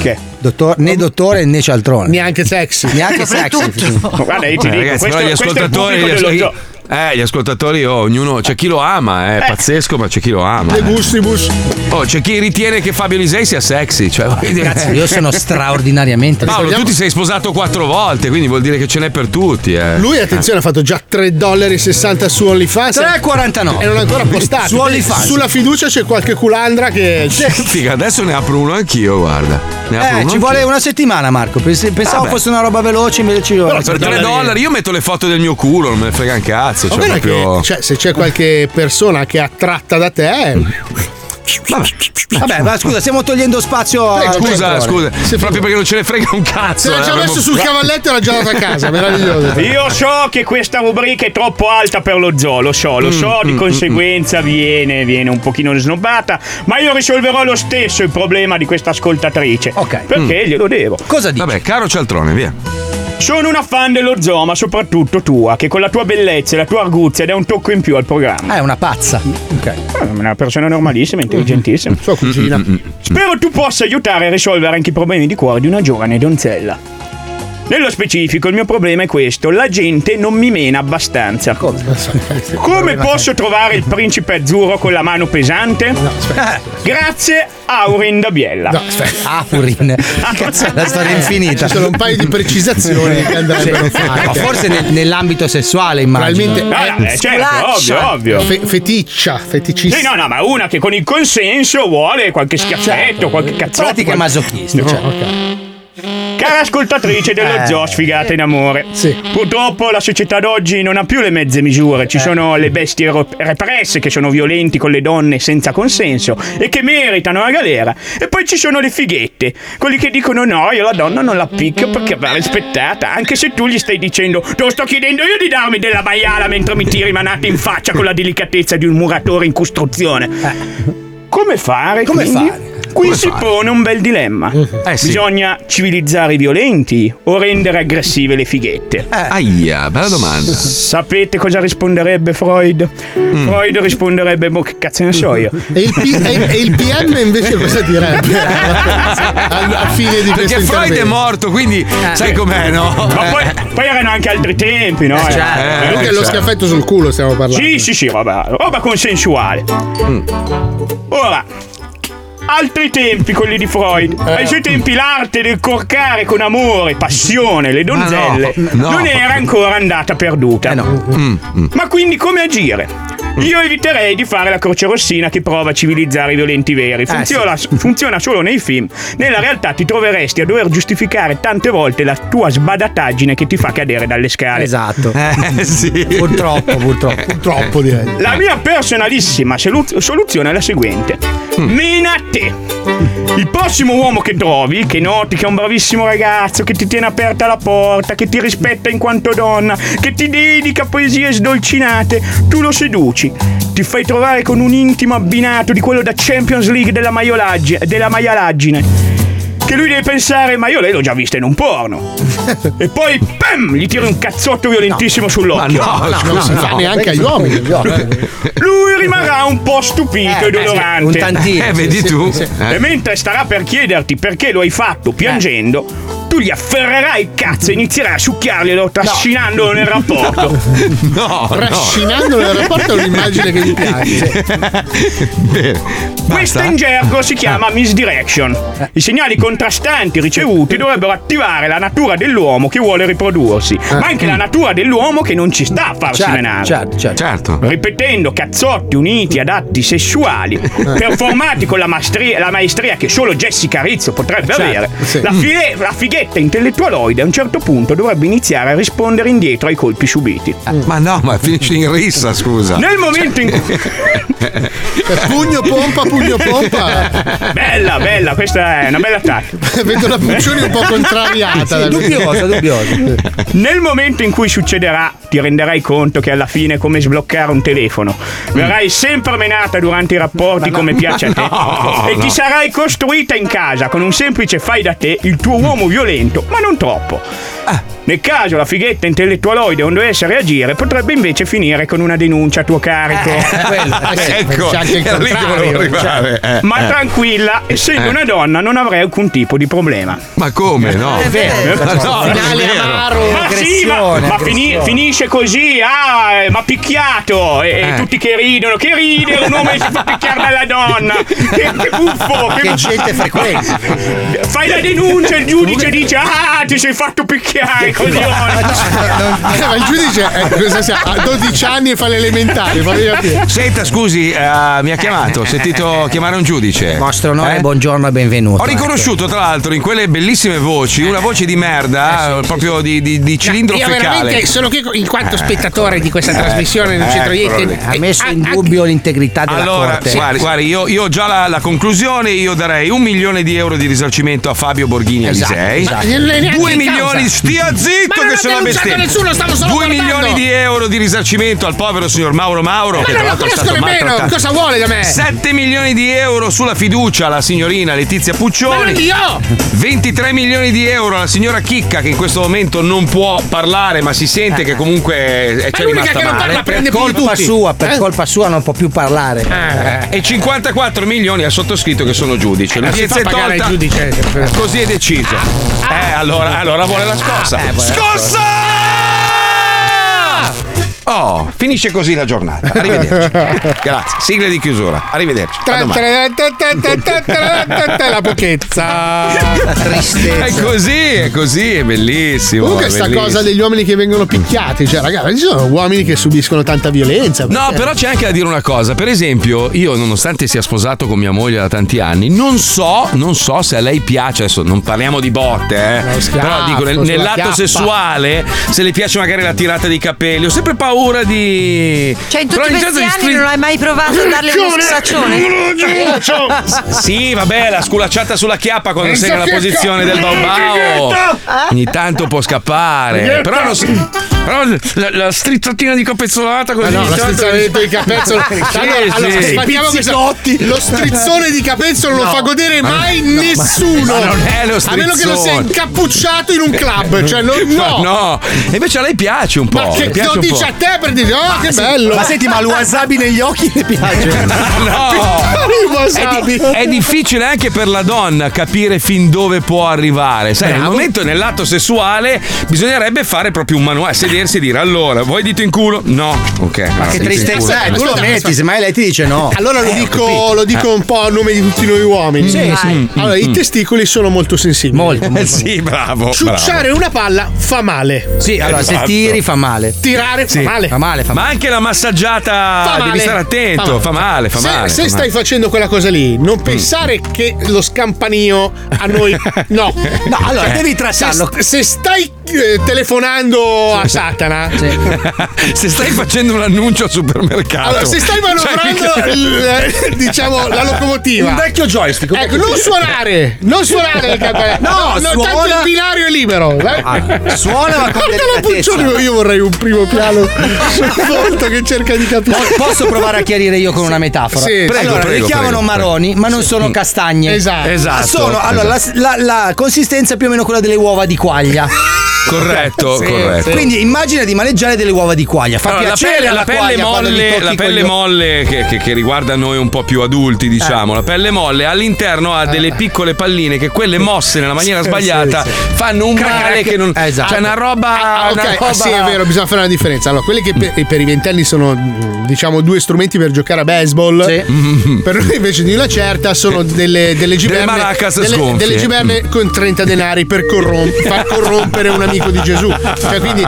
Speaker 5: che.
Speaker 6: Dottor- né dottore né cialtrone.
Speaker 7: Neanche sexy.
Speaker 6: Neanche sexy.
Speaker 5: Guarda, io ti
Speaker 2: Eh,
Speaker 5: dico,
Speaker 2: ragazzi, però gli
Speaker 5: questo, questo è il
Speaker 2: ascoltatori.
Speaker 5: pubblico
Speaker 2: gli
Speaker 5: dello
Speaker 2: ascol-
Speaker 5: zoo.
Speaker 2: eh, gli ascoltatori, oh, ognuno. C'è chi lo ama, eh, è pazzesco, ma c'è chi lo ama. eh. Oh, c'è chi ritiene che Fabio Lisei sia sexy. Cioè, voglio dire-
Speaker 6: Cazzo, io sono straordinariamente.
Speaker 2: Paolo, tu ti sei sposato quattro volte, quindi vuol dire che ce n'è per tutti. Eh.
Speaker 7: Lui, attenzione, ha fatto già 3,60 dollari su OnlyFans.
Speaker 6: 3,49.
Speaker 7: E non è ancora postato.
Speaker 2: Su OnlyFans.
Speaker 7: Sulla fiducia c'è qualche culandra che.
Speaker 2: Eh, Figa, adesso ne apro uno anch'io, guarda. Ne apro
Speaker 6: Eh,
Speaker 2: uno
Speaker 6: ci vuole una settimana, Marco. Pens- Pensavo
Speaker 2: Vabbè.
Speaker 6: fosse una roba veloce, invece ci vuole.
Speaker 2: Però per 3 dollari io metto le foto del mio culo, non me ne frega un cazzo. Cioè,
Speaker 7: Guarda che-
Speaker 2: proprio...
Speaker 7: cioè, se c'è qualche persona che è attratta da te. eh.
Speaker 6: Vabbè, ma scusa, stiamo togliendo spazio a.
Speaker 2: Eh, scusa, scusa, proprio perché non ce ne frega un cazzo.
Speaker 7: Se l'ha
Speaker 2: eh,
Speaker 7: già
Speaker 2: avremmo-
Speaker 7: messo sul cavalletto e l'ha già dato a casa, meraviglioso.
Speaker 5: Io so che questa rubrica è troppo alta per lo zoo, lo so, lo so,
Speaker 7: Mm,
Speaker 5: di
Speaker 7: mm,
Speaker 5: conseguenza viene, viene un pochino snobbata, ma io risolverò lo stesso il problema di questa ascoltatrice. Ok.
Speaker 7: Mm.
Speaker 5: Perché glielo devo.
Speaker 6: Cosa dici?
Speaker 2: Vabbè, caro cialtrone, via.
Speaker 5: Sono una fan dello zoo, ma soprattutto tua, che con la tua bellezza e la tua arguzia dà un tocco in più al programma. Mm. Ah,
Speaker 6: Ah, è una pazza. Ok.
Speaker 5: Una persona normalissima, intelligentissima.
Speaker 7: Sua cugina.
Speaker 17: Mm,
Speaker 5: Spero tu possa aiutare a risolvere anche i problemi di cuore di una giovane donzella. Nello specifico il mio problema è questo, la gente non mi mena abbastanza. Come posso trovare il principe azzurro con la mano pesante? Grazie Aurin da Biella.
Speaker 7: No, aspetta.
Speaker 6: Aurin. Cazzo, la storia è infinita.
Speaker 7: Ci sono un paio di precisazioni che andrebbero
Speaker 6: Sì.
Speaker 7: fatte.
Speaker 6: Ma forse nel- nell'ambito sessuale, immagino.
Speaker 7: Probabilmente.
Speaker 5: eh, certo, ovvio, ovvio.
Speaker 7: Fe- feticcia, feticista.
Speaker 5: Sì, Eh, no, no, ma una che con il consenso vuole qualche schiaffetto, qualche cazzotto.
Speaker 6: Certo. Pratica
Speaker 5: qualche-
Speaker 6: masochista. cioè.
Speaker 5: Cara ascoltatrice dello
Speaker 6: Eh.
Speaker 5: zoo sfigata in amore, purtroppo la società d'oggi non ha più le mezze misure, ci sono le bestie ro- represse che sono violenti con le donne senza consenso e che meritano la galera, e poi ci sono le fighette, quelli che dicono no, io la donna non la picco perché va rispettata, anche se tu gli stai dicendo te lo sto chiedendo io di darmi della baiala mentre mi tiri manate in faccia con la delicatezza di un muratore in costruzione. Come fare?
Speaker 6: Come
Speaker 5: quindi?
Speaker 6: fare?
Speaker 5: Qui si pone un bel dilemma.
Speaker 2: Eh, sì.
Speaker 5: Bisogna civilizzare i violenti o rendere aggressive le fighette?
Speaker 2: Eh. Aia, bella domanda. Mm.
Speaker 5: Sapete cosa risponderebbe Freud? Freud risponderebbe, boh, che cazzo ne so io.
Speaker 7: E il, P- e- e il PM invece cosa direbbe? a, a fine di questo
Speaker 2: Perché Freud è
Speaker 7: intervento.
Speaker 2: morto, quindi sai com'è, no?
Speaker 5: Eh,
Speaker 2: Eh. certo.
Speaker 5: Ma poi, poi erano anche altri tempi, no?
Speaker 7: Eh,
Speaker 5: Eh,
Speaker 7: Comunque è lo
Speaker 5: cioè.
Speaker 7: schiaffetto sul culo stiamo parlando.
Speaker 5: Sì, sì, sì, roba, roba consensuale.
Speaker 2: Mm.
Speaker 5: Ora, Oh, altri tempi quelli di Freud. Ai suoi tempi l'arte del corcare con amore, passione, le donzelle
Speaker 18: Ma no, no.
Speaker 5: non era ancora andata perduta. Ma quindi come agire? Io eviterei di fare la croce rossina che prova a civilizzare i violenti veri.
Speaker 16: Eh,
Speaker 5: Funziona, funziona solo nei film. Nella realtà ti troveresti a dover giustificare tante volte la tua sbadataggine che ti fa cadere dalle scale.
Speaker 6: Esatto.
Speaker 2: Eh, sì.
Speaker 6: Purtroppo, purtroppo.
Speaker 7: Purtroppo direi.
Speaker 5: La mia personalissima solu- soluzione è la seguente: mena a te. Il prossimo uomo che trovi, che noti che è un bravissimo ragazzo, che ti tiene aperta la porta, che ti rispetta in quanto donna, che ti dedica poesie sdolcinate, tu lo seduci. amici. Ti fai trovare con un intimo abbinato di quello da Champions League della, maiolaggi- della maialaggine. Che lui deve pensare, ma io lei l'ho già vista in un porno. e poi, pam, gli tira un cazzotto violentissimo sull'occhio.
Speaker 7: Ma no, no, no, no. Questo è
Speaker 5: Lui- Lui rimarrà un po' stupito
Speaker 7: Eh,
Speaker 5: e
Speaker 7: beh, sì,
Speaker 5: dolorante.
Speaker 7: un tantino, Eh, vedi sì, tu. sì, sì.
Speaker 5: E mentre starà per chiederti perché lo hai fatto piangendo, tu gli afferrerai il cazzo e inizierai a succhiarglielo, trascinandolo nel rapporto.
Speaker 2: No,
Speaker 7: Trascinandolo nel rapporto è un'immagine che mi piace.
Speaker 5: Questa in gergo si
Speaker 6: Ah.
Speaker 5: chiama misdirection.
Speaker 6: Eh.
Speaker 5: I segnali contrastanti ricevuti dovrebbero attivare la natura dell'uomo che vuole riprodursi, ma anche la natura dell'uomo che non ci sta a farsi
Speaker 6: Ah. Certo,
Speaker 5: menare.
Speaker 6: certo,
Speaker 5: Ripetendo cazzotti uniti ad atti sessuali,
Speaker 6: Eh.
Speaker 5: performati con la, mastri- la maestria che solo Jessica Rizzo potrebbe
Speaker 6: Certo,
Speaker 5: avere,
Speaker 6: sì.
Speaker 5: la, file- la fighetta intellettualoide a un certo punto dovrebbe iniziare a rispondere indietro ai colpi subiti.
Speaker 2: Ma no, ma finisci in rissa, scusa.
Speaker 5: Nel momento
Speaker 2: Eh,
Speaker 5: in cui.
Speaker 7: pugno pompa, pugno pompa.
Speaker 5: Bella, bella, questa è una bella tattica.
Speaker 7: Vedo la Puccioni un po' contrariata.
Speaker 5: Nel momento in cui succederà, ti renderai conto che alla fine è come sbloccare un telefono. Verrai sempre menata durante i rapporti come piace a te.
Speaker 18: no,
Speaker 5: e
Speaker 18: no.
Speaker 5: ti sarai costruita in casa con un semplice fai da te il tuo uomo violento, ma non troppo.
Speaker 7: Eh.
Speaker 5: Nel caso la fighetta intellettualoide non dovesse reagire, potrebbe invece finire con una denuncia a tuo carico.
Speaker 7: Eh.
Speaker 11: eh,
Speaker 2: ecco, era lì che volevo
Speaker 11: diciamo.
Speaker 2: arrivare. Eh,
Speaker 5: Ma
Speaker 2: eh.
Speaker 5: tranquilla, essendo
Speaker 2: Eh.
Speaker 5: una donna non avrei alcun tipo di problema.
Speaker 2: Ma come no?
Speaker 5: È vero.
Speaker 2: Ma no, non è
Speaker 5: Finale
Speaker 2: vero.
Speaker 5: amaro, Ma sì, ma-
Speaker 2: aggressione,
Speaker 5: ma fini-
Speaker 2: aggressione.
Speaker 5: finisce così, ah, eh, ma picchiato, e, e
Speaker 2: Eh.
Speaker 5: tutti che ridono, che ride, un uomo che si fa picchiare dalla donna, che, che buffo,
Speaker 6: Che gente frequenta.
Speaker 5: Fai la denuncia, il giudice dice, ah, ti sei fatto picchiare, coglione.
Speaker 7: Eh, ma il giudice eh, cosa sia? ha 12 anni e fa l'elementare. fammi capire.
Speaker 2: Senta, scusi, eh, mi ha chiamato, ho sentito chiamare un giudice.
Speaker 6: Vostro onore,
Speaker 2: Eh?
Speaker 6: buongiorno e benvenuto. ecco.
Speaker 2: Ho riconosciuto, tra l'altro, in quelle bellissime voci, una voce di merda, proprio Di, di- di cilindro
Speaker 6: io
Speaker 2: fecale. Eh,
Speaker 6: veramente sono qui
Speaker 7: in quanto
Speaker 6: spettatore
Speaker 7: di questa trasmissione, non c'entro niente.
Speaker 6: Ha messo in dubbio l'integrità della
Speaker 2: Allora,
Speaker 6: corte.
Speaker 2: guardi, guardi, io, io ho già la, la conclusione, io darei un milione di euro di risarcimento a Fabio Borghini
Speaker 18: Esatto,
Speaker 2: Alisei.
Speaker 18: esatto. Ma non è neanche
Speaker 2: Due
Speaker 18: in
Speaker 2: milioni,
Speaker 18: causa.
Speaker 2: stia
Speaker 18: Ma
Speaker 2: zitto
Speaker 18: non
Speaker 2: che
Speaker 18: ho
Speaker 2: sono
Speaker 18: denunciato
Speaker 2: una bestemmia.
Speaker 18: nessuno, stavo solo
Speaker 2: Due
Speaker 18: guardando.
Speaker 2: milioni di euro di risarcimento al povero signor Mauro Mauro.
Speaker 18: Ma
Speaker 2: che
Speaker 18: non
Speaker 2: tra
Speaker 18: lo
Speaker 2: l'altro è
Speaker 18: conosco
Speaker 2: stato
Speaker 18: nemmeno,
Speaker 2: maltrattato.
Speaker 18: cosa vuole da me?
Speaker 2: 7 milioni di euro sulla fiducia alla signorina Letizia Puccioni.
Speaker 18: Ma non io!
Speaker 2: 23 milioni di euro alla signora Chicca che in questo momento non può parlare ma si
Speaker 18: Eh.
Speaker 2: sente che comunque è c'è rimasta male.
Speaker 6: per colpa sua,
Speaker 2: Eh?
Speaker 6: per colpa sua non può più parlare.
Speaker 2: E 54 milioni al sottoscritto che sono giudice.
Speaker 6: Eh, ma si
Speaker 2: L'udienza
Speaker 6: fa
Speaker 2: è
Speaker 6: pagare eh,
Speaker 2: tolta.
Speaker 6: il giudice.
Speaker 2: Così è deciso.
Speaker 11: Ah.
Speaker 2: Eh, allora, allora vuole la scossa.
Speaker 11: eh,
Speaker 2: scossa! Oh, finisce così la giornata. Arrivederci. Grazie. Sigla di chiusura. Arrivederci. A
Speaker 7: Tra-
Speaker 2: domani.
Speaker 7: tra- tra- tra- tra- tra- tra- tra- tra- La pochezza. La
Speaker 2: È così, è così, è bellissimo.
Speaker 7: Comunque
Speaker 2: è
Speaker 7: sta
Speaker 2: bellissimo.
Speaker 7: cosa degli uomini che vengono picchiati, cioè ragazzi, ci sono uomini che subiscono tanta violenza.
Speaker 18: Eh.
Speaker 7: Eh,
Speaker 2: No, però c'è anche da dire una cosa. Per esempio, io, nonostante sia sposato con mia moglie da tanti anni, non so, non so se a lei piace. Adesso non parliamo di botte, eh.
Speaker 18: schiaffo,
Speaker 2: Però dico, nel,
Speaker 18: sulla
Speaker 2: nell'atto
Speaker 18: chiappa.
Speaker 2: sessuale, se le piace magari la tirata di capelli, ho sempre paura di.
Speaker 4: Cioè, in tutti
Speaker 2: Però ogni tanto
Speaker 4: questi
Speaker 2: di
Speaker 4: anni
Speaker 2: stri- Cioè,
Speaker 4: non hai mai provato a darle uno sculaccione?
Speaker 2: Sì, vabbè, la sculacciata sulla chiappa quando
Speaker 18: Pensa
Speaker 2: sei nella
Speaker 18: che
Speaker 2: posizione
Speaker 18: ca-
Speaker 2: del baobao.
Speaker 18: Fighetta!
Speaker 2: Ogni tanto può scappare.
Speaker 18: Fighetta!
Speaker 2: Però, non si- però la, la strizzatina di capezzolata così.
Speaker 7: Ah, no,
Speaker 2: ogni
Speaker 7: la
Speaker 2: tanto-
Speaker 7: strizzoletta di capezzolo.
Speaker 2: Sì,
Speaker 7: Allora, allora,
Speaker 2: sì.
Speaker 7: sfatiamo che sa- lo strizzone di capezzolo non
Speaker 2: No.
Speaker 7: lo fa godere
Speaker 2: Ma-
Speaker 7: mai
Speaker 2: no, ma-
Speaker 7: nessuno.
Speaker 2: ma non è lo
Speaker 7: a meno che non sia
Speaker 2: strizzone.
Speaker 7: incappucciato in un club, cioè non- no.
Speaker 2: Ma no. E invece a lei piace un po'.
Speaker 7: Ma che
Speaker 2: le piace
Speaker 7: lo
Speaker 2: un po'.
Speaker 7: dice a te per dire, oh, che bello!
Speaker 6: Ma senti, ma il wasabi negli occhi le piace?
Speaker 7: Il
Speaker 2: È, di-
Speaker 7: wasabi.
Speaker 2: è difficile anche per la donna capire fin dove può arrivare. Sai, nel momento nell'atto sessuale bisognerebbe fare proprio un manuale, sedersi e dire allora, vuoi dito in culo? No. Ok.
Speaker 6: Ma che tristezza, Ah, eh, tu lo metti, semmai lei ti dice no.
Speaker 7: Allora lo,
Speaker 6: Eh, ho
Speaker 7: dico,
Speaker 6: capito.
Speaker 7: lo dico un po' a nome di tutti noi uomini.
Speaker 6: Sì,
Speaker 7: Vai.
Speaker 6: sì.
Speaker 7: Allora,
Speaker 6: Mm,
Speaker 7: i
Speaker 6: mm.
Speaker 7: testicoli sono molto sensibili. Eh,
Speaker 6: Molto,
Speaker 2: Eh
Speaker 6: molto. Oh,
Speaker 2: Sì, bravo.
Speaker 7: Ciucciare una palla fa male.
Speaker 6: Sì, allora se
Speaker 2: Esatto.
Speaker 6: tiri fa male.
Speaker 7: Tirare
Speaker 6: Sì.
Speaker 7: fa male.
Speaker 6: Fa male, fa
Speaker 2: Ma
Speaker 6: male.
Speaker 2: anche la massaggiata,
Speaker 7: Fa male.
Speaker 2: devi stare attento, fa male, fa male.
Speaker 7: se, se
Speaker 2: fa male.
Speaker 7: stai facendo quella cosa cose lì,
Speaker 6: Mm.
Speaker 7: non pensare che lo scampanio a noi. No, Cioè,
Speaker 6: No, allora, devi trattarlo.
Speaker 7: Se, se stai eh, telefonando a Satana,
Speaker 2: se stai facendo un annuncio al supermercato.
Speaker 7: Allora, se stai manovrando
Speaker 2: Esatto. Cioè, che-
Speaker 7: il- diciamo, la locomotiva,
Speaker 2: Un vecchio joystick, un
Speaker 7: Ecco,
Speaker 2: vecchio
Speaker 7: non
Speaker 2: joystick.
Speaker 7: suonare, non suonare le campane.
Speaker 6: No,
Speaker 7: tanto
Speaker 6: suona-
Speaker 7: il binario è libero. eh.
Speaker 6: Ah, suona, ma con
Speaker 7: Guarda la
Speaker 6: delicatezza.
Speaker 7: Puccioni, Io vorrei un primo piano sul volto che cerca di capire.
Speaker 6: Po- Posso provare a chiarire io con una metafora?
Speaker 7: Sì, prego,
Speaker 6: allora,
Speaker 7: prego,
Speaker 6: li chiamano
Speaker 7: prego,
Speaker 6: maroni,
Speaker 7: prego.
Speaker 6: ma non
Speaker 7: Sì.
Speaker 6: sono
Speaker 7: Mm.
Speaker 6: castagne.
Speaker 7: Esatto. Esatto,
Speaker 6: Sono, allora,
Speaker 7: esatto.
Speaker 6: La, la- la consistenza è più o meno quella delle uova di quaglia.
Speaker 2: Corretto,
Speaker 6: Sì,
Speaker 2: corretto.
Speaker 6: Quindi immagina di maneggiare delle uova di quaglia. Fa
Speaker 2: Allora, la
Speaker 6: piacere
Speaker 2: pelle,
Speaker 6: alla
Speaker 2: Eh, la pelle
Speaker 6: quaglia quando gli
Speaker 2: molle,
Speaker 6: tocchi Eh,
Speaker 2: la pelle
Speaker 6: quegli-
Speaker 2: molle che, che- che riguarda noi un po' più adulti,
Speaker 7: Eh.
Speaker 2: diciamo, la pelle molle all'interno ha delle piccole palline che quelle mosse nella maniera
Speaker 7: Sì,
Speaker 2: sbagliata
Speaker 7: sì, sì.
Speaker 2: fanno un
Speaker 7: Crack.
Speaker 2: male che non. Cioè, una roba.
Speaker 7: Esatto. Ah, ok,
Speaker 2: una roba-
Speaker 7: ah, sì, è vero, bisogna fare una differenza. Allora, quelli che per, per i ventenni sono, mm, diciamo, due strumenti per giocare a baseball. Per noi invece di una certa sono delle, delle giberne.
Speaker 2: maracas
Speaker 7: delle-
Speaker 2: sgonfie.
Speaker 7: delle giberne con 30 denari per corrom- far corrompere un amico di Gesù. Cioè, quindi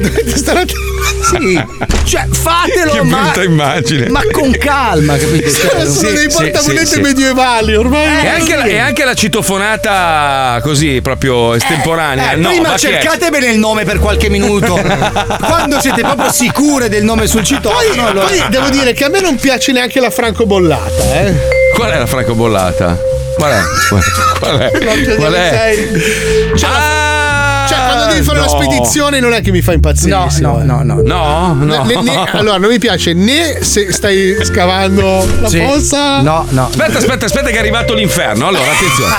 Speaker 7: dovete stare attenti.
Speaker 6: Sì,
Speaker 11: Eh,
Speaker 6: cioè fatelo,
Speaker 2: Che
Speaker 6: ma,
Speaker 2: brutta immagine.
Speaker 6: ma con calma, capite?
Speaker 7: Sono dei
Speaker 2: sì,
Speaker 7: portamonete
Speaker 2: sì, sì.
Speaker 7: medievali ormai.
Speaker 2: E anche, la, e anche la citofonata così proprio estemporanea.
Speaker 6: Eh,
Speaker 2: no,
Speaker 6: prima
Speaker 2: ma che è?
Speaker 6: cercatevene il nome per qualche minuto. Quando siete proprio sicure del nome sul citofono,
Speaker 7: Poi,
Speaker 6: allora-
Speaker 7: poi devo dire che a me non piace neanche la francobollata, eh.
Speaker 2: Qual è la francobollata? Qual è? Qual è? Qual è? Qual è?
Speaker 7: Cioè, la- cioè, quando devi fare
Speaker 2: no.
Speaker 7: una spedizione non è che mi fa impazzire. No, no, no, no.
Speaker 2: No, no.
Speaker 7: allora, non mi piace né se stai scavando la
Speaker 2: Sì.
Speaker 7: pozza. No, no.
Speaker 2: Aspetta, aspetta, aspetta, che è arrivato l'inferno. Allora, attenzione.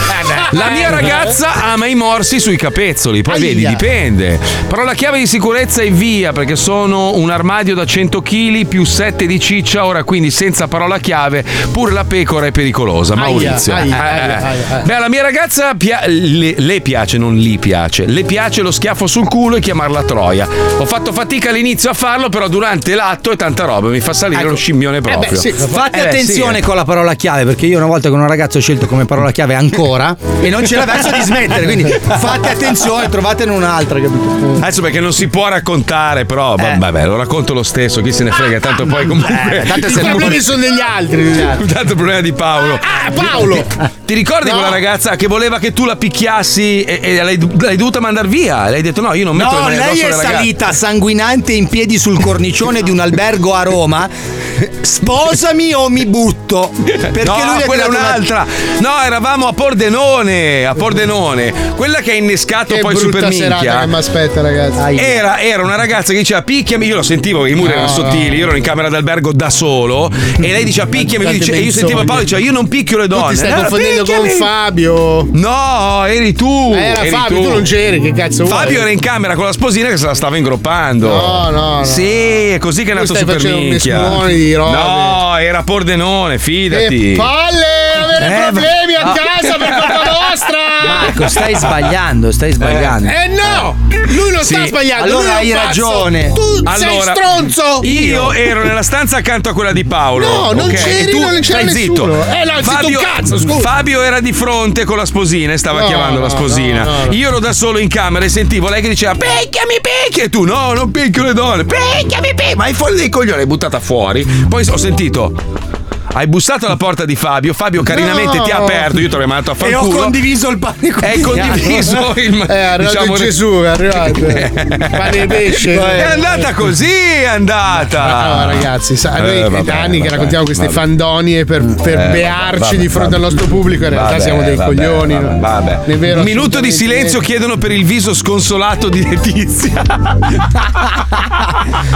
Speaker 1: Eh,
Speaker 2: La mia ragazza ama i morsi sui capezzoli, poi vedi, dipende. Però la chiave di sicurezza è via, perché sono un armadio da 100 kg più 7 di ciccia, ora quindi senza parola chiave, pure la pecora è pericolosa.
Speaker 1: Aia,
Speaker 2: Maurizio.
Speaker 1: aia,
Speaker 2: Eh,
Speaker 1: aia,
Speaker 2: eh.
Speaker 1: aia, aia.
Speaker 2: Beh, alla mia ragazza pia- le, le piace, non gli piace. Le piace lo schiaffo sul culo e chiamarla Troia. Ho fatto fatica all'inizio a farlo, però durante l'atto è tanta roba, mi fa salire
Speaker 6: Ecco.
Speaker 2: lo scimmione proprio.
Speaker 6: Fate
Speaker 2: Eh beh, sì,
Speaker 6: attenzione
Speaker 2: eh.
Speaker 6: con la parola chiave, perché io una volta con un ragazzo ho scelto come parola chiave ancora e non ce la verso di smettere. Quindi fate attenzione, trovatene un'altra, capito? Eh.
Speaker 2: Adesso perché non si può raccontare, però va- vabbè, lo racconto lo stesso, chi se ne frega, tanto poi comunque.
Speaker 7: Eh, tanto se- I problemi sono degli altri, esatto.
Speaker 2: Tanto il problema di Paolo.
Speaker 11: Eh,
Speaker 2: Ah,
Speaker 7: Paolo!
Speaker 2: Ti ricordi quella ragazza che voleva che tu la picchiassi e, e l'hai, l'hai dovuta mandare via? Lei hai detto no, io non metto le
Speaker 6: No,
Speaker 2: mani
Speaker 6: lei
Speaker 2: addosso
Speaker 6: è
Speaker 2: alle ragazze.
Speaker 6: salita sanguinante in piedi sul cornicione di un albergo a Roma. Sposami o mi butto. Perché
Speaker 2: no,
Speaker 6: lui le ha
Speaker 2: quella è
Speaker 6: tirato una-
Speaker 2: un'altra. No, eravamo a Pordenone, a Pordenone. Quella che ha innescato
Speaker 7: Che
Speaker 2: poi Super
Speaker 7: brutta serata
Speaker 2: Minchia.
Speaker 7: che mi aspetta, ragazzi.
Speaker 2: Era, era una ragazza che diceva picchiami, io lo sentivo, i muri
Speaker 7: No,
Speaker 2: erano sottili, io ero in camera d'albergo da solo e lei diceva picchiami, io,
Speaker 7: Tante
Speaker 2: dice- e io
Speaker 7: menzogne.
Speaker 2: sentivo Paolo diceva io non picchio le donne.
Speaker 7: Tu ti stai
Speaker 2: Allora,
Speaker 7: confondendo con
Speaker 2: picchiami.
Speaker 7: Fabio.
Speaker 2: No, eri tu.
Speaker 7: Eh, era
Speaker 2: eri
Speaker 7: Fabio, tu. non c'eri, che cazzo vuoi?
Speaker 2: Fabio era in camera con la sposina che se la stava ingroppando.
Speaker 7: No, no, no.
Speaker 2: Sì, è così che è
Speaker 7: Tu
Speaker 2: nato
Speaker 7: stai
Speaker 2: Super
Speaker 7: facendo un
Speaker 2: Minchia.
Speaker 7: mesmone di robe.
Speaker 2: No, era Pordenone, fidati.
Speaker 7: Che Eh, palle avere
Speaker 2: Eh,
Speaker 7: problemi a
Speaker 11: Ah.
Speaker 2: ma-
Speaker 7: casa per colpa nostra!
Speaker 6: Marco, stai sbagliando, stai sbagliando.
Speaker 7: Eh no! Lui non sta
Speaker 2: Sì.
Speaker 7: sbagliando!
Speaker 6: Allora
Speaker 7: lui è un pazzo.
Speaker 6: hai ragione.
Speaker 7: Tu sei
Speaker 2: Allora,
Speaker 7: stronzo!
Speaker 2: Io ero nella stanza accanto a quella di Paolo.
Speaker 7: No, non
Speaker 2: ok?
Speaker 7: c'eri,
Speaker 2: E tu
Speaker 7: non c'era
Speaker 2: stai zitto.
Speaker 7: nessuno. Eh, no, zitto un cazzo, scusa.
Speaker 2: Fabio era di fronte con la sposina e stava
Speaker 7: No,
Speaker 2: chiamando la
Speaker 7: no,
Speaker 2: sposina.
Speaker 7: no, no.
Speaker 2: Io ero da solo in camera e sentivo lei che diceva picchiami, picchi! E tu no, non picchio le donne. Picchiami, picchi! Ma in fuori dei coglioni l'hai buttata fuori. Poi ho sentito... Hai bussato alla porta di Fabio, Fabio carinamente
Speaker 7: No.
Speaker 2: ti ha aperto, io ti ho rimasto a far
Speaker 6: E ho
Speaker 2: culo.
Speaker 6: condiviso il pane con
Speaker 2: È condiviso il
Speaker 7: È arrivato
Speaker 2: diciamo,
Speaker 7: Gesù, è arrivato. Eh, Pane e pesce.
Speaker 2: È andata così, è andata.
Speaker 7: No, ragazzi, sa, noi
Speaker 2: Eh,
Speaker 7: è
Speaker 2: vabbè,
Speaker 7: da anni che
Speaker 2: vabbè,
Speaker 7: raccontiamo queste
Speaker 2: vabbè.
Speaker 7: fandonie per, per
Speaker 2: Eh,
Speaker 7: bearci
Speaker 2: vabbè,
Speaker 7: di fronte
Speaker 2: vabbè.
Speaker 7: al nostro pubblico. In realtà
Speaker 2: Vabbè,
Speaker 7: siamo dei
Speaker 2: vabbè,
Speaker 7: coglioni.
Speaker 2: vabbè,
Speaker 7: no?
Speaker 2: vabbè.
Speaker 7: Non è vero,
Speaker 2: Un minuto di
Speaker 7: assolutamente
Speaker 2: silenzio chiedono per il viso sconsolato di Letizia.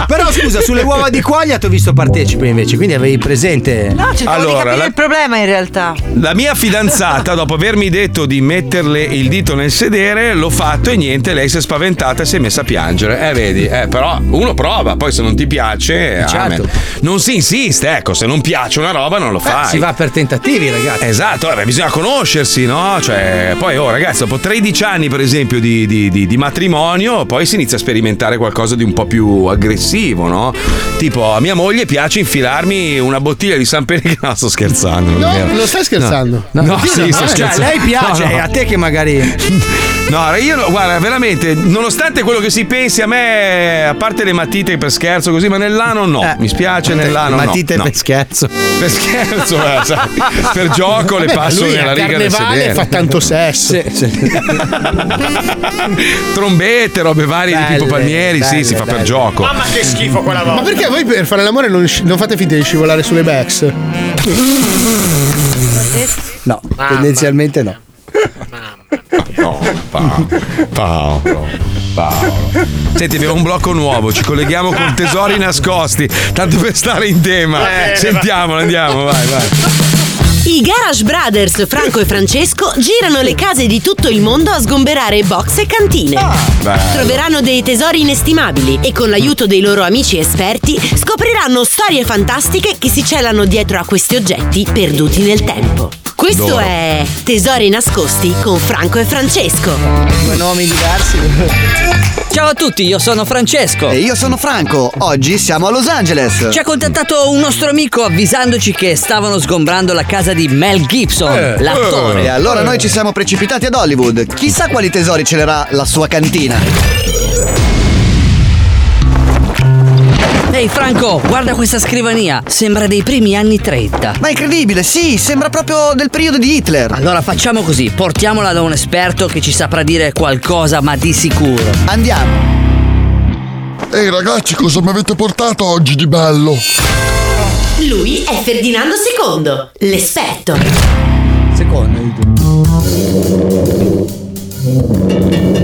Speaker 6: Però scusa, sulle uova di quaglia ti ho visto partecipe invece, quindi avevi presente.
Speaker 4: No, cercavo
Speaker 2: Allora,
Speaker 4: di capire
Speaker 2: la-
Speaker 4: il problema in realtà.
Speaker 2: La mia fidanzata, dopo avermi detto di metterle il dito nel sedere, l'ho fatto e niente, lei si è spaventata e si è messa a piangere. Eh, vedi, eh, però uno prova, poi se non ti piace, eh,
Speaker 6: Certo.
Speaker 2: amen. non si insiste, ecco, se non piace una roba non lo fai.
Speaker 6: si va per tentativi, ragazzi.
Speaker 2: Esatto, vabbè, bisogna conoscersi, no? Cioè, poi, oh, ragazzi, dopo 13 anni, per esempio, di, di- di- di matrimonio, poi si inizia a sperimentare qualcosa di un po' più aggressivo, no? Tipo, a mia moglie piace infilarmi una bottiglia di San Pellegrino. No, sto scherzando. non è
Speaker 7: No,
Speaker 2: vero.
Speaker 7: lo stai scherzando? Ah,
Speaker 2: No, no, sì, sto
Speaker 6: Cioè,
Speaker 2: scherzando.
Speaker 6: a lei piace,
Speaker 2: No, no.
Speaker 6: e a te che magari.
Speaker 2: No, io no- guarda, veramente, nonostante quello che si pensi a me, a parte le matite per scherzo così, ma nell'ano no.
Speaker 7: Eh.
Speaker 2: mi spiace nell'ano
Speaker 6: Matite
Speaker 2: no.
Speaker 6: per scherzo.
Speaker 2: Per scherzo, guarda, sai, per gioco le
Speaker 7: Vabbè,
Speaker 2: passo
Speaker 7: lui a
Speaker 2: nella riga del
Speaker 7: carnevale
Speaker 2: sedere.
Speaker 7: fa tanto sesso.
Speaker 2: Trombette, robe varie di tipo
Speaker 7: Belle,
Speaker 2: palmieri, sì,
Speaker 7: belle,
Speaker 2: si fa per
Speaker 7: belle.
Speaker 2: gioco.
Speaker 5: Mamma che schifo quella volta.
Speaker 7: Ma perché voi per fare l'amore non, sci- non fate finta di scivolare sulle backs?
Speaker 6: No,
Speaker 7: Ah,
Speaker 6: tendenzialmente no.
Speaker 2: No, Paolo, Paolo, Paolo. Senti, abbiamo un blocco nuovo, ci colleghiamo con tesori nascosti, tanto per stare in tema. Sentiamolo, andiamo, vai, vai.
Speaker 10: I Garage Brothers Franco e Francesco girano le case di tutto il mondo a sgomberare box e cantine. Troveranno dei tesori inestimabili e con l'aiuto dei loro amici esperti scopriranno storie fantastiche che si celano dietro a questi oggetti perduti nel tempo. Questo
Speaker 18: Adoro.
Speaker 10: è Tesori nascosti con Franco e Francesco. Due nomi diversi.
Speaker 19: Ciao a tutti, io sono Francesco. E Eh, io sono Franco. Oggi siamo a Los Angeles. Ci ha contattato un nostro amico avvisandoci che stavano sgombrando la casa di Mel Gibson,
Speaker 20: Eh,
Speaker 19: l'attore.
Speaker 20: eh. E allora noi ci siamo precipitati ad Hollywood. Chissà quali tesori celerà la sua cantina.
Speaker 19: Ehi Franco, guarda questa scrivania, sembra dei primi anni 30. Ma è incredibile, sì, sembra proprio del periodo di Hitler. Allora facciamo così, portiamola da un esperto che ci saprà dire qualcosa, ma di sicuro. Andiamo.
Speaker 21: Ehi ragazzi, cosa mi avete portato oggi di bello?
Speaker 10: Lui è Ferdinando II, l'esperto.
Speaker 6: Secondo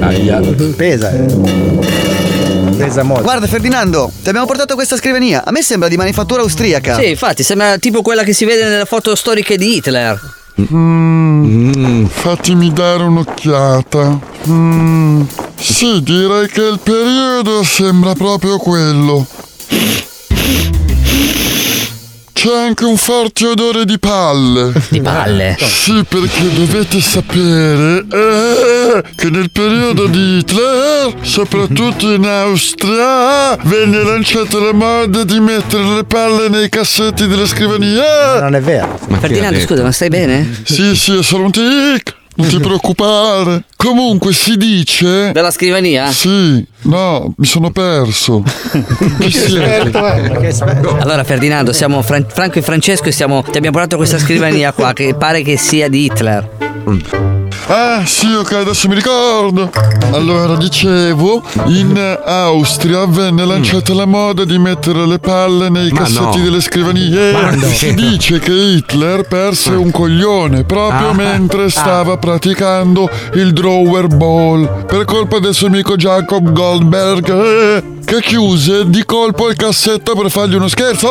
Speaker 2: Aia.
Speaker 20: Pesa, eh. Pesa molto. Guarda Ferdinando, ti abbiamo portato questa scrivania. A me sembra di manifattura austriaca.
Speaker 19: Sì, infatti, sembra tipo quella che si vede nelle foto storiche di Hitler.
Speaker 21: Mm, fatemi dare un'occhiata. Mm, sì, direi che il periodo sembra proprio quello. C'è anche un forte odore di palle. Di
Speaker 19: palle?
Speaker 21: Sì, perché dovete sapere eh, che nel periodo di Hitler, soprattutto in Austria, venne lanciata la moda di mettere le palle nei cassetti delle scrivanie. Non è vero.
Speaker 19: Ferdinando, scusa, ma stai bene?
Speaker 21: Sì, sì, è solo un tic. Non ti preoccupare. Comunque si dice.
Speaker 19: Della scrivania?
Speaker 21: Sì, no, mi sono perso. Chi siete?
Speaker 19: Allora, Ferdinando, siamo Fran- Franco e Francesco e siamo- ti abbiamo portato questa scrivania qua che pare che sia di Hitler.
Speaker 21: Ah, sì, ok, adesso mi ricordo. Allora, dicevo, in Austria venne lanciata la moda di mettere le palle nei Mm. Ma cassetti no. delle Ma no. scrivanie. Si dice che Hitler perse un coglione proprio Ah. mentre Ah. stava praticando il drawer ball per colpa del suo amico Jacob Goldberg. eh, Che chiuse di colpo il cassetto per fargli uno scherzo!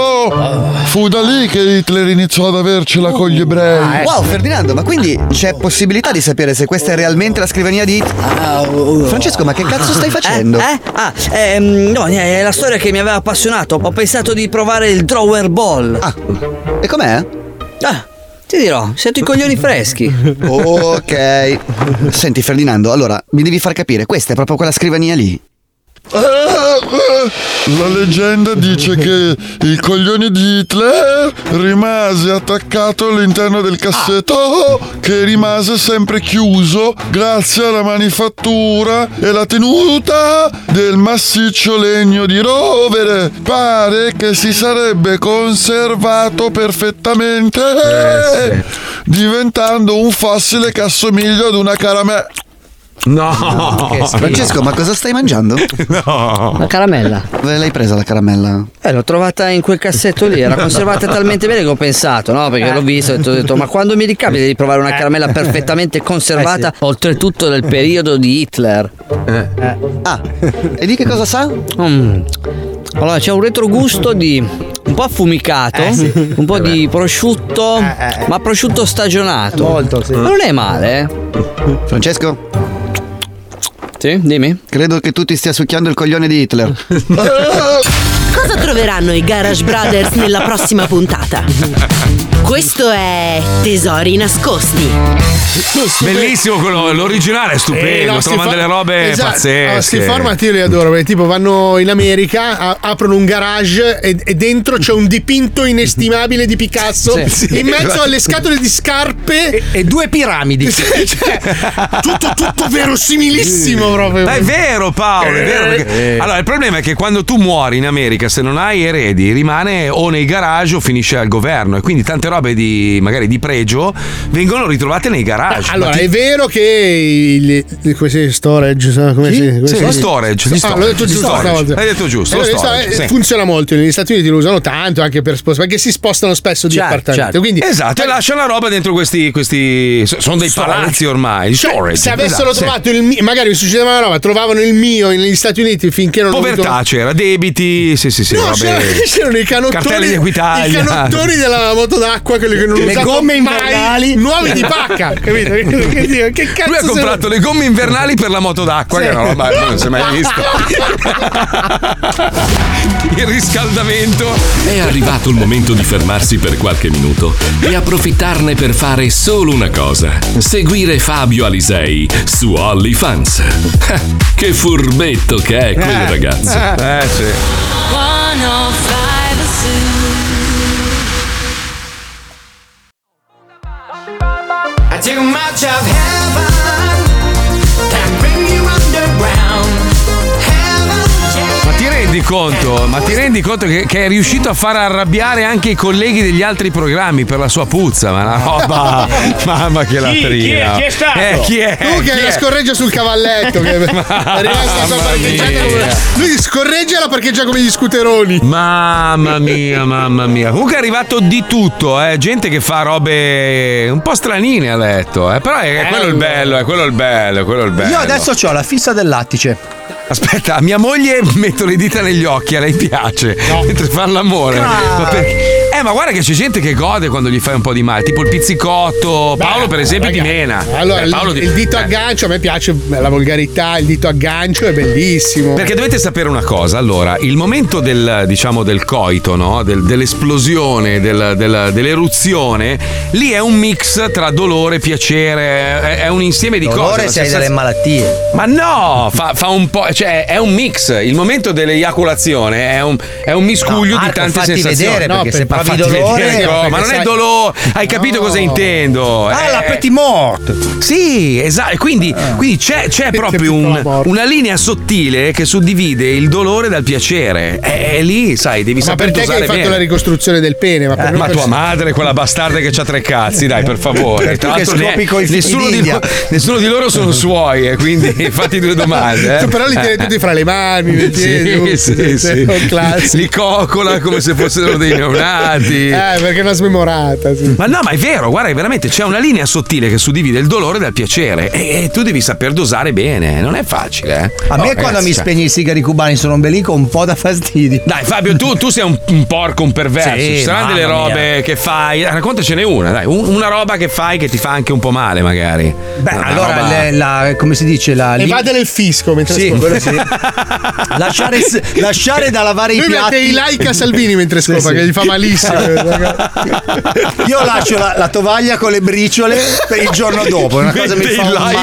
Speaker 21: Fu da lì che Hitler iniziò ad avercela con gli ebrei.
Speaker 20: Wow Ferdinando, ma quindi c'è possibilità di sapere se questa è realmente la scrivania di
Speaker 19: Ah,
Speaker 20: Hitler? Oh. Francesco, ma che cazzo stai facendo?
Speaker 19: Eh? eh? Ah, ehm, no, è la storia che mi aveva appassionato. Ho pensato di provare il drawer ball. Ah,
Speaker 20: e com'è?
Speaker 19: Ah, ti dirò, sento i coglioni freschi.
Speaker 20: Ok. Senti Ferdinando, allora mi devi far capire, questa è proprio quella scrivania lì.
Speaker 21: La leggenda dice che il coglione di Hitler rimase attaccato all'interno del cassetto che rimase sempre chiuso grazie alla manifattura e la tenuta del massiccio legno di rovere. Pare che si sarebbe conservato perfettamente diventando un fossile che assomiglia ad una caramella.
Speaker 2: No,
Speaker 21: che schifo.
Speaker 20: Francesco, ma cosa stai mangiando?
Speaker 2: No.
Speaker 19: La caramella.
Speaker 20: Dove l'hai presa la caramella?
Speaker 19: Eh, l'ho trovata in quel cassetto lì, era conservata talmente bene che ho pensato, no? Perché l'ho visto e ho detto, ma quando mi ricapita devi provare una caramella perfettamente conservata, oltretutto nel periodo di Hitler.
Speaker 20: Ah, e di che cosa sa?
Speaker 19: Mm. Allora, c'è un retrogusto di un po' affumicato,
Speaker 20: Eh, sì.
Speaker 19: un po' di prosciutto, ma prosciutto stagionato. Molto, sì. Ma non è male, eh?
Speaker 20: Francesco?
Speaker 19: Sì, dimmi.
Speaker 20: Credo che tu ti stia succhiando il coglione di Hitler.
Speaker 10: Cosa troveranno i Garage Brothers nella prossima puntata? Questo è Tesori nascosti.
Speaker 2: Bellissimo quello, l'originale è stupendo,
Speaker 7: Eh, no,
Speaker 2: trovano
Speaker 7: sti
Speaker 2: delle
Speaker 7: for-
Speaker 2: robe
Speaker 7: Esatto.
Speaker 2: pazzesche.
Speaker 7: Ah, Questi format io li adoro. perché Tipo, vanno in America, a- aprono un garage e, e dentro c'è un dipinto inestimabile di Picasso.
Speaker 6: Sì. Sì,
Speaker 7: in mezzo
Speaker 6: esatto.
Speaker 7: alle scatole di scarpe e,
Speaker 6: due piramidi.
Speaker 7: Cioè, tutto, tutto verosimilissimo proprio.
Speaker 2: Ma è vero Paolo, è vero. perché- Eh. Allora, il problema è che quando tu muori in America, se non hai eredi, rimane o nei garage o finisce al governo. E quindi tante robe di magari di pregio vengono ritrovate nei garage.
Speaker 7: Ah, Allora,
Speaker 2: Ma ti-
Speaker 7: è vero che i- i- questi storage, so come si
Speaker 2: sì,
Speaker 7: come si
Speaker 2: gli
Speaker 7: dice?
Speaker 2: storage, gli
Speaker 7: Ah,
Speaker 2: storage,
Speaker 7: l'ho detto
Speaker 2: gli
Speaker 7: giusto
Speaker 2: storage.
Speaker 7: stavolta.
Speaker 2: Hai detto giusto,
Speaker 7: Eh,
Speaker 2: lo
Speaker 7: gli
Speaker 2: storage, sì.
Speaker 7: Funziona molto, negli Stati Uniti lo usano tanto anche per spostare, perché si spostano spesso di
Speaker 2: Certo,
Speaker 7: appartamento.
Speaker 2: certo.
Speaker 7: Quindi,
Speaker 2: esatto, e lascia la roba dentro questi. questi so- sono dei
Speaker 7: Storage.
Speaker 2: palazzi ormai.
Speaker 7: Cioè,
Speaker 2: storage,
Speaker 7: se avessero
Speaker 2: esatto, sì.
Speaker 7: trovato il mio, magari mi succedeva una roba, trovavano il mio negli Stati Uniti finché non
Speaker 2: Povertà
Speaker 7: ho avuto...
Speaker 2: c'era, debiti, sì, sì, sì.
Speaker 7: No,
Speaker 2: robe-
Speaker 7: c'era- c'erano
Speaker 2: Cartelli
Speaker 7: i canottoni,
Speaker 2: di
Speaker 7: i
Speaker 2: Equitalia.
Speaker 7: canottoni della moto d'acqua, quelli che non
Speaker 2: Le
Speaker 7: usavo
Speaker 2: gomme
Speaker 7: mai,
Speaker 2: invernali.
Speaker 7: nuovi di pacca, capito? Che, che, che cazzo
Speaker 2: Lui ha
Speaker 7: se-
Speaker 2: comprato le gomme invernali per la moto d'acqua,
Speaker 7: Sì.
Speaker 2: che è una roba che non si è mai vista. Il riscaldamento.
Speaker 1: È arrivato il momento di fermarsi per qualche minuto e approfittarne per fare solo una cosa: seguire Fabio Alisei su OnlyFans. Eh, Che furbetto che è quel
Speaker 18: Eh,
Speaker 1: ragazzo!
Speaker 18: eh.
Speaker 2: Eh sì.
Speaker 18: oh 105 I take much of heaven and bring you underground.
Speaker 2: Ma ti rendi conto? Ma ti rendi conto che, che è riuscito a far arrabbiare anche i colleghi degli altri programmi per la sua puzza? Ma una roba. Mamma che latrina. Eh, chi è?
Speaker 7: Tu che
Speaker 2: Chi
Speaker 7: la
Speaker 2: è?
Speaker 7: scorreggia sul cavalletto. Che è rimasta sopra
Speaker 2: Mamma
Speaker 7: parcheggiata
Speaker 2: mia.
Speaker 7: come... Lui scorreggia e la parcheggia come gli scuteroni.
Speaker 2: Mamma mia, mamma mia. Comunque è arrivato di tutto, eh. gente che fa robe un po' stranine a letto, eh. però è, è quello il bello, è quello il bello, è quello il bello.
Speaker 6: Io adesso ho la fissa del lattice.
Speaker 2: Aspetta, a mia moglie metto le dita negli occhi, a lei piace, mentre fa l'amore. Ma perché- Eh, ma guarda che c'è gente che gode quando gli fai un po' di male, tipo il pizzicotto. Paolo, per esempio, di mena.
Speaker 7: Allora,
Speaker 2: Eh,
Speaker 7: il-
Speaker 2: Paolo
Speaker 7: il,
Speaker 2: di-
Speaker 7: dito aggancio, a me piace la volgarità, il dito aggancio è bellissimo.
Speaker 2: Perché dovete sapere una cosa, allora, il momento del, diciamo, del coito, no? Del- dell'esplosione, del- del- dell'eruzione, lì è un mix tra dolore, piacere, è, è un insieme di cose.
Speaker 8: Dolore
Speaker 2: la
Speaker 8: se hai delle
Speaker 2: sensazione-
Speaker 8: malattie.
Speaker 2: Ma no, fa, fa un po', cioè è un mix, il momento dell'eiaculazione è un, è un miscuglio
Speaker 8: No, Marco,
Speaker 2: di tante
Speaker 8: fatti
Speaker 2: sensazioni.
Speaker 8: vedere, perché se
Speaker 2: ma
Speaker 8: provi
Speaker 2: fatti
Speaker 8: dolore-
Speaker 2: vedere,
Speaker 8: No,
Speaker 2: no, ma
Speaker 8: perché
Speaker 2: non è
Speaker 8: sai-
Speaker 2: dolore, hai capito cosa intendo?
Speaker 8: Ah,
Speaker 2: È-
Speaker 8: la petit mort. Ah.
Speaker 2: Sì, esatto, e quindi, quindi c'è, c'è proprio un- una linea sottile che suddivide il dolore dal piacere. È, è lì, sai, devi
Speaker 7: Ma
Speaker 2: saper
Speaker 7: per te che
Speaker 2: dosare
Speaker 7: hai fatto
Speaker 2: bene.
Speaker 7: la ricostruzione del pene? Ma, per
Speaker 2: Eh,
Speaker 7: noi
Speaker 2: ma
Speaker 7: per-
Speaker 2: tua madre, quella bastarda che c'ha tre cazzi, dai, per favore.
Speaker 7: Tu
Speaker 2: Tra
Speaker 7: che
Speaker 2: l'altro,
Speaker 7: scopi
Speaker 2: ne-
Speaker 7: coi figli
Speaker 2: nessuno, di
Speaker 7: d'India.
Speaker 2: loro, nessuno di loro sono suoi, eh, quindi fatti due domande. eh.
Speaker 7: Tu però li tieni tutti fra le mani, le piedi,
Speaker 2: Sì, sì, sì.
Speaker 7: un classico.
Speaker 2: Li coccola come se fossero dei neonati.
Speaker 7: Eh, perché è una smemorata. sì.
Speaker 2: Ma no, ma è vero, guarda, veramente c'è una linea sottile che suddivide il dolore dal piacere e, e tu devi saper dosare bene, non è facile. eh.
Speaker 8: A me
Speaker 2: No,
Speaker 8: quando
Speaker 2: ragazzi,
Speaker 8: mi
Speaker 2: cioè-
Speaker 8: spegni i sigari cubani sull'ombelico un po' da fastidio.
Speaker 2: Dai, Fabio, tu, tu sei un, un porco, un perverso.
Speaker 8: Sì,
Speaker 2: cioè, Ci saranno delle
Speaker 8: mamma mia.
Speaker 2: robe che fai. Raccontacene una, dai. Un- una roba che fai che ti fa anche un po' male, magari. Beh,
Speaker 8: allora, le- la- come si dice? La,
Speaker 7: E vada nel fisco mentre
Speaker 8: Sì,
Speaker 7: scopa.
Speaker 8: quello sì. lasciare, lasciare da lavare i
Speaker 7: Lui mette
Speaker 8: piatti.
Speaker 7: i like a Salvini mentre
Speaker 8: Sì,
Speaker 7: scopa,
Speaker 8: sì.
Speaker 7: che gli fa malissimo.
Speaker 8: Io lascio la, la tovaglia con le briciole per il giorno dopo. È una cosa che mi
Speaker 7: Mette
Speaker 8: fa
Speaker 7: il
Speaker 8: un
Speaker 7: like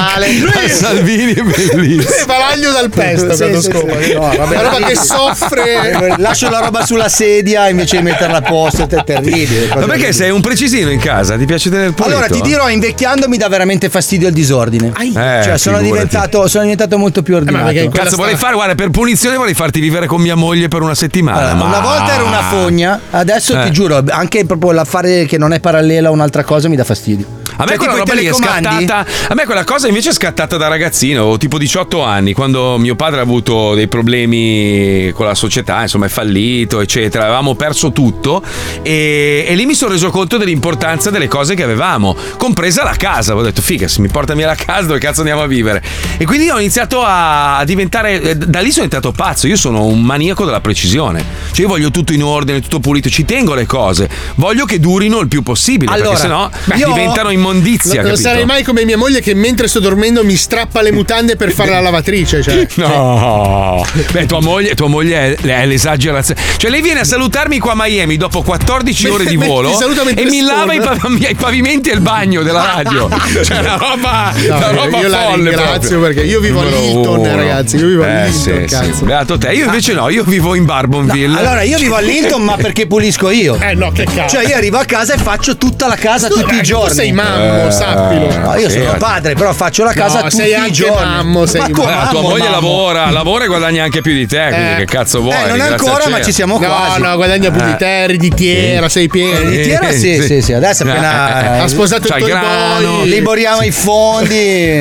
Speaker 8: male.
Speaker 7: a Salvini
Speaker 2: è bellissimo.
Speaker 7: Balaglio dal pesto
Speaker 8: Sì,
Speaker 7: quando
Speaker 8: sì,
Speaker 7: scopa.
Speaker 8: sì. No, vabbè,
Speaker 7: la roba
Speaker 8: sì.
Speaker 7: che soffre.
Speaker 8: Lascio la roba sulla sedia invece di metterla a posto, è terribile.
Speaker 2: Ma perché sei un precisino in casa? Ti piace tenere pulito?
Speaker 8: Allora ti dirò, invecchiando mi dà veramente fastidio il disordine. cioè, sono
Speaker 2: Eh, figurati.
Speaker 8: diventato, sono diventato molto più
Speaker 6: Eh,
Speaker 8: ordinato.
Speaker 2: Cazzo, vorrei fare, guarda, per punizione vorrei farti vivere con mia moglie per una settimana. ma...
Speaker 8: Eh, Una volta ero una fogna, adesso
Speaker 2: Ah. Eh.
Speaker 8: ti giuro, anche proprio l'affare che non è parallela a un'altra cosa mi dà fastidio.
Speaker 2: A me
Speaker 8: Cioè,
Speaker 2: quella
Speaker 8: tipo i
Speaker 2: roba lì è
Speaker 8: telecomandi?
Speaker 2: scattata. A me quella cosa invece è scattata da ragazzino, avevo tipo 18 anni, quando mio padre ha avuto dei problemi con la società, insomma, è fallito, eccetera. Avevamo perso tutto. E, e lì mi sono reso conto dell'importanza delle cose che avevamo, compresa la casa. Ho detto, figa, se mi porta via la casa, dove cazzo andiamo a vivere? E quindi ho iniziato a diventare. eh, Da lì sono diventato pazzo. Io sono un maniaco della precisione. Cioè, io voglio tutto in ordine, tutto pulito, ci tengo le cose. Voglio che durino il più possibile,
Speaker 8: Allora,
Speaker 2: perché sennò
Speaker 8: io ho-
Speaker 2: diventano dell'immondizia.
Speaker 7: Non
Speaker 2: capito?
Speaker 7: sarei mai come mia moglie che mentre sto dormendo mi strappa le mutande per fare la lavatrice. Cioè.
Speaker 2: No,
Speaker 7: Eh.
Speaker 2: beh, tua moglie, tua moglie è, è l'esagerazione. Cioè, lei viene a salutarmi qua a Miami dopo 14
Speaker 7: Me-
Speaker 2: ore di
Speaker 7: me-
Speaker 2: volo
Speaker 7: mi saluta mentre
Speaker 2: e mi
Speaker 7: sporco.
Speaker 2: lava i, pav- i pavimenti e il bagno della radio. Cioè, una roba,
Speaker 7: No,
Speaker 2: una roba
Speaker 7: io la
Speaker 2: folle.
Speaker 7: ringrazio
Speaker 2: proprio.
Speaker 7: perché io vivo a
Speaker 2: Numero
Speaker 7: Lilton,
Speaker 2: uno.
Speaker 7: ragazzi, io vivo a
Speaker 2: eh,
Speaker 7: Lilton,
Speaker 2: sì,
Speaker 7: cazzo.
Speaker 2: Sì. Beato te, io invece no, io vivo in Barbonville.
Speaker 6: Allora, io vivo a Linton, ma perché pulisco io?
Speaker 7: Eh no, che eh,
Speaker 6: Cioè, io arrivo a casa e faccio tutta la casa tutti i giorni.
Speaker 7: sei mammo, sappilo.
Speaker 6: No, io sono
Speaker 2: sì. eh.
Speaker 6: padre, però faccio la casa
Speaker 7: No,
Speaker 6: tutti
Speaker 7: sei
Speaker 6: i
Speaker 7: anche
Speaker 6: giorni.
Speaker 7: mammo, sei
Speaker 6: ma come
Speaker 2: Ah, tua
Speaker 6: mammo,
Speaker 2: moglie
Speaker 6: mammo?
Speaker 2: lavora, lavora e guadagna anche più di te, quindi
Speaker 7: Eh.
Speaker 2: che cazzo vuoi?
Speaker 7: Eh, non
Speaker 2: Grazie
Speaker 7: ancora,
Speaker 2: al cielo.
Speaker 7: ma ci siamo quasi. No, no, guadagna
Speaker 6: Eh.
Speaker 7: pulite, riditiera, sei pieno.
Speaker 6: Riditiera, sì,
Speaker 7: Eh,
Speaker 6: sì, sì, adesso
Speaker 2: Eh,
Speaker 6: appena-
Speaker 7: ha sposato
Speaker 6: C'ha
Speaker 7: il
Speaker 6: grano.
Speaker 7: grano.
Speaker 6: Liboriamo i fondi.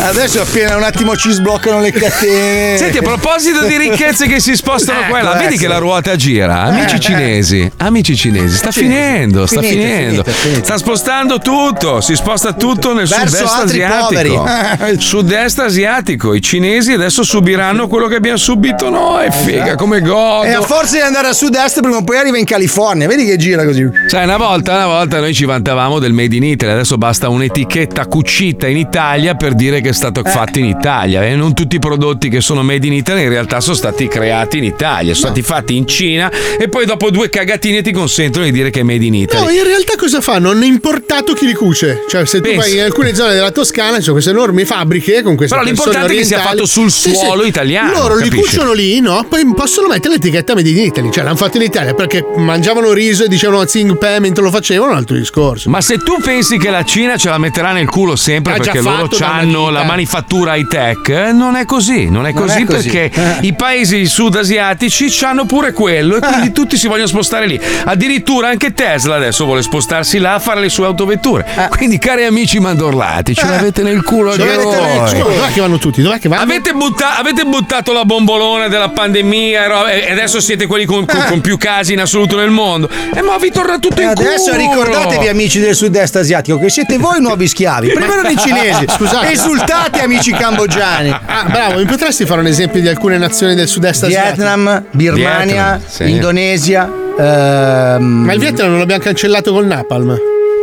Speaker 6: Adesso appena un attimo ci sbloccano le catene.
Speaker 2: Senti, a proposito di ricchezze che si spostano
Speaker 7: Ecco,
Speaker 6: Eh,
Speaker 2: qua e là,
Speaker 6: eh,
Speaker 2: vedi
Speaker 6: sì.
Speaker 2: che la ruota gira? Amici
Speaker 6: Eh, eh.
Speaker 2: cinesi, amici cinesi, sta
Speaker 6: Cinesi.
Speaker 2: finendo, sta
Speaker 6: Finito,
Speaker 2: finendo.
Speaker 6: finito, finito.
Speaker 2: Sta spostando tutto, si sposta tutto nel
Speaker 6: Verso
Speaker 2: sud-est
Speaker 6: altri
Speaker 2: asiatico.
Speaker 6: poveri.
Speaker 2: Il sud-est asiatico, i cinesi adesso subiranno quello che abbiamo subito noi, figa, come godo.
Speaker 6: Esatto. E a forza Eh, di andare a sud-est, prima o poi arriva in California. Vedi che gira così.
Speaker 2: Sai, una volta, una volta noi ci vantavamo del Made in Italy, adesso basta un'etichetta cucita in Italia per dire che è stato fatto in Italia. E non tutti i prodotti che sono Made in Italy in realtà sono stati creati in Italia, sono stati fatti in Cina e poi dopo due cagatine ti consentono di dire che è Made in Italy.
Speaker 7: No, in realtà cosa fanno? Hanno importato chi li cuce. Cioè, se tu
Speaker 2: Pensa.
Speaker 7: vai in alcune zone della Toscana, ci sono queste enormi fabbriche con queste
Speaker 2: Però
Speaker 7: persone
Speaker 2: l'importante è che sia
Speaker 7: orientali.
Speaker 2: fatto sul suolo italiano,
Speaker 7: Loro li
Speaker 2: capisci?
Speaker 7: cuciono lì, no? Poi possono mettere l'etichetta Made in Italy. Cioè, l'hanno fatto in Italia perché mangiavano riso e dicevano zing pe mentre lo facevano, è un altro discorso.
Speaker 2: Ma se tu pensi che la Cina ce la metterà nel culo sempre
Speaker 7: Ha già
Speaker 2: perché loro
Speaker 7: fatto da
Speaker 2: hanno
Speaker 7: mangiare.
Speaker 2: la manifattura high tech, eh, non è così. Non è
Speaker 7: Non
Speaker 2: così
Speaker 7: è così.
Speaker 2: perché
Speaker 7: Eh.
Speaker 2: i paesi sudasiatici hanno pure quello e quindi tutti si vogliono spostare lì. Addirittura anche Tesla adesso vuole spostarsi là a fare le sue autovetture.
Speaker 7: Eh.
Speaker 2: Quindi, cari amici mandorlati, ce l'avete nel culo
Speaker 7: Cioè,
Speaker 2: anche
Speaker 7: vedete,
Speaker 2: voi.
Speaker 7: scusa, dov'è che vanno tutti? Dov'è che vanno?
Speaker 2: Avete, butta- avete buttato la bombolona della pandemia e ro- e adesso siete quelli con,
Speaker 7: Eh.
Speaker 2: con- con più casi in assoluto nel mondo. E ma vi torna tutto in culo.
Speaker 6: Adesso ricordatevi, amici del sud-est asiatico, che siete voi nuovi schiavi. Prima erano i
Speaker 2: Eh
Speaker 6: cinesi.
Speaker 7: Scusate.
Speaker 6: Esultate, amici cambogiani.
Speaker 7: Ah, bravo, mi potresti fare un esempio di alcune nazioni del sud-est asiatico?
Speaker 6: Vietnam, Birmania,
Speaker 7: Vietnam, sì.
Speaker 6: Indonesia. ehm,
Speaker 7: Ma il Vietnam non l'abbiamo cancellato col Napalm.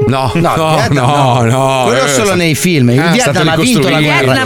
Speaker 2: No,
Speaker 6: No,
Speaker 2: no,
Speaker 6: Vietnam
Speaker 2: no, no.
Speaker 6: Quello
Speaker 2: eh,
Speaker 6: solo
Speaker 2: sta-
Speaker 6: nei film. Il
Speaker 2: Ah,
Speaker 6: Vietnam
Speaker 2: stato
Speaker 6: ha vinto la
Speaker 2: ricostruito.
Speaker 6: guerra.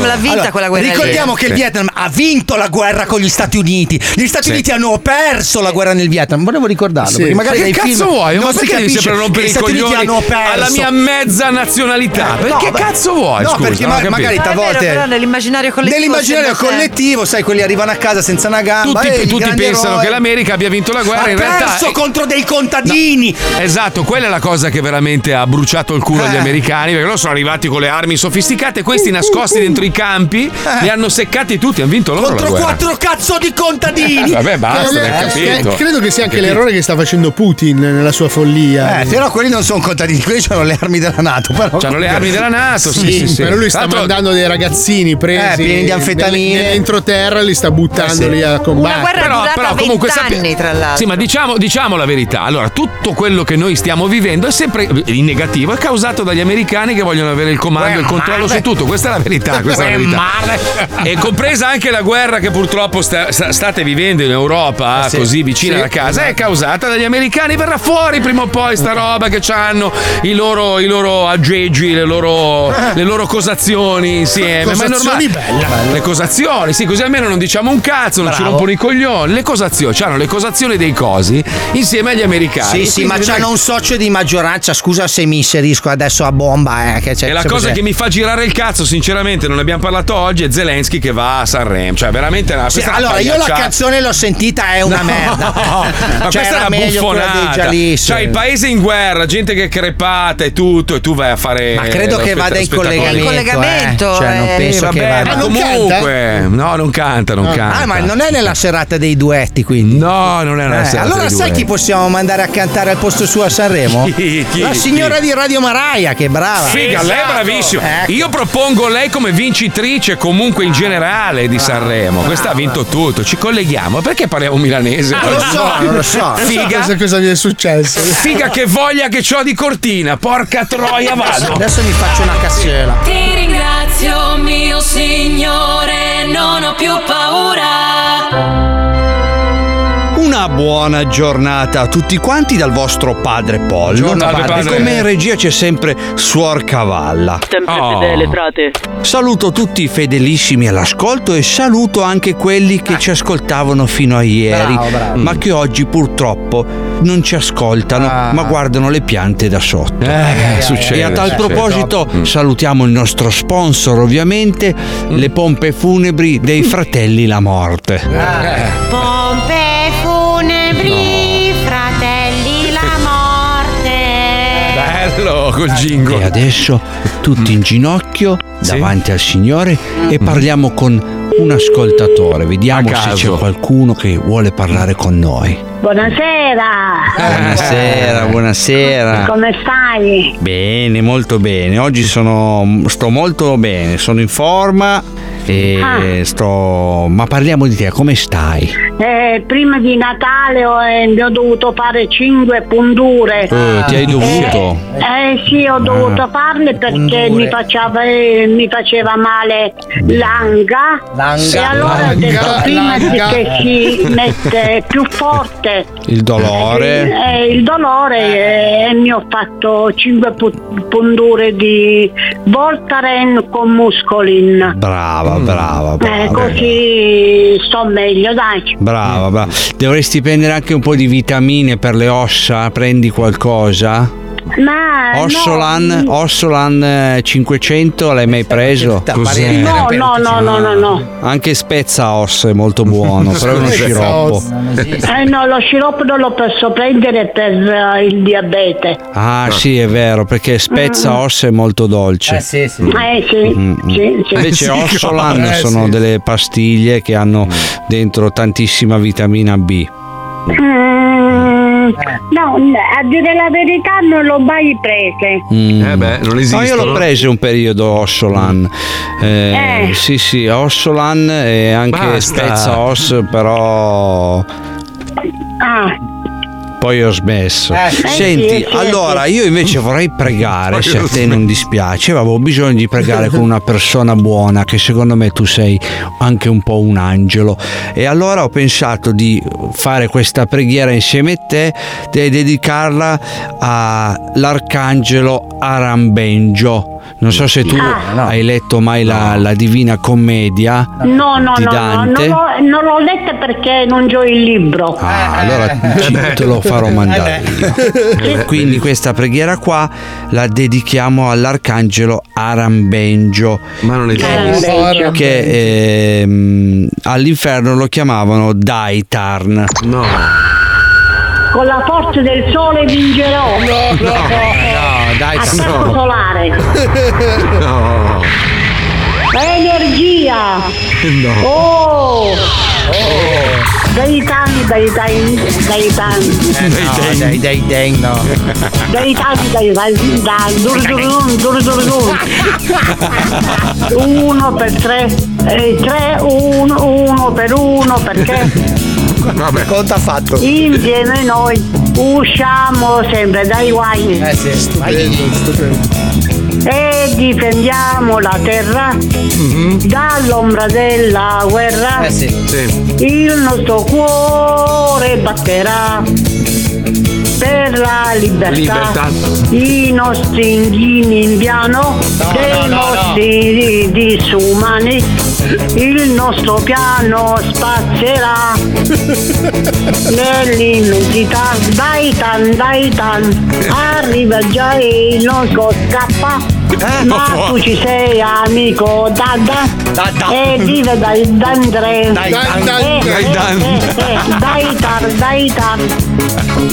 Speaker 6: Allora, Ricordiamo
Speaker 2: Sì,
Speaker 6: che il
Speaker 2: sì.
Speaker 6: Vietnam ha vinto la guerra con gli Stati Uniti. Gli Stati
Speaker 2: Sì.
Speaker 6: Uniti hanno perso la guerra nel Vietnam. Volevo ricordarlo.
Speaker 2: Sì.
Speaker 6: Perché magari
Speaker 2: Ma che
Speaker 6: nei
Speaker 2: cazzo
Speaker 6: film
Speaker 2: vuoi?
Speaker 6: non
Speaker 2: Ma
Speaker 6: si
Speaker 2: perché devi
Speaker 6: capisce
Speaker 2: sempre rompere i
Speaker 6: che gli Stati
Speaker 2: coglioni
Speaker 6: Uniti hanno perso.
Speaker 2: alla mia mezza nazionalità?
Speaker 6: Eh, no,
Speaker 2: Perché
Speaker 6: beh.
Speaker 2: cazzo vuoi?
Speaker 6: No,
Speaker 2: scusa?
Speaker 6: perché
Speaker 2: Non ho
Speaker 6: ma-
Speaker 2: capito.
Speaker 6: magari
Speaker 4: Ma Ah, è vero,
Speaker 6: volte-
Speaker 4: però nell'immaginario collettivo.
Speaker 6: Nell'immaginario
Speaker 4: sembra sempre-
Speaker 6: collettivo, sai, quelli arrivano a casa senza una gamba.
Speaker 2: Tutti,
Speaker 6: eh,
Speaker 2: tutti
Speaker 6: grande
Speaker 2: pensano
Speaker 6: eroe.
Speaker 2: che l'America abbia vinto la guerra,
Speaker 6: Ha
Speaker 2: in realtà.
Speaker 6: perso contro dei contadini.
Speaker 2: Esatto, quella è la cosa che veramente ha bruciato il culo
Speaker 6: Eh.
Speaker 2: agli americani, perché loro sono arrivati con le armi sofisticate, questi nascosti dentro i campi, li hanno seccati tutti, hanno vinto loro
Speaker 6: Eh. Contro
Speaker 2: la guerra.
Speaker 6: quattro cazzo di contadini.
Speaker 2: Vabbè, basta,
Speaker 7: Eh,
Speaker 2: ne ho
Speaker 7: eh,
Speaker 2: capito.
Speaker 7: credo che sia anche
Speaker 2: Capito.
Speaker 7: l'errore che sta facendo Putin nella sua follia.
Speaker 6: Eh, però quelli non sono contadini, quelli hanno le armi della Nato. Però
Speaker 2: C'hanno Cioè, le armi della Nato, sì, sì, sì.
Speaker 7: Però lui sta
Speaker 2: Tra l'altro-
Speaker 7: mandando dei ragazzini presi
Speaker 6: Eh, pieni di anfetamine.
Speaker 7: nell- nell'entroterra li sta buttando
Speaker 2: Eh, sì.
Speaker 7: lì a combattere.
Speaker 4: Una guerra durata
Speaker 2: comunque
Speaker 4: 20
Speaker 2: sappi-
Speaker 4: anni, tra l'altro.
Speaker 2: Sì, ma diciamo, diciamo la verità. Allora, tutto quello che noi stiamo vivendo è sempre in negativo, è causato dagli americani che vogliono avere il comando, il controllo su tutto. Questa è la verità. Questa è la verità.
Speaker 7: eh.
Speaker 2: E compresa anche la guerra che purtroppo sta- sta- state vivendo in
Speaker 6: Ah,
Speaker 2: Europa, così vicina
Speaker 1: Sì.
Speaker 2: alla casa, ecco, è causata dagli americani. Verrà fuori prima o poi sta roba che hanno i loro, i loro aggeggi, le loro,
Speaker 6: Ah.
Speaker 2: le loro cosazioni insieme. ma
Speaker 7: Cosazioni
Speaker 2: è normale. Le cosazioni, sì, così almeno non diciamo un cazzo, non ci
Speaker 6: Bravo.
Speaker 2: rompono i coglioni. Le cosazioni, c'hanno le cosazioni dei cosi insieme agli americani.
Speaker 6: Sì, sì, ma
Speaker 2: Quindi
Speaker 6: c'hanno
Speaker 2: vedrai-
Speaker 6: un socio di maggioranza. Scusa se mi inserisco adesso a bomba. Eh, che c'è,
Speaker 2: E la
Speaker 6: c'è-
Speaker 2: cosa
Speaker 6: c'è-
Speaker 2: che mi fa girare il cazzo, sinceramente, non ne abbiamo parlato oggi, è Zelensky che va a Sanremo. Cioè, veramente è una
Speaker 6: Sì,
Speaker 2: questa è una
Speaker 6: allora, io la
Speaker 2: pagliacciata.
Speaker 6: canzone l'ho sentita, è una
Speaker 2: No,
Speaker 6: merda.
Speaker 2: Ma
Speaker 6: Cioè,
Speaker 2: questa è
Speaker 6: era
Speaker 2: una
Speaker 6: meglio quella dei
Speaker 2: buffonata.
Speaker 6: Jalisse.
Speaker 2: Cioè, il paese in guerra, gente che è crepata e tutto, e tu vai a fare.
Speaker 6: Ma credo
Speaker 2: lo
Speaker 6: che
Speaker 2: spett-
Speaker 6: vada in
Speaker 2: spettacolo.
Speaker 6: collegamento. eh. Cioè, non penso
Speaker 2: Vabbè,
Speaker 6: che vada.
Speaker 2: ma comunque, no, non canta, non canta. Cioè.
Speaker 6: Ah, ma non è nella serata dei duetti, quindi. Eh,
Speaker 2: No, non è nella serata
Speaker 6: Allora
Speaker 2: dei
Speaker 6: sai
Speaker 2: duetti.
Speaker 6: chi possiamo mandare a cantare al posto suo a Sanremo?
Speaker 2: Chi, chi,
Speaker 6: la
Speaker 2: chi?
Speaker 6: signora di Radio Maraia, che è brava.
Speaker 2: Figa, lei è bravissima.
Speaker 6: Ecco.
Speaker 2: Io propongo lei come vincitrice comunque in generale di Sanremo. Questa ha vinto tutto. Ci colleghiamo. Perché parliamo milanese?
Speaker 7: Ah, lo so,
Speaker 2: Oggi?
Speaker 7: non lo so.
Speaker 2: Figa.
Speaker 7: Cosa, cosa gli è successo?
Speaker 2: Figa che voglia che c'ho di cortina, porca troia vado.
Speaker 6: Adesso mi faccio una cassiera.
Speaker 18: Ti ringrazio mio signore, non ho più paura.
Speaker 6: Una
Speaker 12: Una buona giornata a tutti quanti dal vostro padre Pollo.
Speaker 2: Buongiorno, padre
Speaker 12: E
Speaker 2: Pollo.
Speaker 12: come in regia c'è sempre Suor Cavalla.
Speaker 22: Sempre
Speaker 2: Oh.
Speaker 22: fedele, frate.
Speaker 12: Saluto tutti i fedelissimi all'ascolto e saluto anche quelli che ci ascoltavano fino a ieri,
Speaker 2: Ah. Bravo, bravo.
Speaker 12: ma che oggi purtroppo non ci ascoltano, ma guardano le piante da sotto.
Speaker 2: Ah. Eh, succede,
Speaker 12: e a tal
Speaker 2: succede.
Speaker 12: proposito
Speaker 2: Mm.
Speaker 12: salutiamo il nostro sponsor ovviamente, le pompe funebri dei fratelli La Morte.
Speaker 2: Eh,
Speaker 23: Pompe funebri, fratelli la morte.
Speaker 2: Bello col
Speaker 12: E adesso tutti in ginocchio davanti al Signore e parliamo con un ascoltatore. Vediamo
Speaker 2: A
Speaker 12: se c'è
Speaker 2: caso.
Speaker 12: qualcuno che vuole parlare con noi.
Speaker 23: Buonasera,
Speaker 12: Eh. Buonasera, buonasera.
Speaker 23: come stai?
Speaker 12: Bene, molto bene. Oggi sono sto molto bene, sono in forma e sto ma parliamo di te, come stai?
Speaker 23: Eh, prima di Natale ho, eh, ho dovuto fare 5 punture.
Speaker 12: Eh, ti hai dovuto?
Speaker 23: Eh, eh, sì, ho dovuto farle perché mi faceva, eh, mi faceva male l'anga.
Speaker 12: L'anga.
Speaker 23: E allora ho
Speaker 12: L'anga,
Speaker 23: detto prima di
Speaker 12: l'anga.
Speaker 23: che si mette più forte
Speaker 12: Il dolore?
Speaker 23: eh, il dolore eh, e mi ho fatto 5 punture di Voltaren con Muscolin.
Speaker 12: Brava, Oh, brava, brava.
Speaker 23: Eh, così sto meglio, dai.
Speaker 12: Brava, brava. Dovresti prendere anche un po' di vitamine per le ossa, prendi qualcosa?
Speaker 23: Ma Eh, no,
Speaker 12: Ossolan, Ossolan eh, 500 l'hai mai preso?
Speaker 23: Cos'è? No, no, no, no, no, no.
Speaker 12: Anche spezza osso è molto buono, però è uno
Speaker 23: Spezza
Speaker 12: sciroppo.
Speaker 23: Eh no, lo sciroppo non lo posso prendere per eh, il diabete.
Speaker 12: Ah sì, è vero, perché spezza osso è molto dolce.
Speaker 23: Mm. Eh sì,
Speaker 12: Mm, mm.
Speaker 23: sì, sì.
Speaker 12: Invece Ossolan
Speaker 23: Eh,
Speaker 12: sono
Speaker 23: sì.
Speaker 12: delle pastiglie che hanno dentro tantissima vitamina B.
Speaker 23: Mm,
Speaker 12: Eh.
Speaker 23: no, a dire la verità non l'ho mai prese.
Speaker 12: Eh beh, non
Speaker 2: esistono.
Speaker 12: io l'ho preso un periodo Ossolan. Eh,
Speaker 23: Eh.
Speaker 12: Sì, sì, Ossolan e anche
Speaker 2: Basta.
Speaker 12: Spezza Os, però
Speaker 23: Ah,
Speaker 12: poi ho smesso.
Speaker 23: Eh, sì,
Speaker 12: Senti,
Speaker 23: sì, sì,
Speaker 12: allora
Speaker 23: sì.
Speaker 12: io invece vorrei pregare,
Speaker 2: Poi
Speaker 12: se a
Speaker 2: ho
Speaker 12: te non dispiace, ma avevo bisogno di pregare con una persona buona, che secondo me tu sei anche un po' un angelo. E allora ho pensato di fare questa preghiera insieme a te e dedicarla all'arcangelo Arambengio. Non so se tu hai letto mai la, la Divina Commedia
Speaker 23: Ah, no, no,
Speaker 12: di
Speaker 23: no, no, non
Speaker 12: Dante.
Speaker 23: l'ho, non l'ho letta perché non gio il libro.
Speaker 12: Ah, allora ci- te lo farò mandare io. Quindi questa preghiera qua la dedichiamo all'arcangelo Arambengio. Ma non è
Speaker 23: giusto. Arambengio.
Speaker 12: Che ehm, all'inferno lo chiamavano Daitarn. No.
Speaker 23: Con la forza del sole vincerò. No,
Speaker 12: no, no, dai,
Speaker 23: Attacco
Speaker 12: no.
Speaker 23: solare.
Speaker 2: No.
Speaker 23: Energia.
Speaker 2: No.
Speaker 23: Oh. Dai tani, dai tani, dai tani.
Speaker 6: Eh,
Speaker 2: dai, dai,
Speaker 12: dai, dai, no.
Speaker 23: Dai tani, dai tani, dai, dur, dur, dur, dur, dur, dur. Uno per tre, eh, tre, uno, uno per uno, perché?
Speaker 2: Vabbè.
Speaker 23: Conta fatto. Insieme noi usciamo sempre dai guai. E difendiamo la terra Mhm. dall'ombra della guerra. Il nostro cuore batterà per la libertà.
Speaker 2: Libertà.
Speaker 23: I nostri inghini indiano, dei
Speaker 2: no, no, no.
Speaker 23: nostri disumani, il nostro piano spazierà nell'immensità. Dai tan, dai tan, arriva già il nostro scappa.
Speaker 2: Eh?
Speaker 23: Ma tu ci sei amico Dada E vive dai Dandre
Speaker 2: Dai, Dan, Dan.
Speaker 23: Eh,
Speaker 2: Dai,
Speaker 23: eh,
Speaker 2: Dan.
Speaker 23: eh, eh, Dai Tar, dai Tar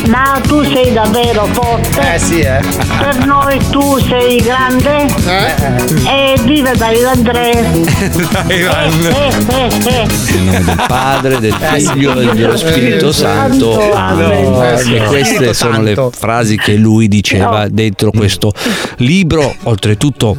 Speaker 23: Ma tu sei davvero forte Eh sì eh Per noi tu sei grande E vive dai Eh, Dandre
Speaker 2: Dai, Dan.
Speaker 23: eh,
Speaker 12: Nel nome del Padre, del
Speaker 2: Eh, sì.
Speaker 12: Figlio e dello Spirito Santo. Amen.
Speaker 2: No,
Speaker 12: E
Speaker 2: no.
Speaker 12: queste
Speaker 2: Spirito
Speaker 12: sono le
Speaker 2: Santo.
Speaker 12: frasi che lui diceva dentro questo libro, oltretutto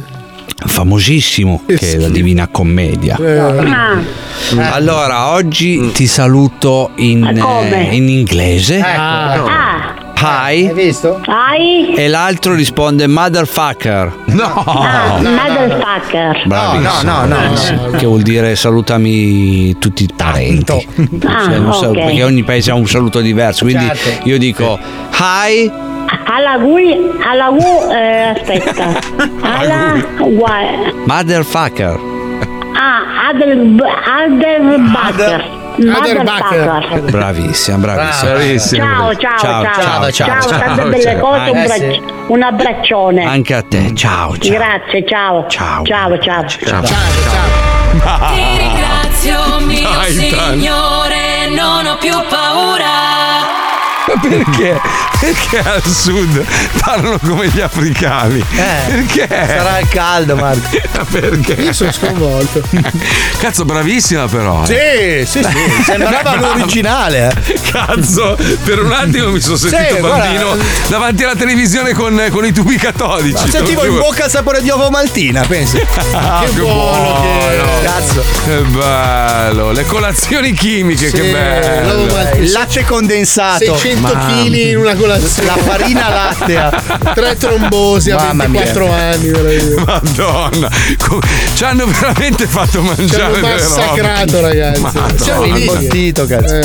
Speaker 12: famosissimo, che è la Divina Commedia.
Speaker 2: Eh.
Speaker 11: Eh,
Speaker 23: Ah,
Speaker 12: Eh. Mm. Allora, oggi ti saluto in,
Speaker 23: Come?
Speaker 12: Ecco, eh, in inglese.
Speaker 23: Ah
Speaker 12: hi
Speaker 6: Hai visto?
Speaker 23: Hai?
Speaker 12: e l'altro risponde motherfucker. No!
Speaker 23: Ah, motherfucker.
Speaker 12: Bravissimo, bravissimo. Eh, Che vuol dire salutami tutti i parenti.
Speaker 23: Ah,
Speaker 12: Cioè, non so,
Speaker 23: ok.
Speaker 12: Perché ogni paese ha un saluto diverso. Quindi
Speaker 23: Certo.
Speaker 12: io dico hi.
Speaker 23: Alla gui, alla gu, eh, aspetta. Alla guai.
Speaker 12: Motherfucker.
Speaker 23: Ah, Adel, Adel Bacher. Motherfucker.
Speaker 12: Bravissima, Ah, bravissima.
Speaker 23: Ciao, ciao, ciao.
Speaker 12: ciao, ciao, ciao,
Speaker 23: tante
Speaker 12: ciao,
Speaker 23: belle
Speaker 12: ciao.
Speaker 23: cose, un,
Speaker 12: Eh,
Speaker 23: braccio-
Speaker 12: sì.
Speaker 23: un abbraccione.
Speaker 12: Anche a te, ciao, ciao.
Speaker 23: Grazie, ciao. Ciao, ciao. Ciao,
Speaker 12: Ciao.
Speaker 18: Ti ringrazio mio
Speaker 23: Dai, dai.
Speaker 18: signore, non ho più paura.
Speaker 2: Ma perché? Perché al sud parlano come gli africani? perché?
Speaker 8: sarà il
Speaker 2: caldo, Marco. perché?
Speaker 7: Io sono
Speaker 2: sconvolto. Cazzo, bravissima però. eh.
Speaker 8: Sì, sì, sì, sembrava
Speaker 2: Brava.
Speaker 8: l'originale. eh.
Speaker 2: Cazzo, per un attimo mi sono
Speaker 8: Sì,
Speaker 2: sentito
Speaker 8: guarda.
Speaker 2: bambino davanti alla televisione con, con i tubi catodici.
Speaker 8: Ma
Speaker 2: te lo
Speaker 8: sentivo Cioè, in
Speaker 2: giuro.
Speaker 8: bocca il sapore di ovo maltina, pensi.
Speaker 2: Ah,
Speaker 8: che buono che cazzo.
Speaker 2: Che bello, le colazioni chimiche, che bello.
Speaker 8: Il latte condensato
Speaker 7: 600
Speaker 2: Mamma.
Speaker 7: kg in una colazione.
Speaker 8: La farina lattea.
Speaker 7: Tre trombosi a
Speaker 2: Mamma mia.
Speaker 7: 24 anni.
Speaker 2: Madonna, co- ci hanno veramente fatto mangiare.
Speaker 7: Ci hanno
Speaker 2: delle robe.
Speaker 7: massacrato, ragazzi. Eh, Siamo
Speaker 2: Madonna.
Speaker 7: imbottito,
Speaker 8: cazzo.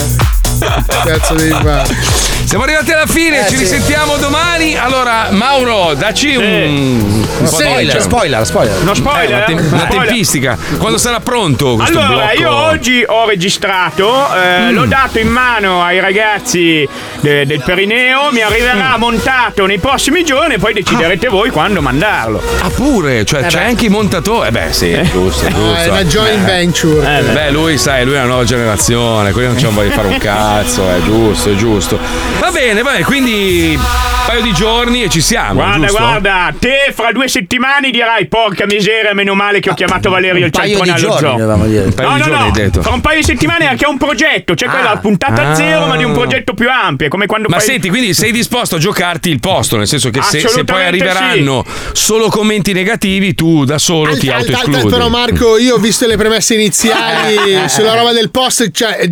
Speaker 7: Cazzo devi fare.
Speaker 2: Siamo arrivati alla fine,
Speaker 7: Eh,
Speaker 2: ci
Speaker 7: sì.
Speaker 2: risentiamo domani. Allora, Mauro, dacci un, un po' di-
Speaker 5: Spoiler.
Speaker 8: spoiler, spoiler.
Speaker 5: No, spoiler,
Speaker 2: Eh, una,
Speaker 5: eh?
Speaker 2: te- una
Speaker 5: Spoiler.
Speaker 2: tempistica. Quando sarà pronto questo
Speaker 5: Allora,
Speaker 2: blocco?
Speaker 5: io oggi ho registrato, eh,
Speaker 2: Mm.
Speaker 5: l'ho dato in mano ai ragazzi de- del Perineo, mi arriverà
Speaker 2: Mm.
Speaker 5: montato nei prossimi giorni e poi deciderete voi quando mandarlo.
Speaker 2: Ah, pure,
Speaker 5: Eh
Speaker 2: cioè c'è anche i montatori. Eh beh, sì, giusto, giusto.
Speaker 7: Ah, è una joint venture.
Speaker 2: Eh, beh, lui sai, lui è una nuova generazione, quelli non ci vogliono fare un cazzo, è giusto, è giusto. Va bene, va bene, quindi un paio di giorni e ci siamo.
Speaker 5: Guarda,
Speaker 2: giusto?
Speaker 5: guarda, te fra due settimane dirai porca miseria, meno male che ho chiamato Valerio il
Speaker 2: Ah, paio
Speaker 5: centrone
Speaker 2: di
Speaker 5: allo
Speaker 2: giorni,
Speaker 5: zoo.
Speaker 2: dovevamo dire. Un paio
Speaker 5: no,
Speaker 2: di
Speaker 5: no,
Speaker 2: giorni,
Speaker 5: no,
Speaker 2: hai detto.
Speaker 5: fra un paio di settimane anche un progetto, cioè quella puntata
Speaker 2: Ah.
Speaker 5: zero, ma di un progetto più ampio, è come quando
Speaker 2: Ma
Speaker 5: fai
Speaker 2: senti, quindi sei disposto a giocarti il posto, nel senso che se, se poi
Speaker 5: Assolutamente
Speaker 2: arriveranno solo commenti negativi, tu da solo ti
Speaker 7: Alta, alta,
Speaker 2: autoescludi.
Speaker 7: però Marco, io ho visto le premesse iniziali sulla roba del post, cioè, eh,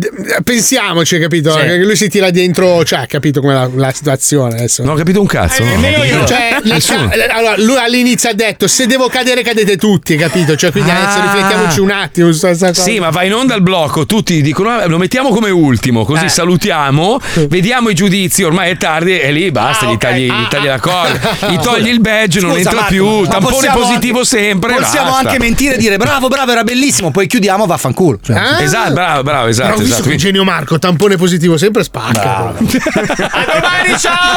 Speaker 7: pensiamoci, capito?
Speaker 2: Sì.
Speaker 7: Che lui si tira dentro, cioè, capito come la, la situazione adesso. Eh,
Speaker 2: Non ho capito un cazzo. no, non ho capito.
Speaker 7: Cioè, le
Speaker 2: Nessuno.
Speaker 7: ca- le- allora, lui all'inizio ha detto se devo cadere cadete tutti, capito? Cioè, quindi adesso
Speaker 2: Ah.
Speaker 7: riflettiamoci un attimo su questa cosa.
Speaker 2: Sì, ma va in onda al blocco, tutti dicono "Ah, lo mettiamo come ultimo, così
Speaker 8: Eh.
Speaker 2: salutiamo, vediamo i giudizi, ormai è tardi e lì basta,
Speaker 8: Ah,
Speaker 2: gli, tagli, gli tagli la corda, gli togli il badge, non
Speaker 8: Scusa,
Speaker 2: entra
Speaker 8: Marco,
Speaker 2: più,
Speaker 8: ma
Speaker 2: tampone
Speaker 8: possiamo
Speaker 2: positivo
Speaker 8: anche-
Speaker 2: sempre.
Speaker 8: Possiamo
Speaker 2: basta.
Speaker 8: anche mentire e dire bravo, bravo, era bellissimo. Poi chiudiamo, vaffanculo. Cioè,
Speaker 2: Esatto, bravo, bravo,
Speaker 7: Ah. Però ho
Speaker 2: esatto,
Speaker 7: visto
Speaker 2: esatto.
Speaker 7: che
Speaker 2: Quindi-
Speaker 7: genio Marco, tampone positivo sempre spacca.
Speaker 2: Media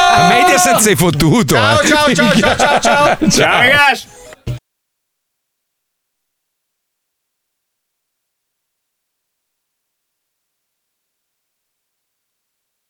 Speaker 2: senza sei eh. fottuto. eh.
Speaker 7: ciao, ciao, ciao, ciao, ciao, ciao.
Speaker 5: Ciao, ragazzi.